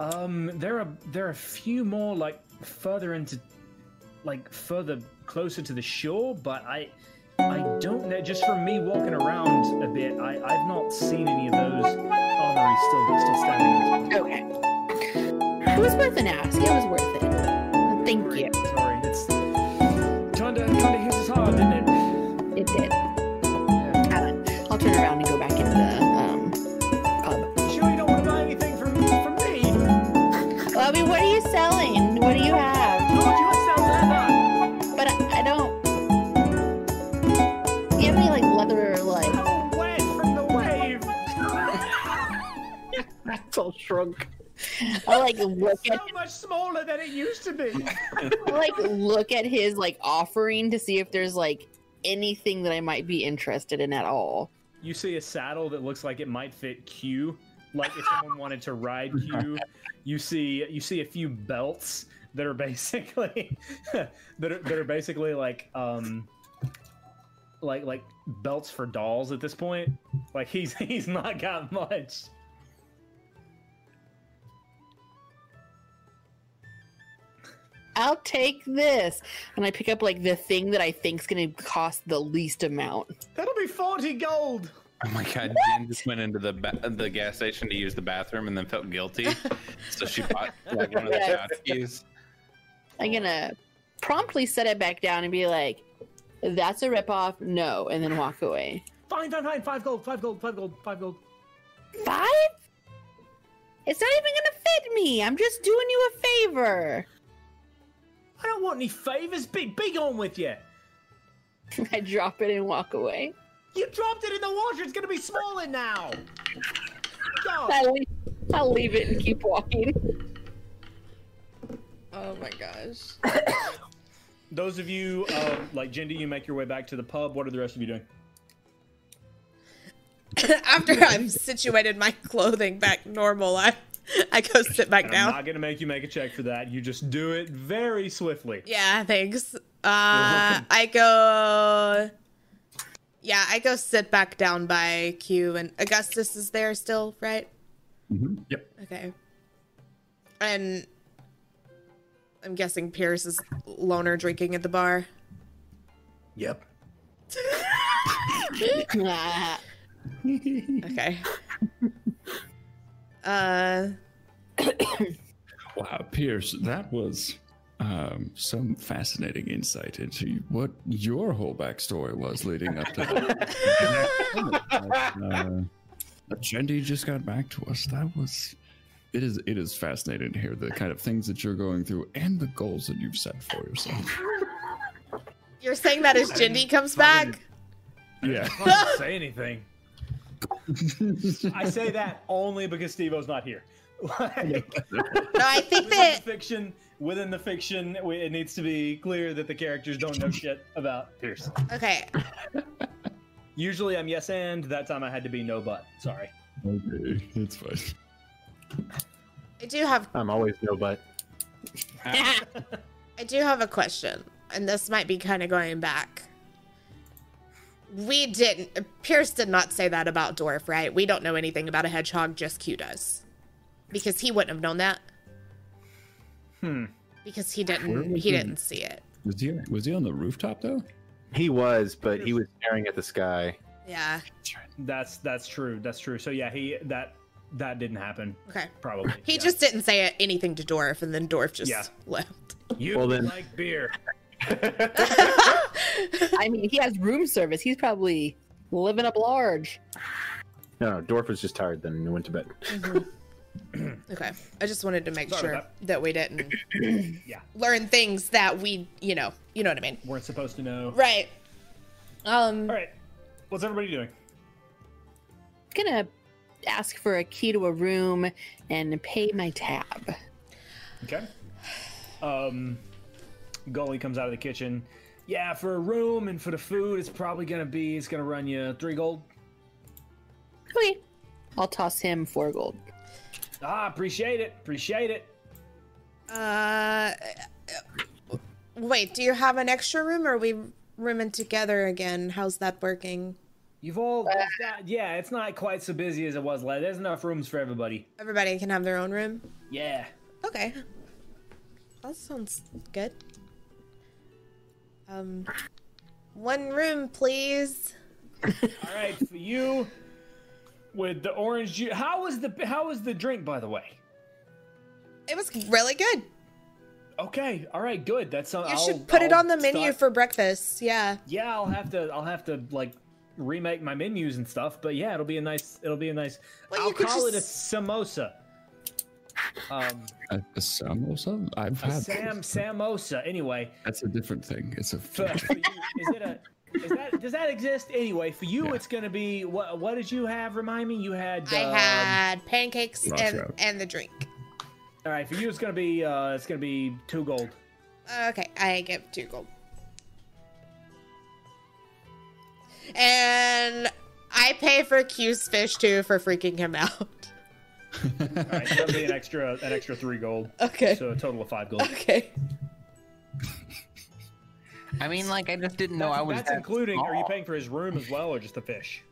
S6: Um, there are there are a few more like further into, like further closer to the shore, but I. I don't know. Just from me walking around a bit, I, I've not seen any of those armories still still standing.
S4: Okay. It was worth an ask. It was worth it. Thank you.
S6: Sorry, it's trying
S4: um, [LAUGHS]
S12: shrunk.
S4: I like look at
S6: much smaller than it used to be.
S4: [LAUGHS] I, like look at his like offering to see if there's like anything that I might be interested in at all.
S6: you see a saddle that looks like it might fit Q, like if [LAUGHS] someone wanted to ride Q. You see you see a few belts that are [LAUGHS] basically that are that are basically like um like like belts for dolls at this point. Like he's [LAUGHS] he's not got much.
S4: I'll take this, and I pick up like the thing that I think's gonna cost the least amount.
S6: That'll be forty gold.
S5: [LAUGHS] Oh my god, Jen just went into the ba- the gas station to use the bathroom and then felt guilty. so she bought like one of the
S4: Yes.
S5: tchotchkes.
S4: I'm gonna promptly set it back down and be like, "That's a ripoff." No, and then walk away.
S6: Fine, fine, fine. Five gold, five gold, five gold, five gold.
S4: Five? It's not even gonna fit me. I'm just doing you a favor.
S6: I don't want any favors. Be be on with you.
S4: [LAUGHS] I drop it and walk away.
S6: You dropped it in the water. It's gonna be smaller now. God.
S4: I leave, I leave it and keep walking. [LAUGHS]
S3: Oh my gosh.
S6: Those of you, um, like Jindy, you make your way back to the pub. What are the rest of you doing?
S3: [LAUGHS] After I've situated my clothing back normal, I I go sit back
S6: And I'm
S3: down.
S6: not gonna make you make a check for that. You just do it very swiftly.
S3: Yeah, thanks. Uh, I go. Yeah, I go sit back down by Q, and Augustus is there still, right?
S2: Mm-hmm. Yep.
S3: Okay. And I'm guessing Pierce is loner drinking at the bar.
S6: Yep.
S4: Ah,
S3: [LAUGHS] Okay. uh,
S2: Wow, Pierce, that was um, some fascinating insight into what your whole backstory was leading up to
S6: [LAUGHS]
S2: that. uh, that Jendi just got back to us. That was it is it is fascinating to hear the kind of things that you're going through and the goals that you've set for yourself.
S3: you're saying that as Jindy comes back?
S2: Yeah.
S6: I don't say anything. I say that only because Steve-O's not here. [LAUGHS] Like,
S3: No, I think
S6: within
S3: that
S6: the fiction, within the fiction, we- it needs to be clear that the characters don't know shit about Pierce.
S3: okay.
S6: Usually I'm yes and. That time I had to be no but. Sorry.
S2: [LAUGHS] Okay, it's fine.
S3: I do have
S1: I'm always no but.
S3: [LAUGHS] I do have a question, and this might be kind of going back. We didn't. Pierce did not say that about Dwarf, right? We don't know anything about a hedgehog, just Q does. Because he wouldn't have known that.
S6: Hmm.
S3: Because he
S2: Where
S3: didn't.
S2: was
S3: He
S2: he?
S3: didn't see it.
S2: Was he was he on the rooftop though?
S1: He was, but he was staring at the sky.
S3: Yeah.
S6: That's that's true. That's true. So yeah, he that that didn't happen.
S3: Okay.
S6: Probably.
S3: He
S6: yeah.
S3: just didn't say it- anything to Dwarf, and then Dwarf just
S6: Yeah.
S3: left. [LAUGHS]
S6: you
S1: Well, then-
S6: like beer.
S4: I mean, he has room service. He's probably living up large.
S1: No, no, Dwarf was just tired then and went to bed. [LAUGHS]
S3: Okay. I just wanted to make
S6: Sorry
S3: sure
S6: about
S3: that. we didn't
S6: Yeah.
S3: learn things that we, you know, you know what I mean.
S6: Weren't supposed to know.
S3: Right. Um.
S6: All right. What's everybody doing?
S4: Gonna ask for a key to a room and pay my tab.
S6: Okay. Um, Gully comes out of the kitchen. Yeah, for a room and for the food, it's probably gonna be it's gonna run you three gold.
S4: Okay. I'll toss him four gold.
S6: Ah, appreciate it. Appreciate it.
S3: Uh, wait, do you have an extra room or are we rooming together again? How's that working?
S6: You've all
S3: Ah.
S6: it's not- yeah. It's not quite so busy as it was last. There's enough rooms for everybody.
S3: Everybody can have their own room?
S6: Yeah.
S3: Okay. That sounds good. Um, one room, please.
S6: All right, for you with the orange juice. How was the how was the drink by the way?
S3: It was really good.
S6: Okay. All right. Good. That's uh, something.
S3: You should put it on the menu for breakfast. Yeah.
S6: Yeah, I'll have to. I'll have to like remake my menus and stuff. But yeah, it'll be a nice. It'll be a nice.
S3: Well,
S6: I'll
S3: you could
S6: call it a
S3: just-
S6: samosa. Um,
S2: A, a samosa? I've
S6: a
S2: had
S6: Sam samosa. Anyway, [LAUGHS]
S13: [LAUGHS]
S2: that's a different thing. It's a
S6: for, for you, is it a? Is that does that exist anyway? For you, it's gonna be what? What did you have? Remind me. You had.
S3: I
S6: um,
S3: had pancakes
S2: Lots
S3: and,
S2: of-
S3: and the drink.
S6: All right, for you, it's gonna be. Uh, it's gonna be two gold.
S3: Okay, I give two gold. And I pay for Q's fish too for freaking him out. [LAUGHS]
S6: All right, so that'll be an extra, an extra three gold.
S3: Okay.
S6: So a total of five gold.
S3: Okay.
S13: I mean, like, I just didn't know
S6: that's,
S13: I was.
S6: that's
S13: that
S6: including. Are you
S13: small.
S6: paying for his room as well, or just the fish?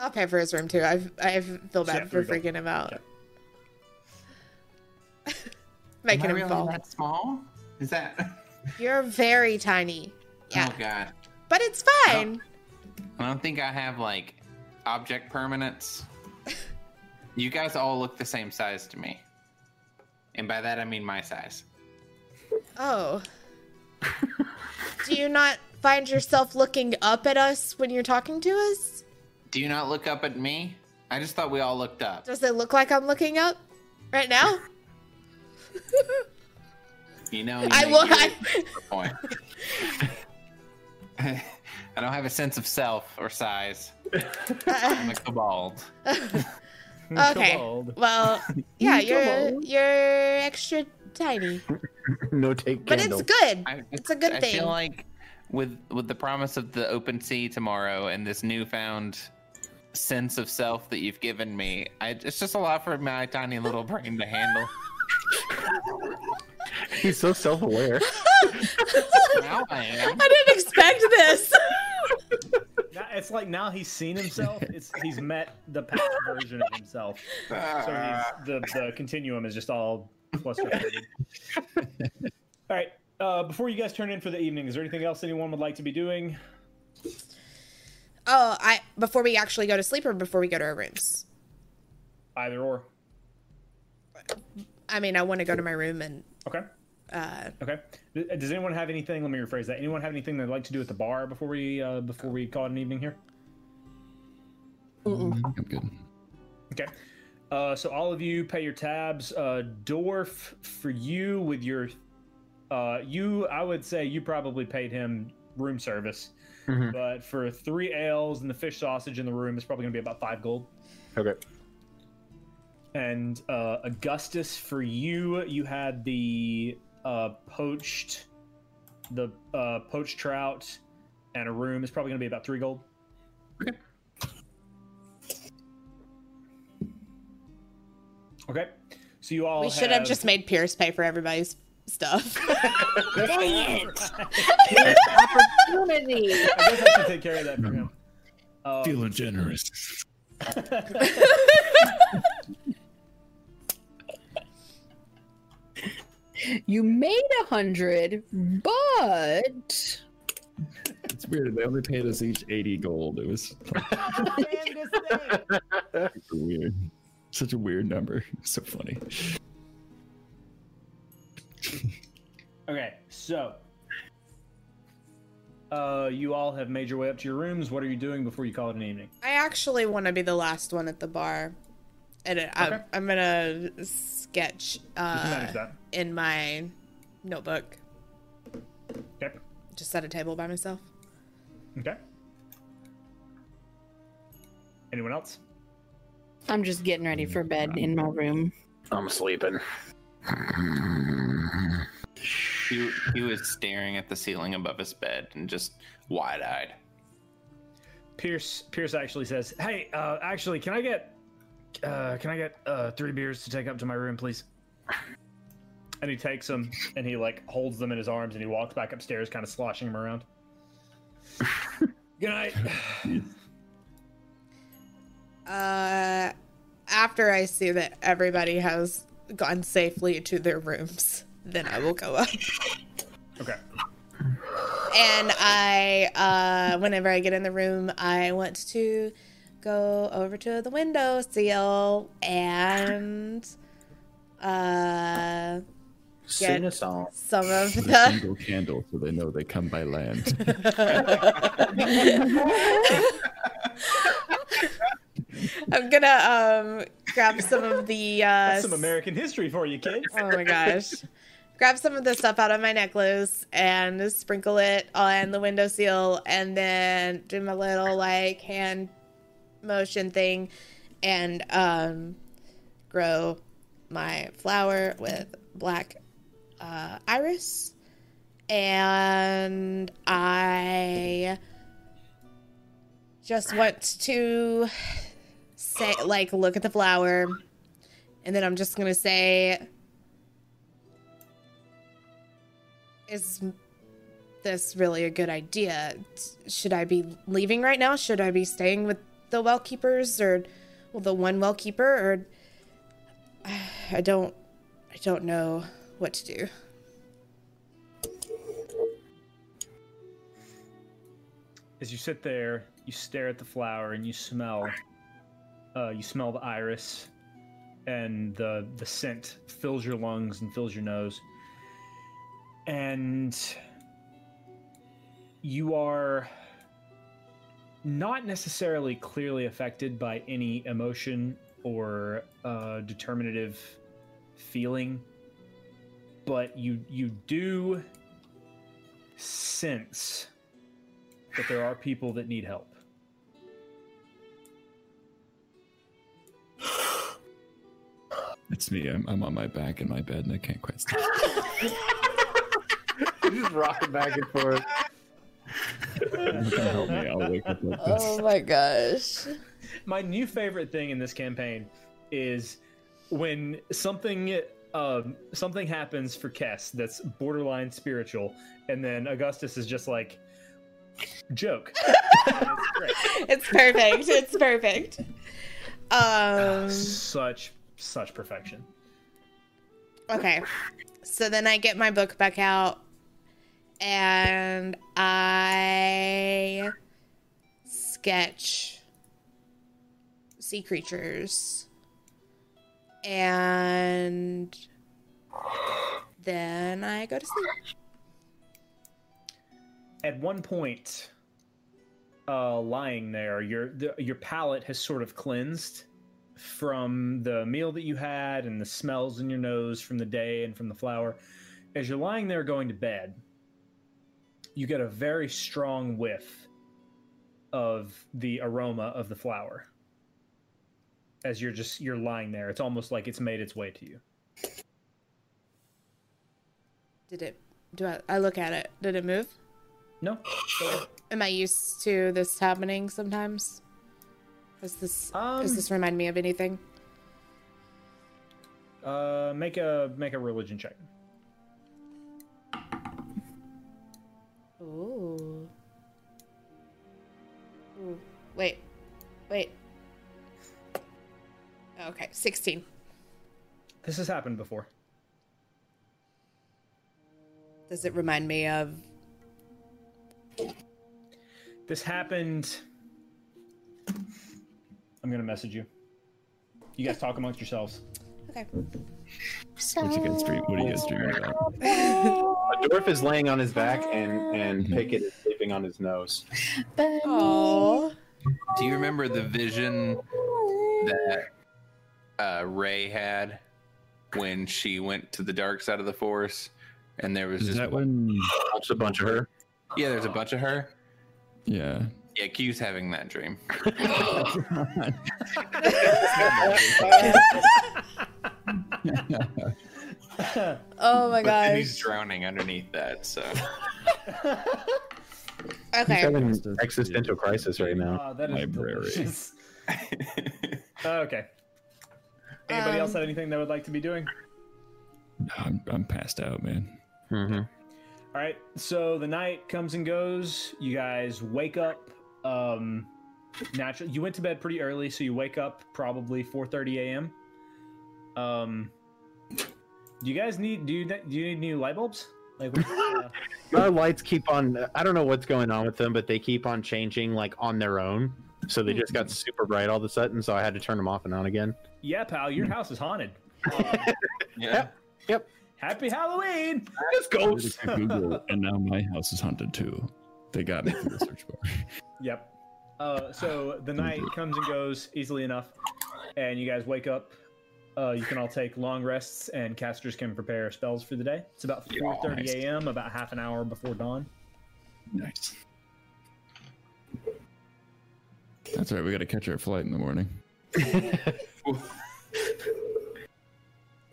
S3: I'll pay for his room too. I I feel bad
S6: Yeah,
S3: for
S6: three
S3: freaking him out.
S6: Okay.
S13: Am I
S3: [LAUGHS] Making him
S13: really
S3: fall.
S13: that small?
S5: Is that? [LAUGHS]
S3: You're very tiny. Yeah.
S5: Oh god.
S3: But it's fine.
S5: I don't think I have like
S3: [LAUGHS]
S5: object permanence. you guys all look the same size to me. And by that I mean my size.
S3: Oh.
S13: [LAUGHS]
S3: Do you not find yourself looking up at us when you're talking to us?
S5: Do you not look up at me? I just thought we all looked up.
S3: Does it look like I'm looking up right now?
S5: You know, you
S3: I
S5: make
S3: will.
S5: your
S3: I,
S5: point. [LAUGHS] I don't have a sense of self or size. [LAUGHS] I'm a kobold.
S3: okay. Well, yeah, you're you're extra tiny,
S1: No take
S3: but
S1: candle.
S3: it's good.
S5: I,
S3: It's a good
S5: I
S3: thing.
S5: feel like with with the promise of the open sea tomorrow and this newfound sense of self that you've given me, I, it's just a lot for my tiny little brain
S3: [LAUGHS]
S5: to handle.
S1: He's so self-aware.
S5: now I am.
S3: I didn't expect this. [LAUGHS]
S6: Now, it's like now he's seen himself. It's he's met the past version of himself. So he's, the the continuum is just all flustered. all right. Uh, before you guys turn in for the evening, is there anything else anyone would like to be doing?
S3: Oh, I before we actually go to sleep or before we go to our rooms.
S6: Either or.
S3: I mean, I want to go to my room and
S6: Okay.
S3: uh,
S6: Okay. Th- Does anyone have anything? Let me rephrase that. Anyone have anything they'd like to do at the bar before we uh, before we call it an evening here?
S2: I'm good.
S6: Okay. Uh, so all of you pay your tabs. Uh, Dwarf for you with your, uh, you I would say you probably paid him room service,
S1: Mhm.
S6: but for three ales and the fish sausage in the room, it's probably gonna be about five gold.
S1: Okay.
S6: And uh, Augustus for you, you had the uh, poached, the uh, poached trout, and a room. It's probably gonna be about three gold. Okay. So you all
S3: we should have
S6: have
S3: just made Pierce pay for everybody's stuff. [LAUGHS]
S4: Dang it! Opportunity.
S6: I guess I should take care of that for him. Um,
S14: Feeling generous.
S4: [LAUGHS] You made a hundred, but
S2: It's weird. They only paid us each 80 gold. It was like, super [LAUGHS] weird. Such a weird number.
S3: [LAUGHS]
S2: So funny.
S6: okay, so uh, you all have made your way up to your rooms. What are you doing before you call it an evening?
S3: I actually want to be the last one at the bar, and I, I'm-
S6: Okay.
S3: I'm gonna sketch
S6: You can
S3: uh,
S6: manage that.
S3: in my notebook.
S6: Okay.
S3: Just at a table by myself.
S6: Okay. Anyone else?
S4: I'm just getting ready for bed in my room.
S1: I'm sleeping.
S5: He, he was staring at the ceiling above his bed and just wide eyed.
S6: Pierce Pierce actually says, "Hey, uh, actually, can I get uh, can I get uh, three beers to take up to my room, please?" And he takes them and he like holds them in his arms and he walks back upstairs, kind of sloshing them around. Good night. [SIGHS]
S3: Uh, after I see that everybody has gone safely to their rooms, then I will go up.
S6: Okay.
S3: And I, uh, whenever I get in the room, I want to go over to the window seal and uh,
S1: Sing a song.
S3: some of
S2: With a
S3: the.
S2: single candle so they know they come by land.
S3: [LAUGHS] I'm gonna um grab some of the uh, [LAUGHS]
S6: That's some American history for you, kids.
S3: Oh my gosh. grab some of the stuff out of my necklace and just sprinkle it on the windowsill and then do my little like hand motion thing and um grow my flower with black uh, iris and I just want to say like look at the flower and then I'm just going to say is this really a good idea? Should I be leaving right now? Should I be staying with the well keepers or well, the one well keeper or [SIGHS] I don't I don't know what to do.
S6: As you sit there, you stare at the flower and you smell. Uh, you smell the iris, and the the scent fills your lungs and fills your nose. And you are not necessarily clearly affected by any emotion or uh, determinative feeling, but you you do sense that there are people that need help.
S2: It's me. I'm, I'm on my back in my bed and I can't quite stop.
S1: just rocking back and forth.
S2: You can help me. I'll wake up like this.
S3: Oh my gosh.
S6: My new favorite thing in this campaign is when something um, something happens for Kess that's borderline spiritual, and then Augustus is just like joke. It's great.
S3: It's perfect. It's perfect. [LAUGHS] Um
S6: Such such perfection.
S3: Okay. So then I get my book back out and I sketch sea creatures. And then I go to sleep.
S6: at one point uh lying there your the, your palate has sort of cleansed from the meal that you had and the smells in your nose from the day and from the flower as you're lying there going to bed you get a very strong whiff of the aroma of the flower as you're just you're lying there it's almost like it's made its way to you
S3: Did it do I, I look at it? Did it move?
S6: no
S3: Am I used to this happening sometimes? Does this does
S6: Um,
S3: this remind me of anything?
S6: uh make a make a religion check
S3: Ooh. Ooh. Wait. Wait. Okay, 16.
S6: this has happened before
S3: Does it remind me of
S6: This happened. I'm gonna message you. You guys talk amongst yourselves.
S3: Okay.
S2: What you guys dream? What do you guys dream about?
S1: A Uh, dwarf is laying on his back and and Pickett is sleeping on his nose.
S3: Oh.
S5: Do you remember the vision that uh, Ray had when she went to the dark side of the forest? And there was
S2: Is
S5: just
S2: that when?
S15: Helps a bunch of her.
S5: yeah, there's a bunch of her.
S2: Yeah.
S3: [LAUGHS]
S5: Yeah, Q's having that dream.
S6: Uh,
S3: Oh my
S5: But then he's
S3: gosh.
S5: drowning underneath that.
S2: [LAUGHS]
S5: So
S15: He's
S3: Okay.
S15: having an existential crisis right now.
S6: Ah, that is
S2: Library.
S6: delicious. Uh, okay. Anybody else
S3: Um,
S6: have anything they would like to be doing?
S2: I'm, I'm passed out, man.
S6: All right. So the night comes and goes. You guys wake up. Um, naturally, you went to bed pretty early, so you wake up probably 4:30 a.m. Um, do you guys need do you do you need new light bulbs? Like, what- uh,
S1: Our lights keep
S8: uh,
S1: on. I don't know what's going on with them, but they keep on changing like on their own. So they just got super bright all of a sudden. So I had to turn them off and on again.
S6: yeah, pal, your house is haunted.
S5: yeah,
S6: Happy Halloween!
S1: Let's
S3: Oh,
S2: I
S1: go.
S2: did a quick Google, and now my house is haunted too. They got me from the search bar.
S6: Yep. Uh, so the night comes and goes easily enough, and you guys wake up. Uh, you can all take long rests, and casters can prepare spells for the day. It's about 4:30 a.m., about half an hour before dawn. [LAUGHS]
S2: Nice. That's all right. We got to catch our flight in the morning. [LAUGHS]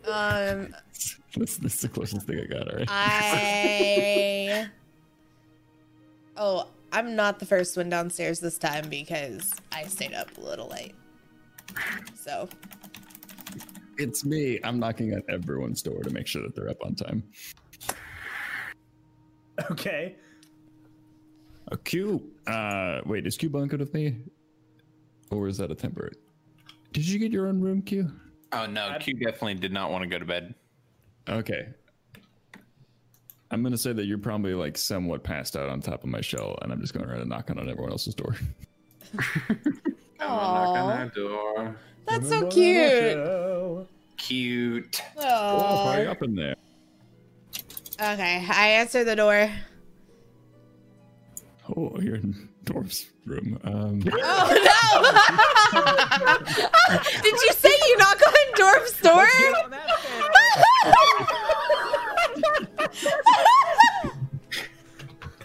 S3: Um,
S2: That's, that's the closest thing I got. All right.
S3: I. Oh, I'm not the first one downstairs this time because I stayed up a little late. So,
S2: It's me. I'm knocking on everyone's door to make sure that they're up on time.
S6: Okay.
S2: A Q. Uh, wait, is Q bunkered with me, or is that a temperate? Did you get your own room, Q?
S5: Oh no, Q definitely did not want to go to bed.
S2: Okay. I'm gonna say that you're probably like somewhat passed out on top of my shell, and I'm just going around and knocking on everyone else's door.
S3: oh,
S5: door.
S3: that's so cute.
S5: Cute.
S2: Oh, party
S3: Oh.
S2: up in there.
S3: Okay, I answer the door.
S2: Oh, you're in Dwarf's room. Um,
S3: Oh no! [LAUGHS] Did you say you knock on Dorf's door?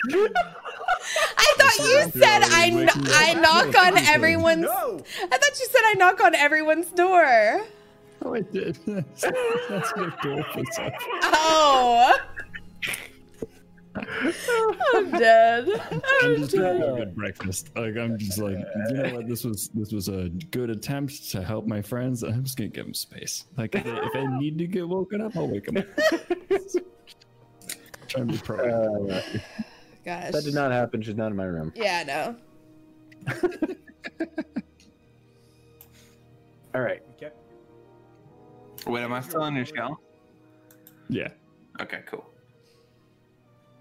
S3: [LAUGHS] I thought you said I, kn- I knock on everyone's.
S6: No.
S3: I thought you said I knock on everyone's door.
S2: oh, I did. [LAUGHS] That's what Dwarf is [LAUGHS] up.
S3: Oh. I'm dead. Oh,
S2: I'm
S3: I'm
S2: just having a
S3: dead.
S2: good breakfast. Like I'm just like, you know what? This was this was a good attempt to help my friends. I'm just gonna give them space. Like if they, if they need to get woken up, I'll wake them up. [LAUGHS] Trying to be proactive.
S1: Oh,
S8: Uh,
S3: Gosh.
S8: that did not happen. She's not in my room.
S3: Yeah, no.
S8: All right.
S6: Okay.
S5: Wait, am I still on your shell?
S2: yeah.
S5: Okay, cool.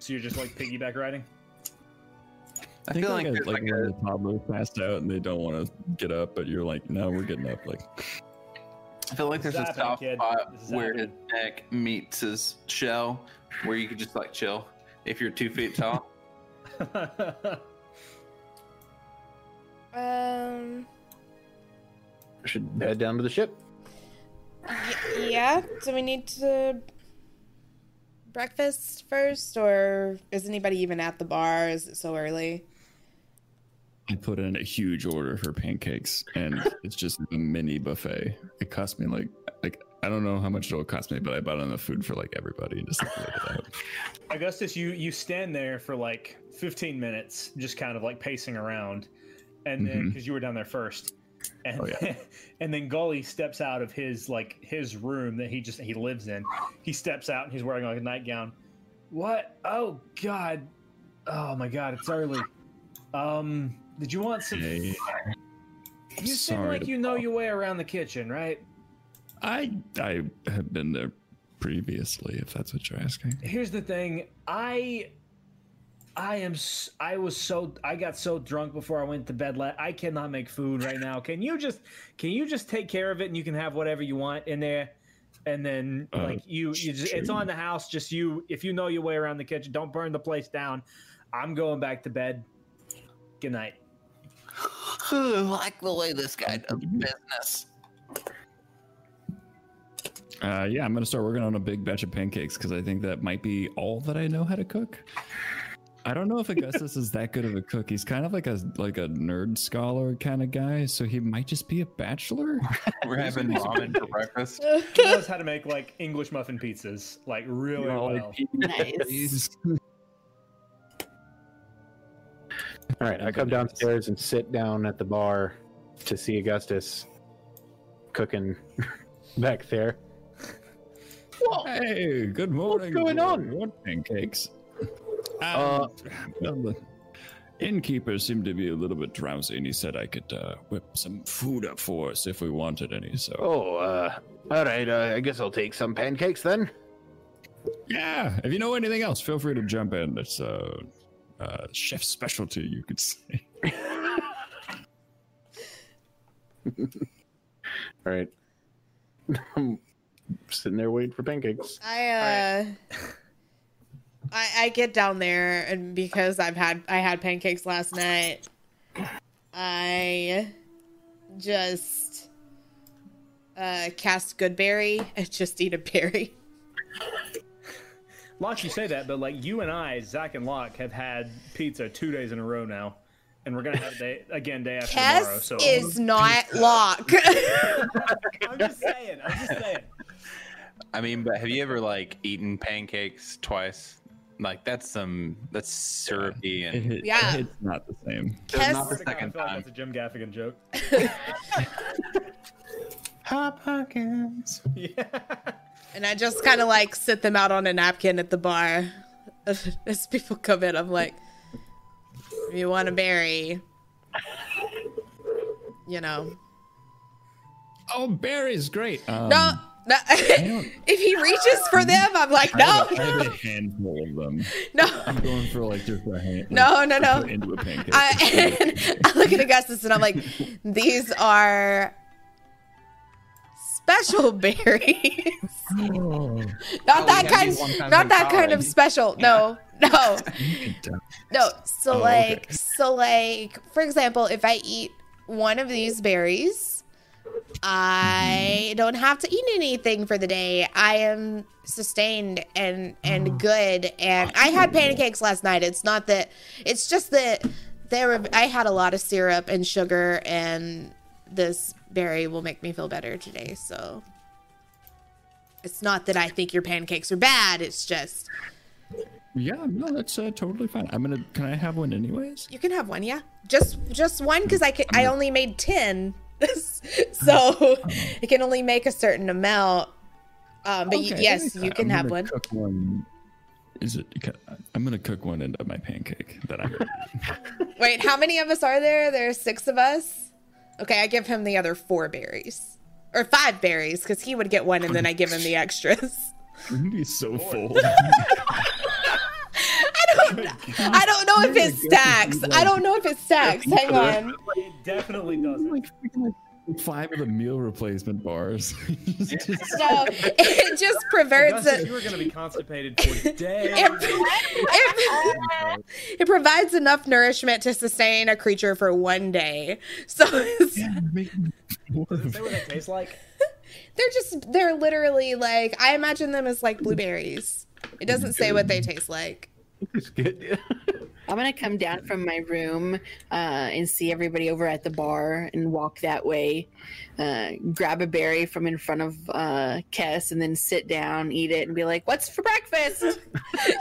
S6: So you're just like piggyback riding. [LAUGHS]
S5: I,
S2: I think
S5: feel
S2: like,
S5: like,
S2: a,
S5: there's
S2: like
S5: like,
S2: when the toddler passed out and they don't want to get up, but you're like, no, we're getting up. Like
S5: a, I feel like there's
S6: This
S5: a
S6: is
S5: soft
S6: happening, kid.
S5: spot
S6: This is
S5: where his neck meets his shell, where you could just like chill if you're two
S16: [LAUGHS]
S5: feet tall. [LAUGHS]
S3: Um.
S8: We should head down to the ship.
S3: Y- yeah. Do we need to breakfast first, or is anybody even at the bar? Is it so early?
S2: I put in a huge order for pancakes, and it's just a mini buffet. It cost me like like I don't know how much it'll cost me, but I bought enough food for like everybody and just like, laid it out.
S6: Augustus, you you stand there for like 15 minutes, just kind of like pacing around, and then
S2: Mhm.
S6: because you were down there first, and
S2: Oh, yeah.
S6: then, [LAUGHS] and then Gully steps out of his like his room that he just he lives in. He steps out and he's wearing like a nightgown. What? Oh God! Oh my God! It's early. Um, did you want some?
S2: Yeah.
S6: you seem
S2: sorry
S6: like
S2: to
S6: you know
S2: bother.
S6: your way around the kitchen, right?
S2: I I have been there previously, if that's what you're asking.
S6: here's the thing i i am s- i was so i got so drunk before i went to bed la- i cannot make food right now can you just can you just take care of it and you can have whatever you want in there and then
S2: Uh,
S6: like you, you just, it's on the house just you if you know your way around the kitchen don't burn the place down i'm going back to bed good night
S16: like the way this guy does
S5: Mm-hmm.
S16: business.
S2: Uh, yeah, I'm gonna start working on a big batch of pancakes because I think that might be all that I know how to cook. I don't know if Augustus is that good of a cook. He's kind of like a like a nerd scholar kind of guy, so he might just be a bachelor.
S5: We're having ramen for breakfast.
S16: [LAUGHS]
S6: he knows how to make like english muffin pizzas like really
S2: You know,
S6: well
S2: like,
S4: Nice.
S8: All right. I come downstairs and sit down at the bar to see Augustus cooking [LAUGHS] back there.
S2: Hey, good morning.
S8: going on?
S2: What pancakes?
S8: Uh,
S2: Well, the innkeeper seemed to be a little bit drowsy, and he said I could uh, whip some food up for us if we wanted any. So
S17: Oh, uh, all right. Uh, I guess I'll take some pancakes then.
S2: Yeah. If you know anything else, feel free to jump in. It's a uh, uh, chef's specialty, you could say.
S8: All right. I'm sitting there waiting for pancakes.
S3: I uh I I get down there and because I've had I had pancakes last night I just uh, cast good berry and [LAUGHS] just eat a berry.
S6: Locke, you say that, but like you and I, Zach and Locke, have had pizza two days in a row now, and we're gonna have it day again day after tomorrow.
S3: Cass
S6: So
S3: is not lock. [LAUGHS]
S6: I'm just saying. I'm just
S5: [LAUGHS]
S6: saying.
S5: I mean, but have you ever like eaten pancakes twice? Like that's some that's syrupy and
S2: It-
S3: Yeah.
S2: It's not the same.
S5: It was
S3: Cass,
S5: not the
S6: I feel
S5: second
S6: like
S5: time.
S6: that's a Jim Gaffigan joke.
S5: [LAUGHS]
S6: [LAUGHS]
S5: Hot pockets.
S6: Yeah.
S3: and I just kind of like sit them out on a napkin at the bar. [LAUGHS] As people come in, I'm like, if you want a berry, you know.
S2: Oh, berries, great. Um,
S3: No, no.
S2: don't-
S3: [LAUGHS] if he reaches for them, I'm like,
S2: I
S3: no,
S2: have a- I have a handful of them.
S3: no,
S2: I'm going for like just a hand.
S3: no, no, no.
S2: put Into a pancake.
S3: I, I [LAUGHS] look at Augustus and I'm like, these are special [LAUGHS] berries. not
S5: Oh,
S3: that
S5: yeah,
S3: kind,
S5: these one times
S3: not
S5: in
S3: that kind of
S5: college.
S3: special. No,
S5: [LAUGHS]
S3: no, no. So
S2: Oh, okay.
S3: like, so like, for example, if I eat one of these berries,
S5: Mm-hmm.
S3: I don't have to eat anything for the day. I am sustained and
S5: Oh.
S3: and good. And I had pancakes last night. It's not that. It's just that there. Were, I had a lot of syrup and sugar, and this berry will make me feel better today. So it's not that I think your pancakes are bad. It's just
S2: yeah, no, that's uh, totally fine. I'm gonna. Can I have one anyways?
S3: you can have one, yeah. Just just one because I can, I only made ten, [LAUGHS] so I can only make a certain amount. Um, but you,
S2: Okay,
S3: yes,
S2: anytime.
S3: you can
S2: I'm
S3: have
S2: gonna
S3: one.
S2: Cook one. Is it? I'm gonna cook one into my pancake that [LAUGHS] I.
S3: Wait, how many of us are there? There's six of us. Okay, I give him the other four berries or five berries because he would get one, and then I give him
S2: [LAUGHS]
S3: the extras.
S2: You'd be
S6: [LAUGHS]
S2: so full. [LAUGHS]
S3: I don't. I don't know if it stacks. I don't know if it stacks. Hang on.
S6: It definitely doesn't.
S2: like freaking like five of the meal replacement bars. [LAUGHS] Just- just-
S3: So it just perverts
S6: Augustus,
S3: it.
S6: you were gonna be constipated for days.
S3: It, it, it provides enough nourishment to sustain a creature for one day. So it's,
S2: make more
S6: Does it
S2: of
S6: say
S2: it.
S6: what that tastes like?
S3: they're just, they're literally like, I imagine them as like blueberries. It doesn't say what they taste like.
S1: [LAUGHS]
S3: [LAUGHS]
S1: It's good.
S4: I'm gonna come down from my room uh, and see everybody over at the bar and walk that way. Uh, grab a berry from in front of uh, Kess and then sit down, eat it, and be like, "What's for breakfast?"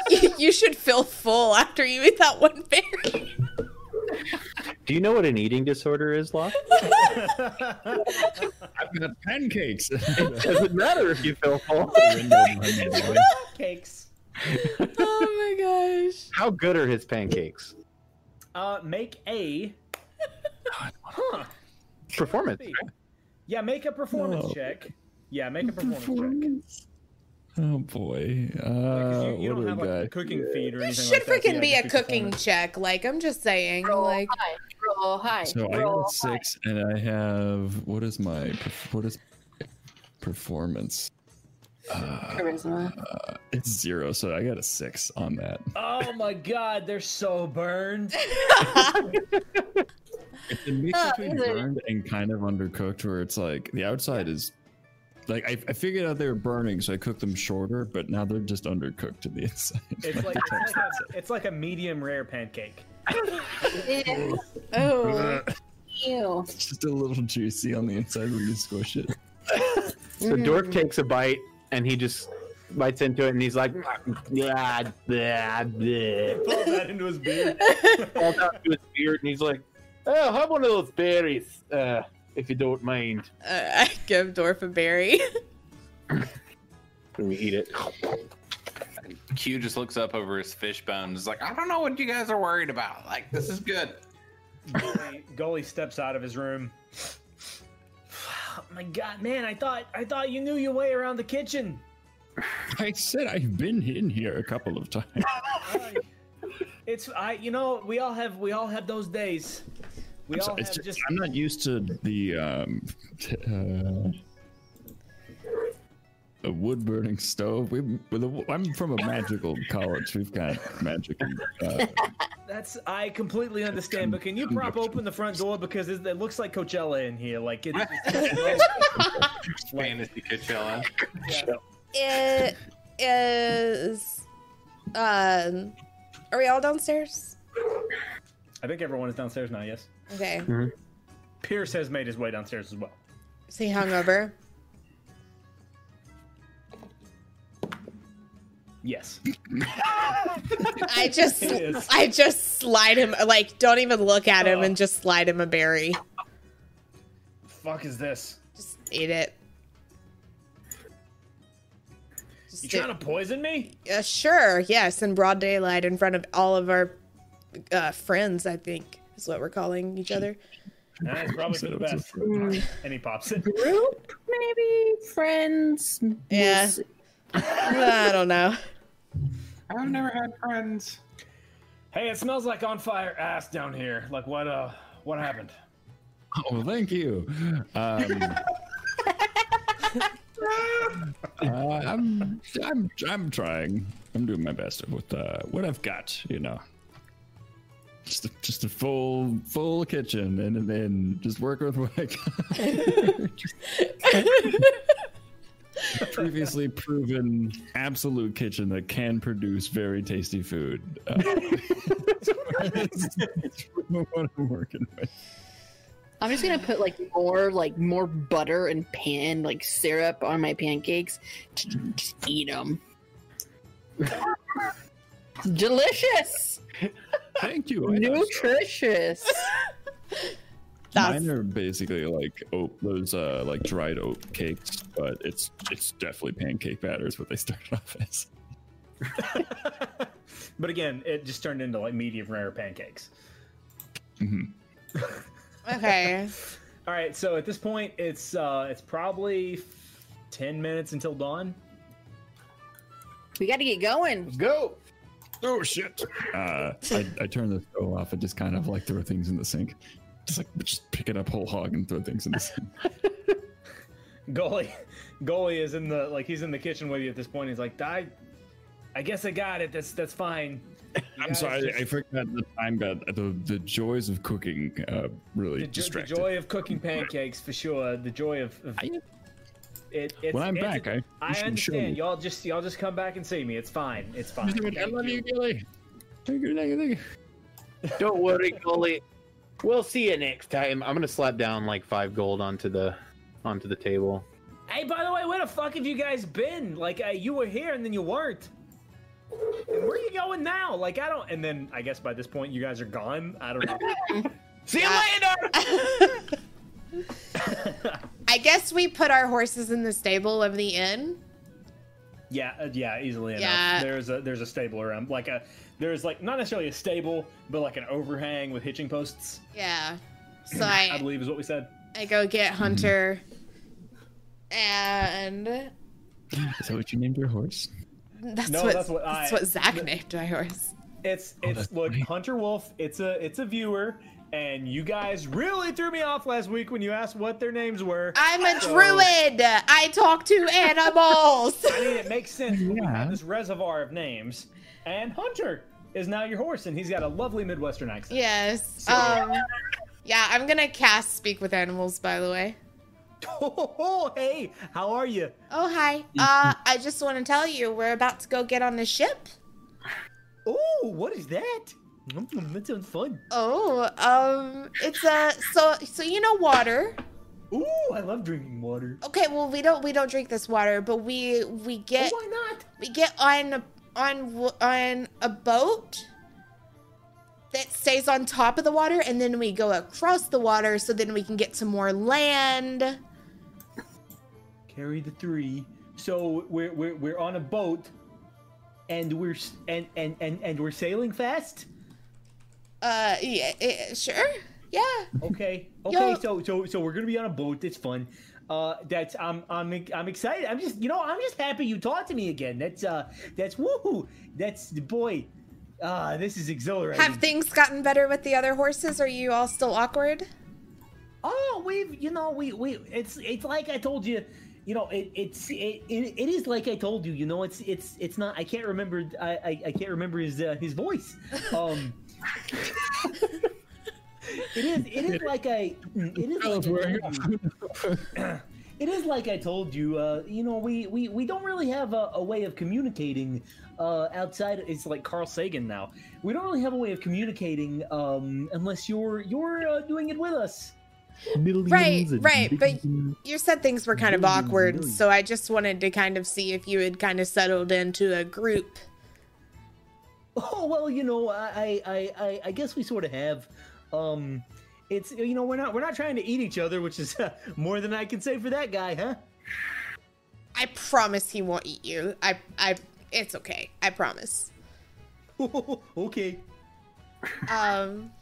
S3: You, you should feel full after you eat that one berry.
S1: Do you know what an eating disorder is, [LAUGHS] Locke?
S2: I've got pancakes.
S1: Doesn't matter if you feel full.
S6: [LAUGHS] Cakes.
S3: Oh my gosh.
S1: [LAUGHS] How good are his pancakes?
S6: Uh, make a. Huh.
S1: Performance.
S6: Hey. Yeah, make a performance
S2: No.
S6: check. Yeah, make a performance check.
S2: [LAUGHS] oh boy. Uh,
S6: Because you, you
S2: what do
S6: don't
S2: we
S6: have like a
S2: got?
S6: cooking feed or
S3: You
S6: anything.
S3: should
S6: like that, so
S3: freaking
S6: yeah,
S3: be
S6: just
S3: a cooking [LAUGHS]
S6: performance.
S3: check. Like, I'm just
S6: [LAUGHS]
S3: saying, like, [LAUGHS]
S4: high, roll high,
S2: so I
S4: roll
S2: got six, and I have what is my perf- what is performance? Uh,
S4: high. charisma.
S2: It's zero, so I got a six on that.
S6: Oh my god, they're so burned.
S2: It's a mix
S4: Oh,
S2: between
S4: is it?
S2: burned and kind of undercooked, where it's like the outside is like I, I figured out they were burning, so I cooked them shorter, but now they're just undercooked to the [LAUGHS] inside.
S6: It's like it's like, [LAUGHS] a, it's like a medium rare pancake.
S4: Ew. Oh, ew.
S2: It's just a little juicy on the inside when you squish it.
S1: So
S4: Hmm.
S1: Dork takes a bite and he just bites into it and he's like, yeah, blah, blah.
S6: Pulls that into his beard.
S1: Falls out to his beard and he's like, oh, have one of those berries, uh, if you don't mind.
S3: uh, [LAUGHS] I give Dorf a berry. [LAUGHS]
S1: And we eat it.
S5: Q just looks up over his fish bone. and is like, I don't know what you guys are worried about. Like this is good.
S6: Goalie, goalie steps out of his room. Oh my god, man! I thought I thought you knew your way around the [LAUGHS] kitchen.
S2: I said I've been in here a couple of times.
S6: I- it's I. You know, we all have we all have those days. We
S2: I'm,
S6: all
S2: sorry,
S6: have
S2: it's
S6: just.
S2: just, I'm not used to the um, t- uh, a wood burning stove. We, with a, I'm from a magical college. We've got magic. and, Uh,
S6: That's I completely understand, but can you prop open the front door because it, it looks like Coachella in here? Like it's
S5: Fantasy Coachella.
S3: It is. Um, are we all downstairs?
S6: I think everyone is downstairs now. Yes,
S3: Okay.
S6: Mm-hmm. Pierce has made his way downstairs as well.
S3: Is he hungover?
S6: Yes, [LAUGHS]
S3: I just,
S6: He is. Oh.
S3: I just slide him. Like, don't even look at him, and just slide him a berry.
S6: fuck is this?
S3: Just eat it. Just
S6: You
S3: do-
S6: trying to poison me?
S3: Uh, sure, yes, in broad daylight in front of all of our uh, friends, I think is what we're calling each other.
S6: Nah, it's probably for the best.
S4: Mm,
S6: And he pops it.
S4: Mm-hmm. group, maybe friends. we'll
S3: Yeah. [LAUGHS]
S4: see.
S3: I don't know.
S5: I've never had friends.
S6: Hey, it smells like on fire ass down here. Like what? Uh, what happened?
S2: oh, thank you. Um, uh, I'm, I'm, I'm trying. I'm doing my best with uh, what I've got. You know, just a, just a full, full kitchen, and and then just work with what I got. Previously proven absolute kitchen that can produce very tasty food. Uh, [LAUGHS] that's what I'm working with.
S4: I'm just gonna put like more, like more butter and pan, like syrup on my pancakes. Just, just eat them. [LAUGHS] Delicious,
S2: Thank you. I have some.
S4: nutritious.
S3: That's-
S2: Mine are basically like oat, those uh, like dried oat cakes, but it's it's definitely pancake batter is what they [LAUGHS] started off as.
S6: But again, it just turned into like medium rare pancakes.
S3: Okay.
S6: All right, so at this point, it's uh, it's probably ten minutes until dawn.
S4: We got to get going.
S1: Go.
S2: Oh shit! Uh, I, I turn the stove off and just kind of like throw things in the sink, just like just pick it up whole hog and throw things in the [LAUGHS] sink.
S6: [LAUGHS] Goalie, goalie is in the like he's in the kitchen with you at this point. He's like, I, I guess I got it. That's that's fine. You
S2: I'm
S6: guys
S2: sorry,
S6: just-
S2: I forgot the time. Got the the joys of cooking uh, really
S6: the, jo- the
S2: distracted.
S6: joy of cooking pancakes for sure. The joy of, of
S2: I-
S6: it, it's,
S2: when I'm
S6: it's-
S2: back, I
S6: I
S2: should show
S6: understand.
S2: you.
S6: Y'all just y'all just come back and see me. It's fine. It's fine.
S2: I
S6: Thank
S2: love
S6: you.
S2: you, Gilly. Thank you, thank you, thank you.
S1: Don't worry, Gully. We'll see you next time. I'm gonna slap down like five gold onto the onto the table.
S6: Hey, by the way, where the fuck have you guys been? Like, uh, you were here and then you weren't. And where are you going now? Like, I don't. And then I guess by this point, you guys are gone. I don't know.
S1: See you later.
S3: I guess we put our horses in the stable of the inn.
S6: yeah, uh, yeah, easily enough.
S3: Yeah.
S6: There's a there's a stable around, like a there's like not necessarily a stable, but like an overhang with hitching posts.
S3: Yeah. So
S6: I
S3: I,
S6: believe is what we said.
S3: I go get Hunter, and
S2: Is that what you named your horse?
S3: that's
S6: No,
S3: what that's
S6: that's
S3: what,
S6: what I-
S3: Zach named my horse.
S6: It's it's look, Hunter Wolf. It's a it's a viewer, and you guys really threw me off last week when you asked what their names were.
S3: I'm a
S6: So-
S3: druid. I
S6: [LAUGHS]
S3: talk to animals.
S6: I mean, it makes sense. but We
S2: Yeah.
S6: have this reservoir of names, and Hunter is now your horse, and he's got a lovely Midwestern accent.
S3: yes. Um. Yeah, I'm gonna cast speak with animals. By the way.
S6: [LAUGHS] Oh, hey, how are you?
S3: Oh hi. Uh, I just want to tell you we're about to go get on the ship.
S6: Oh, what is that? Mm, that sounds fun.
S3: Oh, um, it's a so so you know water.
S6: Ooh, I love drinking water.
S3: Okay, well we don't we don't drink this water, but we we
S6: Oh,
S3: get
S6: why not?
S3: we get on a, on w- on a boat that stays on top of the water, and then we go across the water, so then we can get to more land.
S6: Carry the three. So we're we're, we're on a boat, and we're s- and, and and and we're sailing fast.
S3: Uh, yeah, eh, sure, yeah.
S6: Okay.
S3: Yo-
S6: Okay. So so so we're gonna be on a boat. That's fun. Uh, that's I'm I'm I'm excited. I'm just you know I'm just happy you talked to me again. That's uh that's woohoo. That's boy. Uh, this is exhilarating.
S3: Have things gotten better with the other horses? Are you all still awkward?
S6: oh, we've you know we we it's it's like I told you.
S18: you know it, it's it, it, it is like i told you you know it's it's it's not i can't remember i i, I can't remember his uh, his voice um it is it is like i it is like I, it is like i told you uh you know we we we don't really have a, a way of communicating uh outside it's like carl sagan now we don't really have a way of communicating um unless you're you're uh, doing it with us
S3: Right, right. But you said things were kind of awkward, so I just wanted to kind of see if you had kind of settled into a group.
S18: Oh well, you know, I I I, I guess we sort of have. Um, it's you know we're not we're not trying to eat each other, which is uh, more than I can say for that guy,
S6: [LAUGHS]
S18: huh?
S3: I promise he won't eat you. I I it's okay. I promise.
S18: okay.
S3: Um. [LAUGHS]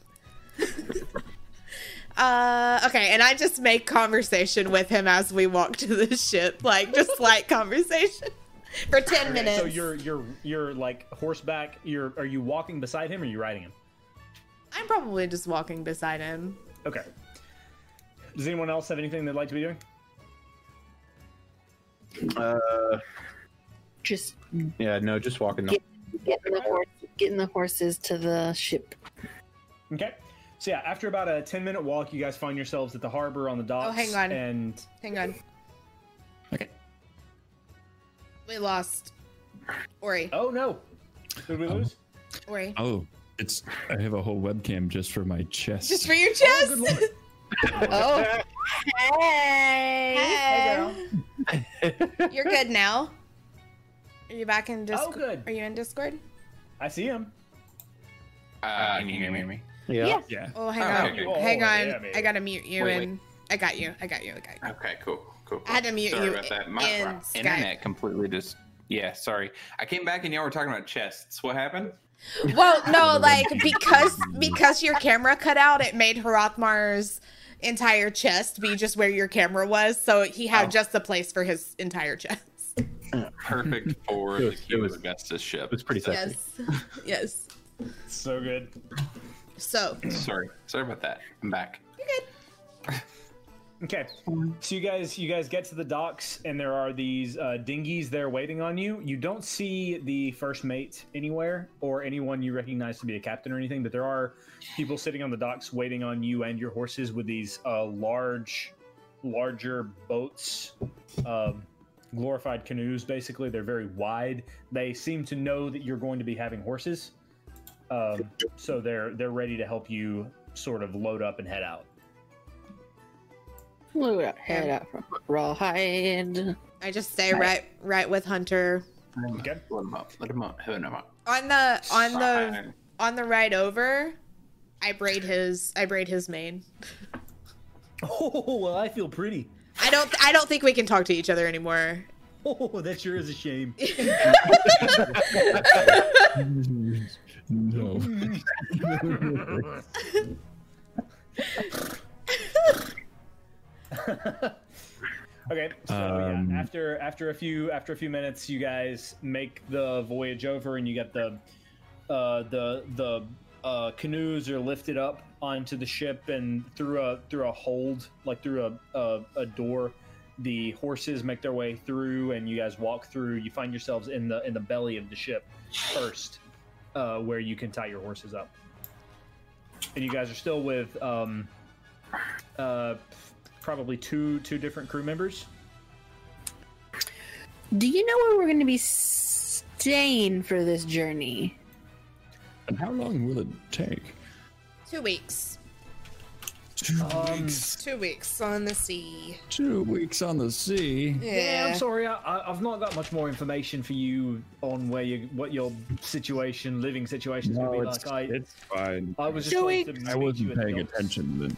S3: Uh, okay, and I just make conversation with him as we walk to the ship, like
S6: [LAUGHS]
S3: just light conversation for ten
S6: Okay,
S3: minutes.
S6: So you're you're you're like horseback. You're are you walking beside him or are you riding him?
S3: I'm probably just walking beside him.
S6: Okay. Does anyone else have anything they'd like to be doing?
S1: Uh,
S4: Just
S1: yeah, no, just walking. The-
S4: get, getting the horse, getting the horses to the ship.
S6: Okay. So yeah, after about a ten minute walk, you guys find yourselves at the harbor on the docks.
S3: Oh, hang on.
S6: And
S3: Hang on. Okay. We lost Ori.
S6: oh no, did we lose?
S3: Ori.
S2: Oh, it's I have a whole webcam just for my chest.
S3: Just for your chest.
S4: Oh, hey.
S3: [LAUGHS] Hey.
S5: [LAUGHS]
S3: You're good now. Are you back in Discord?
S6: good.
S3: Are you in Discord?
S6: I see him.
S5: Uh, can you hear me?
S4: Yeah.
S2: Yeah.
S3: Oh, hang
S5: Oh,
S3: on.
S5: okay.
S3: Hang
S6: Oh,
S3: on.
S6: yeah, man.
S3: I gotta mute you
S5: Wait, wait.
S3: and I got you. I got you. I got you.
S5: Okay, cool, cool.
S3: I had to mute
S5: sorry
S3: you
S5: about that. My
S3: in
S5: my
S3: Skype.
S5: internet completely just. Yeah, sorry. I came back and y'all were talking about chests. What happened? [LAUGHS]
S3: Well, no, like because because your camera cut out, it made Hrothmar's entire chest be just where your camera was, so he had
S5: Oh.
S3: just the place for his entire chest.
S1: [LAUGHS]
S5: Perfect for
S1: It
S5: the
S1: was- it
S5: Cube
S1: was-
S5: Augustus ship.
S1: was pretty sexy.
S3: Yes, [LAUGHS] yes.
S6: So good.
S3: So
S5: Sorry, sorry about that. I'm back.
S6: Okay. So you guys you guys get to the docks and there are these uh, dinghies there waiting on you. You don't see the first mate anywhere or anyone you recognize to be a captain or anything, but there are people sitting on the docks waiting on you and your horses with these uh, large, larger boats, um, glorified canoes. Basically, they're very wide. They seem to know that you're going to be having horses, um, so they're they're ready to help you sort of load up and head out.
S4: Blew it up, head up, rawhide.
S3: I just stay right right with Hunter
S6: Okay.
S5: Let him up. Let him up. Let him up.
S3: on the on the
S5: Fine.
S3: on the ride over. I braid his I braid his mane.
S18: [LAUGHS] Oh well, I feel pretty.
S3: I don't I don't think we can talk to each other anymore.
S18: [LAUGHS] Oh, that sure is a shame.
S2: No.
S6: Okay. So
S2: Um,
S6: yeah, after after a few after a few minutes, you guys make the voyage over, and you get the uh, the the uh, canoes are lifted up onto the ship, and through a through a hold, like through a, a a door, the horses make their way through, and you guys walk through. You find yourselves in the in the belly of the ship first, uh, where you can tie your horses up. And you guys are still with um, uh, probably two two different crew members.
S4: Do you know where we're going to be staying for this journey?
S2: And how long will it take?
S3: Two weeks.
S2: Two
S6: Um,
S2: weeks.
S3: Two weeks on the sea.
S2: Two weeks on the sea.
S3: Yeah.
S18: Yeah,
S3: I'm
S18: I'm
S3: sorry.
S6: Sorry, I- I, I've not got much more information for you on where you what your situation, living situation is going to be like. I,
S2: it's fine.
S6: I was just
S4: Two
S6: going to
S2: I
S6: meet you
S2: wasn't
S6: at the
S2: paying
S6: docks.
S2: attention. Then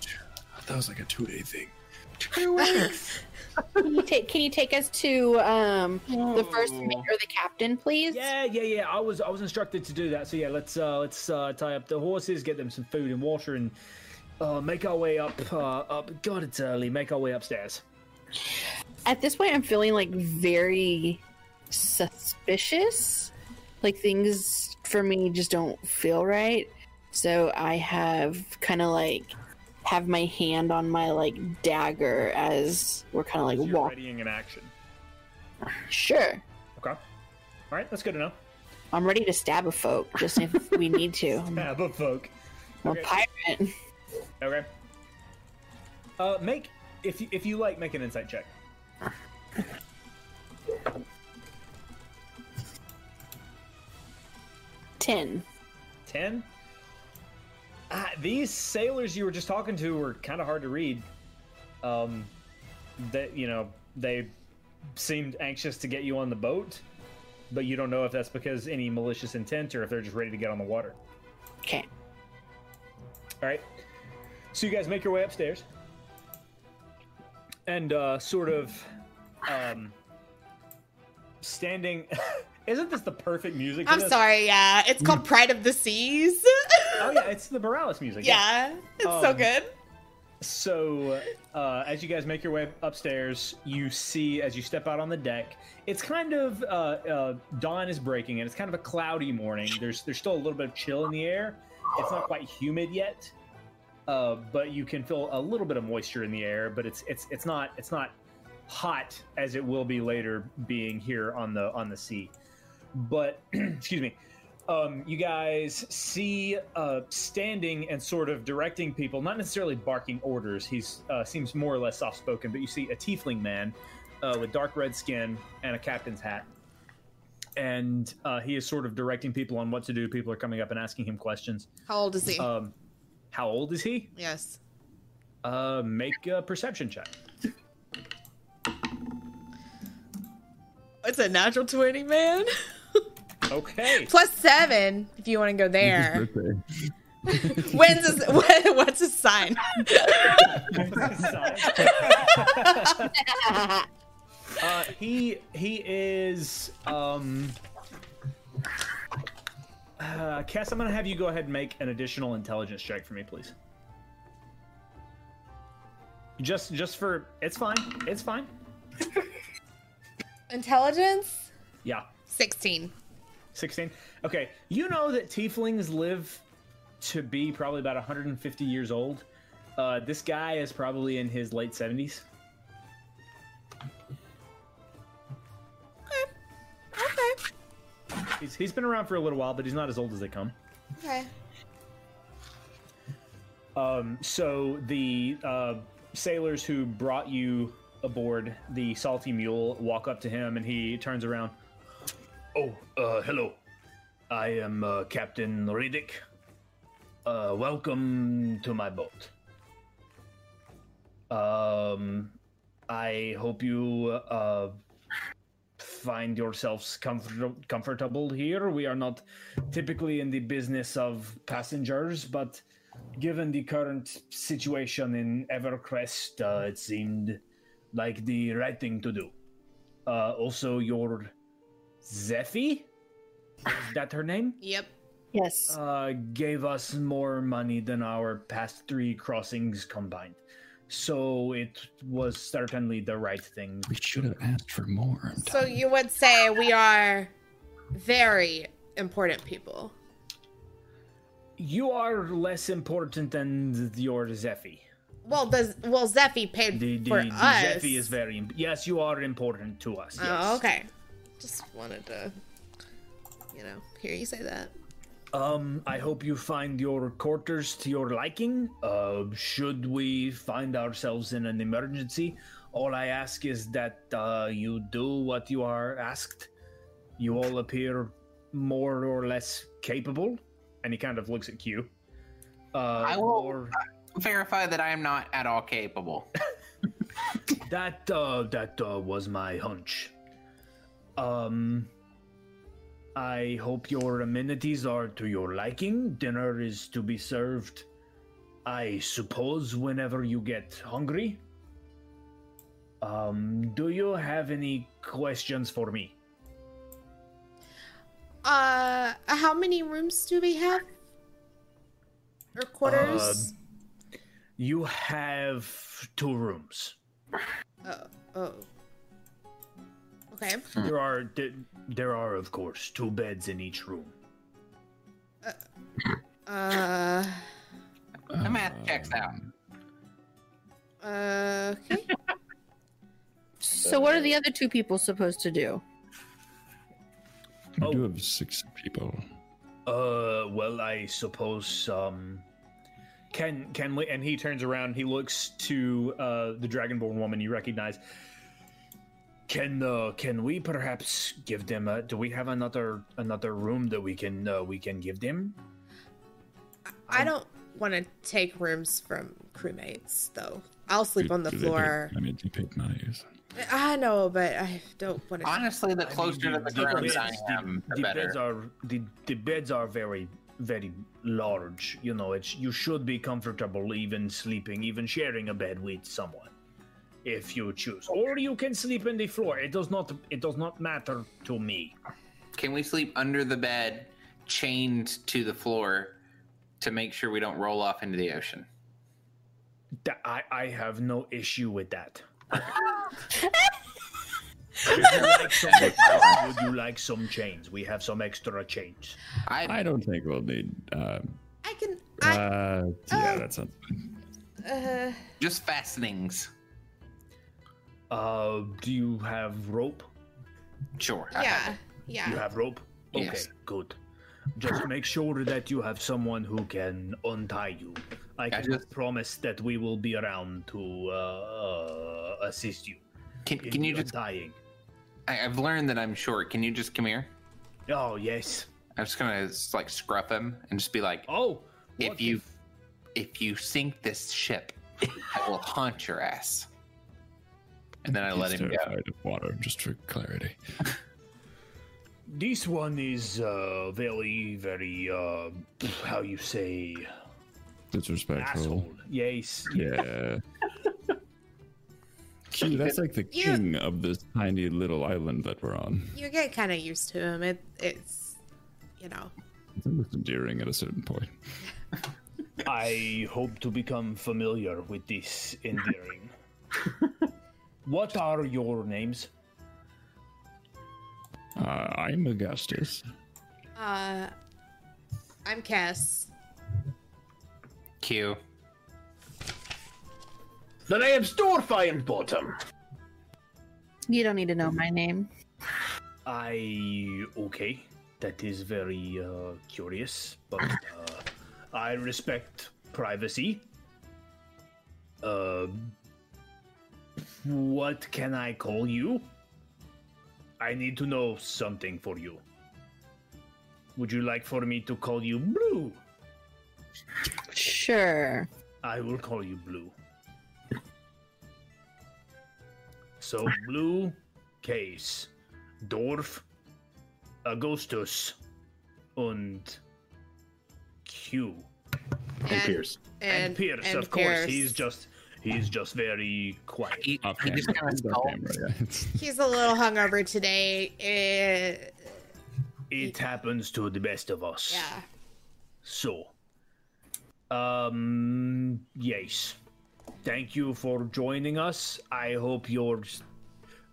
S2: that was like a two-day thing.
S4: Can you take Can you take us to um, the first
S9: Hmm.
S4: mate or the captain, please?
S18: yeah, yeah, yeah. I was I was instructed to do that. So yeah, let's uh, let's uh, tie up the horses, get them some food and water, and uh, make our way up uh, up. God, it's early. Make our way upstairs.
S4: At this point, I'm feeling like very suspicious. Like things for me just don't feel right. So I have kind of like have my hand on my like dagger as we're kind of like
S6: You're
S4: walking.
S6: readying an action.
S4: Sure.
S9: Okay. All right, that's good to know.
S4: I'm ready to stab a folk just if we need to.
S9: [LAUGHS] Stab a folk.
S4: I'm
S9: Okay.
S4: a pirate.
S9: Okay. Uh, make if you, if you like, make an insight check.
S4: Ten.
S9: Ten. Ah, these sailors you were just talking to were kind of hard to read. Um, that you know they seemed anxious to get you on the boat, but you don't know if that's because any malicious intent or if they're just ready to get on the water.
S4: Okay.
S9: All right. So you guys make your way upstairs and uh, sort of um, standing. Isn't this the perfect music? for
S3: I'm
S9: this?
S3: sorry, yeah. It's called Pride of the Seas.
S9: Oh yeah, it's the Morales
S3: [LAUGHS]
S9: music.
S3: yeah, it's so
S9: Um,
S3: good.
S9: So, uh, as you guys make your way upstairs, you see as you step out on the deck, it's kind of uh, uh, dawn is breaking, and it's kind of a cloudy morning. There's there's still a little bit of chill in the air. It's not quite humid yet, uh, but you can feel a little bit of moisture in the air. But it's it's it's not it's not hot as it will be later, being here on the on the sea. But [CLEARS THROAT] excuse me, um, you guys see uh, standing and sort of directing people, not necessarily barking orders. He's uh, seems more or less soft spoken, but you see a tiefling man uh, with dark red skin and a captain's hat, and uh, he is sort of directing people on what to do. People are coming up and asking him questions.
S3: How old is he?
S9: Um, how old is he?
S3: yes.
S9: Uh, make a perception check.
S3: It's a natural 20, man. [LAUGHS]
S9: Okay.
S3: Plus seven, if you want to go
S2: [LAUGHS]
S3: there. When's his, [LAUGHS] when, what's his sign?
S9: Uh, he he is um uh, Cass, I'm gonna have you go ahead and make an additional intelligence check for me, please. Just just for it's fine. It's fine.
S3: Intelligence?
S9: Yeah.
S3: 16.
S9: 16. Okay. You know that tieflings live to be probably about 150 years old. Uh, this guy is probably in his late 70s.
S3: Okay.
S9: He's, he's been around for a little while, but he's not as old as they come.
S3: Okay.
S9: Um, so the uh, sailors who brought you aboard the salty mule walk up to him, and he turns around. Oh, uh, hello. I am uh, Captain Riddick. Uh, welcome to my boat. Um, I hope you uh, find yourselves comfort- comfortable here. We are not typically in the business of passengers, but given the current situation in Evercrest, uh, it seemed like the right thing to do. Uh, also, your Zephy, is that her name?
S3: Yep.
S4: Yes.
S9: uh, gave us more money than our past three crossings combined. So it was certainly the right thing.
S2: We should have asked for more.
S3: So you would say we are very important people.
S9: You are less important than your Zephy.
S3: Well, does well Zephy paid
S9: The, the,
S3: for
S9: the
S3: us.
S9: Zephy is very. Imp- yes, you are important to us. Yes.
S3: Oh, okay. Just wanted to, you know, hear you say that.
S9: Um, I hope you find your quarters to your liking. Uh, should we find ourselves in an emergency, all I ask is that uh, you do what you are asked. You all appear more or less capable. And he kind of looks at Q. Uh,
S10: I will-
S9: or-
S10: Verify that I am not at all capable.
S9: that uh, that uh, was my hunch. Um, I hope your amenities are to your liking. Dinner is to be served, I suppose, whenever you get hungry. Um, do you have any questions for me?
S3: Uh, how many rooms do we have? Or quarters?
S9: Uh, You have two rooms.
S3: oh, oh. Okay.
S9: There are there, there are of course two beds in each room.
S3: Uh,
S10: The math checks out.
S3: uh, okay.
S4: So, what are the other two people supposed to do?
S2: We do have six people.
S9: Uh, well, I suppose um, can can we? And he turns around. He looks to uh, the dragonborn woman you recognize. Can uh, can we perhaps give them? A, do we have another another room that we can uh, we can give them?
S3: I don't want to take rooms from crewmates, though. I'll sleep on the
S2: Do they pay-
S3: floor.
S2: I mean, they paid monies.
S3: I know, but I don't want to.
S10: Honestly, the closer to the ground I am, the,
S9: the beds
S10: better.
S9: are the, the beds are very very large. You know, it's you should be comfortable even sleeping, even sharing a bed with someone, if you choose. Or you can sleep in the floor. It does not it does not matter to me.
S10: Can we sleep under the bed, chained to the floor, to make sure we don't roll off into the ocean?
S9: That- I I have no issue with that. Would you like some- would you like some chains? We have some extra chains.
S2: I don't think we'll need. Uh,
S3: I can.
S2: uh,
S3: Ah.
S2: yeah, that sounds fine.
S3: Uh,
S10: Just fastenings.
S9: Uh, do you have rope?
S10: Sure.
S3: yeah, yeah.
S9: You have rope? Okay,
S10: Yes.
S9: good. Just make sure that you have someone who can untie you. I can promise that we will be around to uh, uh, assist you.
S10: Can,
S9: in
S10: can you
S9: the
S10: just?
S9: untying?
S10: I, I've learned that I'm short. Can you just come here?
S9: Oh yes.
S10: I'm just gonna like scruff him and just be like,
S9: "Oh,
S10: if you if you sink this ship, I will haunt your ass." And then I let
S2: He's
S10: him go.
S2: terrified of water, just for clarity.
S9: This one is uh, very, very uh, how you say
S2: Disrespectful.
S9: asshole. Yes.
S2: Yeah. Q, that's like the
S3: You-
S2: king of this tiny little island that we're on.
S3: You get kind of used to him. It, it's, you know.
S2: It looks endearing at a certain point.
S9: I hope to become familiar with this endearing. what are your names?
S2: Uh, I'm Augustus.
S3: Uh, I'm Cass.
S10: Q.
S8: The name's Dorfine Bottom.
S4: You don't need to know my name.
S9: I okay. That is very uh, curious, but uh, I respect privacy. Uh, what can I call you? I need to know something for you. Would you like for me to call you Blue?
S4: Sure.
S9: I will call you Blue. So Blue, Case, Dorf, Augustus, and Q.
S3: And,
S8: Pierce.
S3: And,
S9: Pierce,
S3: and
S9: of course.
S3: Pierce.
S9: He's just he's just very quiet.
S10: He,
S2: Off
S10: he
S2: camera.
S10: just kind of
S2: He's off camera, yeah.
S3: He's a little hungover today. Eh,
S9: It happens to the best of us.
S3: yeah.
S9: So, um, yes. Thank you for joining us. I hope your s-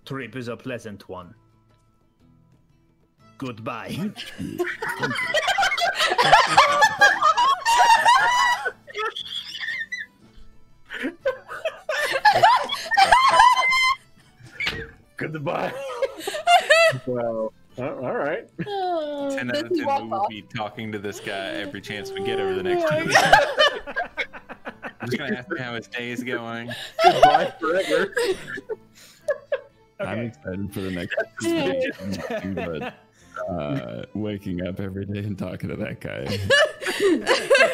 S9: trip is a pleasant one. Goodbye.
S1: Goodbye. well, uh, all right.
S4: Oh,
S5: Ten
S4: does
S5: out of
S4: he
S5: ten,
S4: walk
S5: we
S4: off?
S5: will be talking to this guy every chance we
S10: [LAUGHS]
S5: get over the next two weeks. I'm just gonna ask him how his day is going.
S1: Goodbye forever.
S2: I'm excited for the next episode, but uh, waking up every day and talking to that guy.